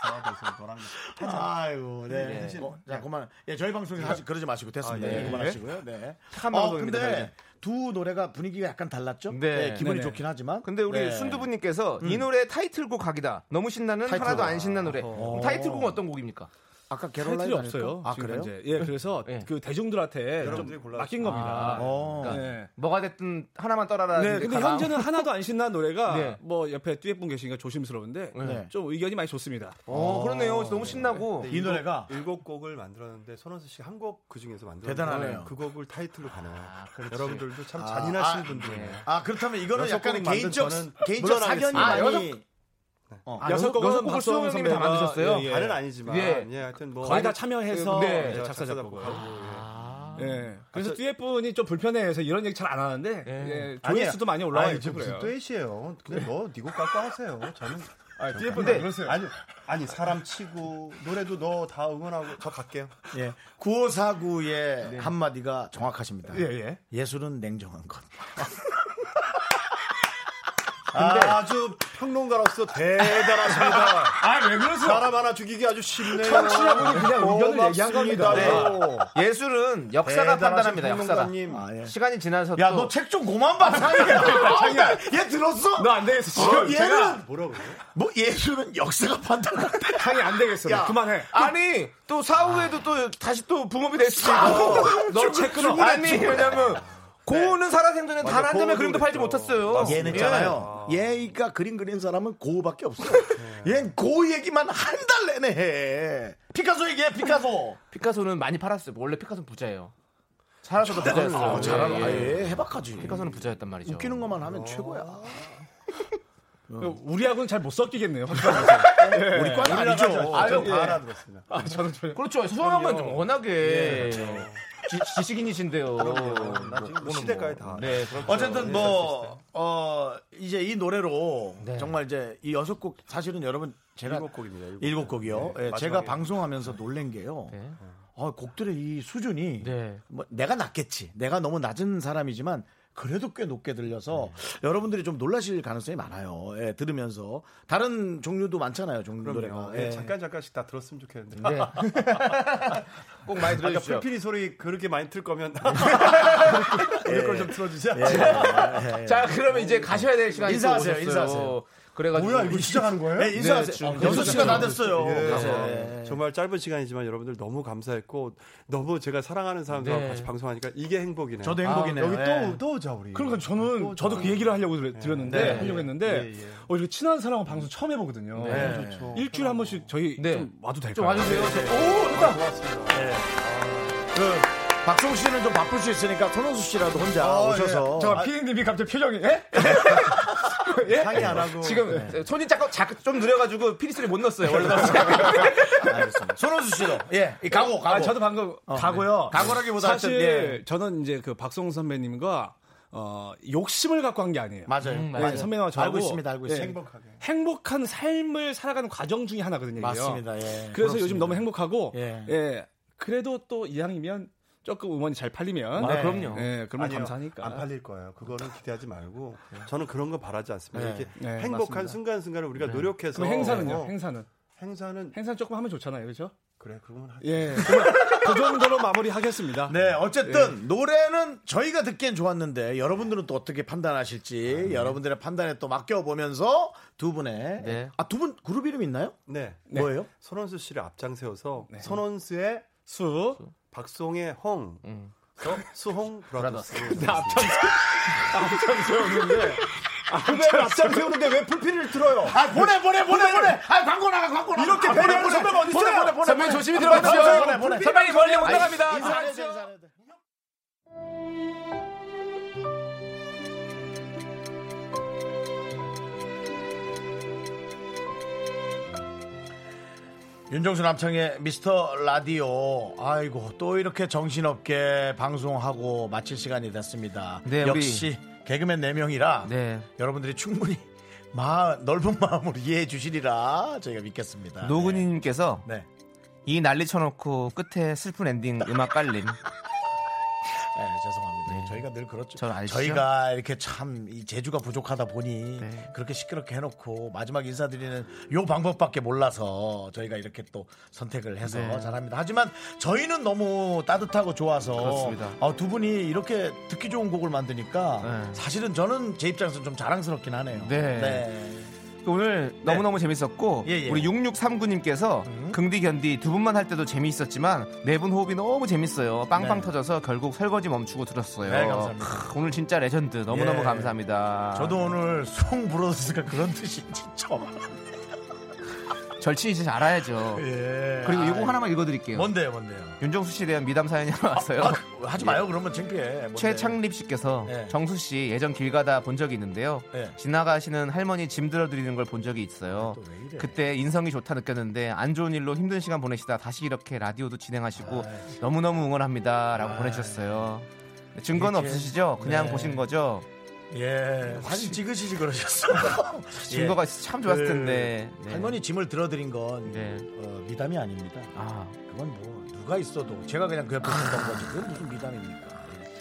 Speaker 8: 사업에서 너랑
Speaker 1: 아이고, 네.
Speaker 8: 네.
Speaker 1: 어, 자, 그만. 예, 저희 방송에서 하시, 그러지 마시고 됐습니다.
Speaker 8: 아, 예.
Speaker 1: 예, 그만하시고요. 네.
Speaker 2: 착한
Speaker 1: 어,
Speaker 2: 방송입니다,
Speaker 1: 근데 두 노래가 분위기가 약간 달랐죠?
Speaker 2: 네.
Speaker 1: 기분이
Speaker 9: 네네. 음.
Speaker 1: 좋긴 하지만.
Speaker 2: 근데 우리
Speaker 1: 네.
Speaker 2: 순두부님께서 이 노래 타이틀곡 각이다. 너무 신나는 하나도 안 신난 노래. 그럼 타이틀곡은 어떤 곡입니까?
Speaker 1: 아까
Speaker 9: 타이틀이
Speaker 1: 캐롤라인
Speaker 9: 없어요.
Speaker 1: 아,
Speaker 9: 지금
Speaker 1: 그래요?
Speaker 9: 현재. 예, 그래서
Speaker 2: 예.
Speaker 9: 그 대중들한테 좀
Speaker 8: 여러분들이 아. 골라주세요.
Speaker 9: 맡긴 겁니다.
Speaker 1: 어.
Speaker 2: 그러니까
Speaker 9: 네.
Speaker 2: 뭐가 됐든 하나만 떠라라.
Speaker 9: 네, 근데
Speaker 2: 가라.
Speaker 9: 현재는 하나도 안 신난 노래가
Speaker 2: 네.
Speaker 9: 뭐 옆에 듀엣분 계시니까 조심스러운데
Speaker 1: 네.
Speaker 9: 좀 의견이 많이 좋습니다.
Speaker 2: 어, 그러네요. 너무 신나고.
Speaker 1: 이 노래가
Speaker 8: 일곱 곡을 만들었는데 손원수 씨가 한 곡 그 중에서 만들었는데
Speaker 1: 대단하네요.
Speaker 8: 그 곡을 타이틀로 가네요. 여러분들도 참 잔인하신 분들이네요.
Speaker 1: 아, 그렇다면 이거는
Speaker 8: 여섯
Speaker 1: 약간
Speaker 8: 곡을 만든
Speaker 1: 개인적
Speaker 8: 저는
Speaker 1: 개인적 사견이
Speaker 8: 물러나겠습니다.
Speaker 2: 아,
Speaker 1: 많이
Speaker 2: 여섯-
Speaker 1: 어.
Speaker 9: 아, 여섯 곡은
Speaker 2: 여섯 곡을
Speaker 9: 박수홍
Speaker 2: 수홍 형님이 다
Speaker 9: 선배가,
Speaker 2: 만드셨어요?
Speaker 9: 예, 예.
Speaker 8: 다는 아니지만
Speaker 2: 예.
Speaker 8: 예. 하여튼 뭐
Speaker 9: 거의 다 참여해서
Speaker 2: 네.
Speaker 9: 예,
Speaker 8: 제가
Speaker 9: 작사 작곡을.
Speaker 8: 하고,
Speaker 9: 예. 그래서 듀엣분이 좀 불편해해서 이런 얘기 잘 안 하는데
Speaker 2: 네.
Speaker 9: 예,
Speaker 8: 아니에요.
Speaker 9: 조회수도 많이
Speaker 8: 예. 아
Speaker 9: 올라와
Speaker 8: 이제
Speaker 9: 있고
Speaker 8: 무슨
Speaker 9: 그래요.
Speaker 8: 떼시에요 그냥 너니곡 갖고 하세요. 저는
Speaker 9: 아, 듀엣분
Speaker 8: 근데
Speaker 9: 그러세요.
Speaker 8: 아니 아니 사람 치고 노래도 너 다 응원하고 저 갈게요.
Speaker 1: 예. 9549의 한마디가 정확하십니다.
Speaker 9: 예, 예.
Speaker 1: 예술은 냉정한 것.
Speaker 8: 아주 평론가로서 대단하십니다.
Speaker 9: 아, 왜 그러세요?
Speaker 8: 사람 하나 죽이기 아주 쉽네요.
Speaker 9: 청취자분이 그냥 의견을
Speaker 8: 고맙습니다.
Speaker 9: 얘기한 겁니다.
Speaker 8: 네.
Speaker 2: 예술은 역사가 판단합니다. 역사가.
Speaker 8: 평론가님.
Speaker 1: 아, 예.
Speaker 2: 시간이 지나서
Speaker 1: 야, 너
Speaker 2: 또
Speaker 1: 책 좀 고만 봐. 자기야. 얘 들었어?
Speaker 9: 네. 너 안 되겠어. 지금
Speaker 1: 어,
Speaker 9: 제가
Speaker 1: 얘는
Speaker 8: 뭐라고 그래요?
Speaker 1: 뭐 예술은 역사가 판단한다.
Speaker 9: 상이 안 되겠어. 너
Speaker 1: 야.
Speaker 9: 그만해.
Speaker 2: 아니 또 사후에도 또 다시 또 붕업이 될 수도 있고 너책 끊어 아니 왜냐면 고우는 살아생전에 단
Speaker 12: 맞아,
Speaker 2: 한 점의
Speaker 12: 고우도
Speaker 2: 그림도 팔지
Speaker 12: 그랬죠.
Speaker 2: 못했어요.
Speaker 1: 얘는
Speaker 2: 예.
Speaker 1: 있잖아요. 얘가 그림 그린 사람은 고밖에 없어. 얘는 고 얘기만 한 달 내내 해. 피카소 얘기해, 피카소.
Speaker 2: 피카소는 많이 팔았어요. 원래 피카소는 부자예요. 살아서도 부자였어요.
Speaker 1: 아, 잘하는
Speaker 2: 예,
Speaker 1: 아,
Speaker 2: 예.
Speaker 1: 예, 해박하지.
Speaker 2: 피카소는 부자였단 말이죠.
Speaker 1: 웃기는 것만 하면 최고야.
Speaker 9: 우리하고는 잘 못 섞이겠네요.
Speaker 2: 네.
Speaker 1: 우리 과는 아니죠.
Speaker 12: 저는 다 알아들었습니다.
Speaker 9: 아, 저는 전혀.
Speaker 2: 그렇죠. 소영은 워낙에 지, 식인이신데요
Speaker 12: 나 지금 뭐 시대까지 다.
Speaker 2: 네, 그렇죠.
Speaker 1: 어쨌든 뭐, 어, 이제 이 노래로 정말 이제 이 여섯 곡 사실은 여러분 제가
Speaker 12: 네. 일곱 곡입니다, 일곱
Speaker 1: 일곱 곡이요. 예, 제가
Speaker 12: 마지막에.
Speaker 1: 방송하면서 놀란 게요.
Speaker 2: 네.
Speaker 1: 어, 곡들의 이 수준이
Speaker 2: 네.
Speaker 1: 뭐 내가 낮겠지. 내가 너무 낮은 사람이지만 그래도 꽤 높게 들려서
Speaker 12: 네.
Speaker 1: 여러분들이 좀 놀라실 가능성이 많아요. 예, 들으면서 다른 종류도 많잖아요. 종류 노래가.
Speaker 12: 그럼요.
Speaker 1: 예.
Speaker 9: 네.
Speaker 12: 예, 잠깐 잠깐씩 다 들었으면 좋겠는데.
Speaker 2: 네. 꼭 많이
Speaker 12: 아까
Speaker 2: 들어주십시오.
Speaker 12: 풀피리 소리 그렇게 많이 틀 거면 우리 걸좀 틀어주자.
Speaker 1: 예.
Speaker 2: 자, 그러면 이제 가셔야 될 시간이 또
Speaker 1: 인사하세요,
Speaker 2: 오셨어요.
Speaker 1: 인사하세요.
Speaker 2: 그래가지고
Speaker 12: 뭐야 이거 시작하는 거예요?
Speaker 1: 예, 인사하세요.
Speaker 2: 네, 지금
Speaker 1: 여섯 시간다 됐어요.
Speaker 12: 아,
Speaker 1: 예.
Speaker 9: 네.
Speaker 12: 정말 짧은 시간이지만 여러분들 너무 감사했고 너무 제가 사랑하는 사람들하고
Speaker 2: 네.
Speaker 12: 같이 방송하니까 이게 행복이네요.
Speaker 1: 저도 행복이네요.
Speaker 12: 여기
Speaker 1: 예.
Speaker 12: 또, 또 오자
Speaker 8: 네.
Speaker 12: 우리.
Speaker 9: 그러니까 저는 저도 그 얘기를 하려고 들- 드렸는데
Speaker 1: 네.
Speaker 9: 하려고 했는데
Speaker 12: 예, 예.
Speaker 9: 어, 이렇게 친한 사람하고 방송 처음 해보거든요.
Speaker 12: 좋죠.
Speaker 9: 일주일에 한 번씩 저희
Speaker 2: 네.
Speaker 9: 좀 와도 될까요?
Speaker 2: 좀 와주세요.
Speaker 1: 박성우 씨는 좀 바쁠 수 있으니까 손원수 씨라도 혼자
Speaker 12: 아, 예.
Speaker 1: 오셔서
Speaker 9: 저 피디님이 갑자기 표정이 에?
Speaker 1: 아, 상의 안 하고
Speaker 2: 예? 지금 손이 잠깐 작- 좀 느려가지고 피리 소리 못 넣었어요. 원래 넣었어요.
Speaker 1: 아, 알겠습니다. 손원수 씨도 예, 이 각오 각오.
Speaker 9: 아, 저도 방금
Speaker 2: 어, 네.
Speaker 1: 가고요.
Speaker 8: 네.
Speaker 1: 각오라기보다
Speaker 9: 사실
Speaker 1: 하여튼,
Speaker 2: 예.
Speaker 9: 저는 이제 그 박성 선배님과 어, 욕심을 갖고 한 게 아니에요.
Speaker 1: 음, 맞아요.
Speaker 9: 네, 선배님하고 저하고 네.
Speaker 1: 알고 있습니다. 알고 있습니다.
Speaker 12: 행복하게.
Speaker 9: 행복한 삶을 살아가는 과정 중에 하나거든요. 이게요.
Speaker 1: 맞습니다. 예.
Speaker 9: 그래서
Speaker 1: 그렇습니다.
Speaker 9: 요즘 너무 행복하고
Speaker 1: 예.
Speaker 9: 예. 그래도 또 이왕이면 조금 음원이 잘 팔리면
Speaker 2: 아, 그럼요.
Speaker 9: 예, 그러면
Speaker 12: 아니요,
Speaker 9: 감사하니까.
Speaker 12: 안 팔릴 거예요. 그거는 기대하지 말고 저는 그런 거 바라지 않습니다.
Speaker 1: 네.
Speaker 12: 이렇게
Speaker 9: 네,
Speaker 12: 행복한
Speaker 9: 맞습니다. 네.
Speaker 12: 순간순간을 우리가 노력해서
Speaker 9: 그럼 행사는요?
Speaker 12: 어,
Speaker 9: 행사는
Speaker 12: 행사는
Speaker 9: 행사 조금 하면 좋잖아요, 그렇죠?
Speaker 12: 그래 그러면 하자.
Speaker 9: 예, 그러면 그 정도로 마무리하겠습니다.
Speaker 1: 네, 어쨌든 노래는 저희가 듣기엔 좋았는데 여러분들은 또 어떻게 판단하실지 여러분들의 판단에 또 맡겨 보면서 두 분의
Speaker 2: 네.
Speaker 1: 아 두 분 그룹 이름 있나요?
Speaker 12: 네.
Speaker 1: 뭐예요?
Speaker 12: 손원수 씨를 앞장 세워서 손원수의
Speaker 9: 네. 수 음.
Speaker 12: 박송의 홍, 또 수홍 브라더스.
Speaker 1: 왜 앞장 세우는데 아, 왜 불필을 들어요? 아 보내 보내 보내 보내. 아 광고 나가 광고 나가. 이렇게 보내는 선배가 어디 있어요? 보내 보내 선배 조심히 들어가세요. 보내 보내.
Speaker 2: 선배님 멀리 못 나갑니다.
Speaker 1: 인사해야 돼 인사해야 돼. 윤정수 남창의 미스터 라디오. 아이고, 또 이렇게 정신없게 방송하고 마칠 시간이 됐습니다.
Speaker 2: 네, 우리-
Speaker 1: 역시 개그맨 4명이라
Speaker 2: 네.
Speaker 1: 여러분들이 충분히 마, 넓은 마음으로 이해해 주시리라 저희가 믿겠습니다.
Speaker 2: 노근이님께서
Speaker 1: 네. 네.
Speaker 2: 이 난리 쳐놓고 끝에 슬픈 엔딩 음악 깔림.
Speaker 1: 네, 죄송합니다. 저희가 늘 그렇죠.
Speaker 2: 저는 아시죠?
Speaker 1: 저희가 이렇게 참 이 재주가 부족하다 보니
Speaker 2: 네.
Speaker 1: 그렇게 시끄럽게 해놓고 마지막 인사드리는 요 방법밖에 몰라서 저희가 이렇게 또 선택을 해서
Speaker 2: 네.
Speaker 1: 잘합니다. 하지만 저희는 너무 따뜻하고 좋아서
Speaker 2: 그렇습니다.
Speaker 1: 아, 두 분이 이렇게 듣기 좋은 곡을 만드니까
Speaker 2: 네.
Speaker 1: 사실은 저는 제 입장에서 좀 자랑스럽긴 하네요.
Speaker 2: 네. 그 오늘 너무너무 재밌었고
Speaker 1: 네. 예, 음. 예.
Speaker 2: 우리 6639님께서 긍디 견디 두 분만 할 때도 재미있었지만 네 분 호흡이 너무 재밌어요. 빵빵
Speaker 1: 네.
Speaker 2: 터져서 결국 설거지 멈추고 들었어요.
Speaker 1: 네, 감사합니다.
Speaker 2: 크, 오늘 진짜 레전드 너무너무
Speaker 1: 예.
Speaker 2: 감사합니다.
Speaker 1: 저도 오늘 송 브로스가 그런 뜻인지 처음. 알았어요.
Speaker 2: 절친이 진짜 알아야죠.
Speaker 1: 예.
Speaker 2: 그리고
Speaker 1: 아이,
Speaker 2: 이거 하나만 읽어드릴게요.
Speaker 1: 뭔데요, 뭔데요?
Speaker 2: 윤정수 씨에 대한 미담 사연이 하나 왔어요.
Speaker 1: 아, 그- 하지 마요. 그러면 창피해. 뭔데요?
Speaker 2: 최창립 씨께서
Speaker 1: 네.
Speaker 2: 정수 씨 예전 길 가다 본 적이 있는데요.
Speaker 1: 네.
Speaker 2: 지나가시는 할머니 짐 들어드리는 걸 본 적이 있어요.
Speaker 1: 아, 또왜 이래?
Speaker 2: 그때 인성이 좋다 느꼈는데 안 좋은 일로 힘든 시간 보내시다 다시 이렇게 라디오도
Speaker 1: 아,
Speaker 2: 진행하시고
Speaker 1: 예.
Speaker 2: 너무너무 응원합니다라고 보내주셨어요. 증거는
Speaker 1: 이게-
Speaker 2: 없으시죠? 그냥
Speaker 1: 네.
Speaker 2: 보신 거죠?
Speaker 1: 예, 사진 찍으시지 그러셨어. 그
Speaker 2: 증거가 참 좋았을 텐데. 네.
Speaker 1: 예. 할머니 짐을 들어드린 건
Speaker 2: 네.
Speaker 1: 어, 미담이 아닙니다.
Speaker 2: 아,
Speaker 1: 그건 뭐 누가 있어도 제가 그냥 그 옆에 있던 거지. 그건 무슨 미담입니까?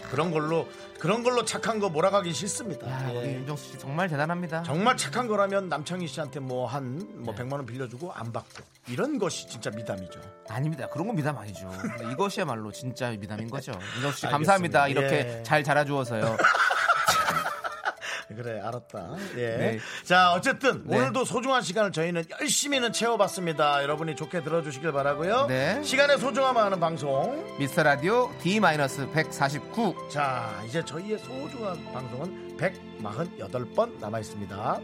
Speaker 1: 그런 걸로 그런 걸로 착한 거 몰아가기 싫습니다.
Speaker 2: 야,
Speaker 1: 예.
Speaker 2: 우리 윤정수 씨 정말 대단합니다.
Speaker 1: 정말 착한 거라면 남창희 씨한테 뭐 한 뭐
Speaker 2: 네.
Speaker 1: 100만 원 빌려주고 안 받고 이런 것이 진짜 미담이죠.
Speaker 2: 아닙니다. 그런 건 미담 아니죠. 근데 이것이야말로 진짜 미담인 거죠. 윤정수 씨
Speaker 1: 알겠습니다.
Speaker 2: 감사합니다. 이렇게
Speaker 1: 예.
Speaker 2: 잘 자라주어서요.
Speaker 1: 그래 알았다. 예. 자 어쨌든 오늘도 소중한 시간을 저희는 열심히는 채워봤습니다. 여러분이 좋게 들어주시길 바라고요.
Speaker 2: 네.
Speaker 1: 시간의 소중함을 아는 방송.
Speaker 2: 미스터 라디오 D-149.
Speaker 1: 자 이제 저희의 소중한 방송은 148번 남아 있습니다.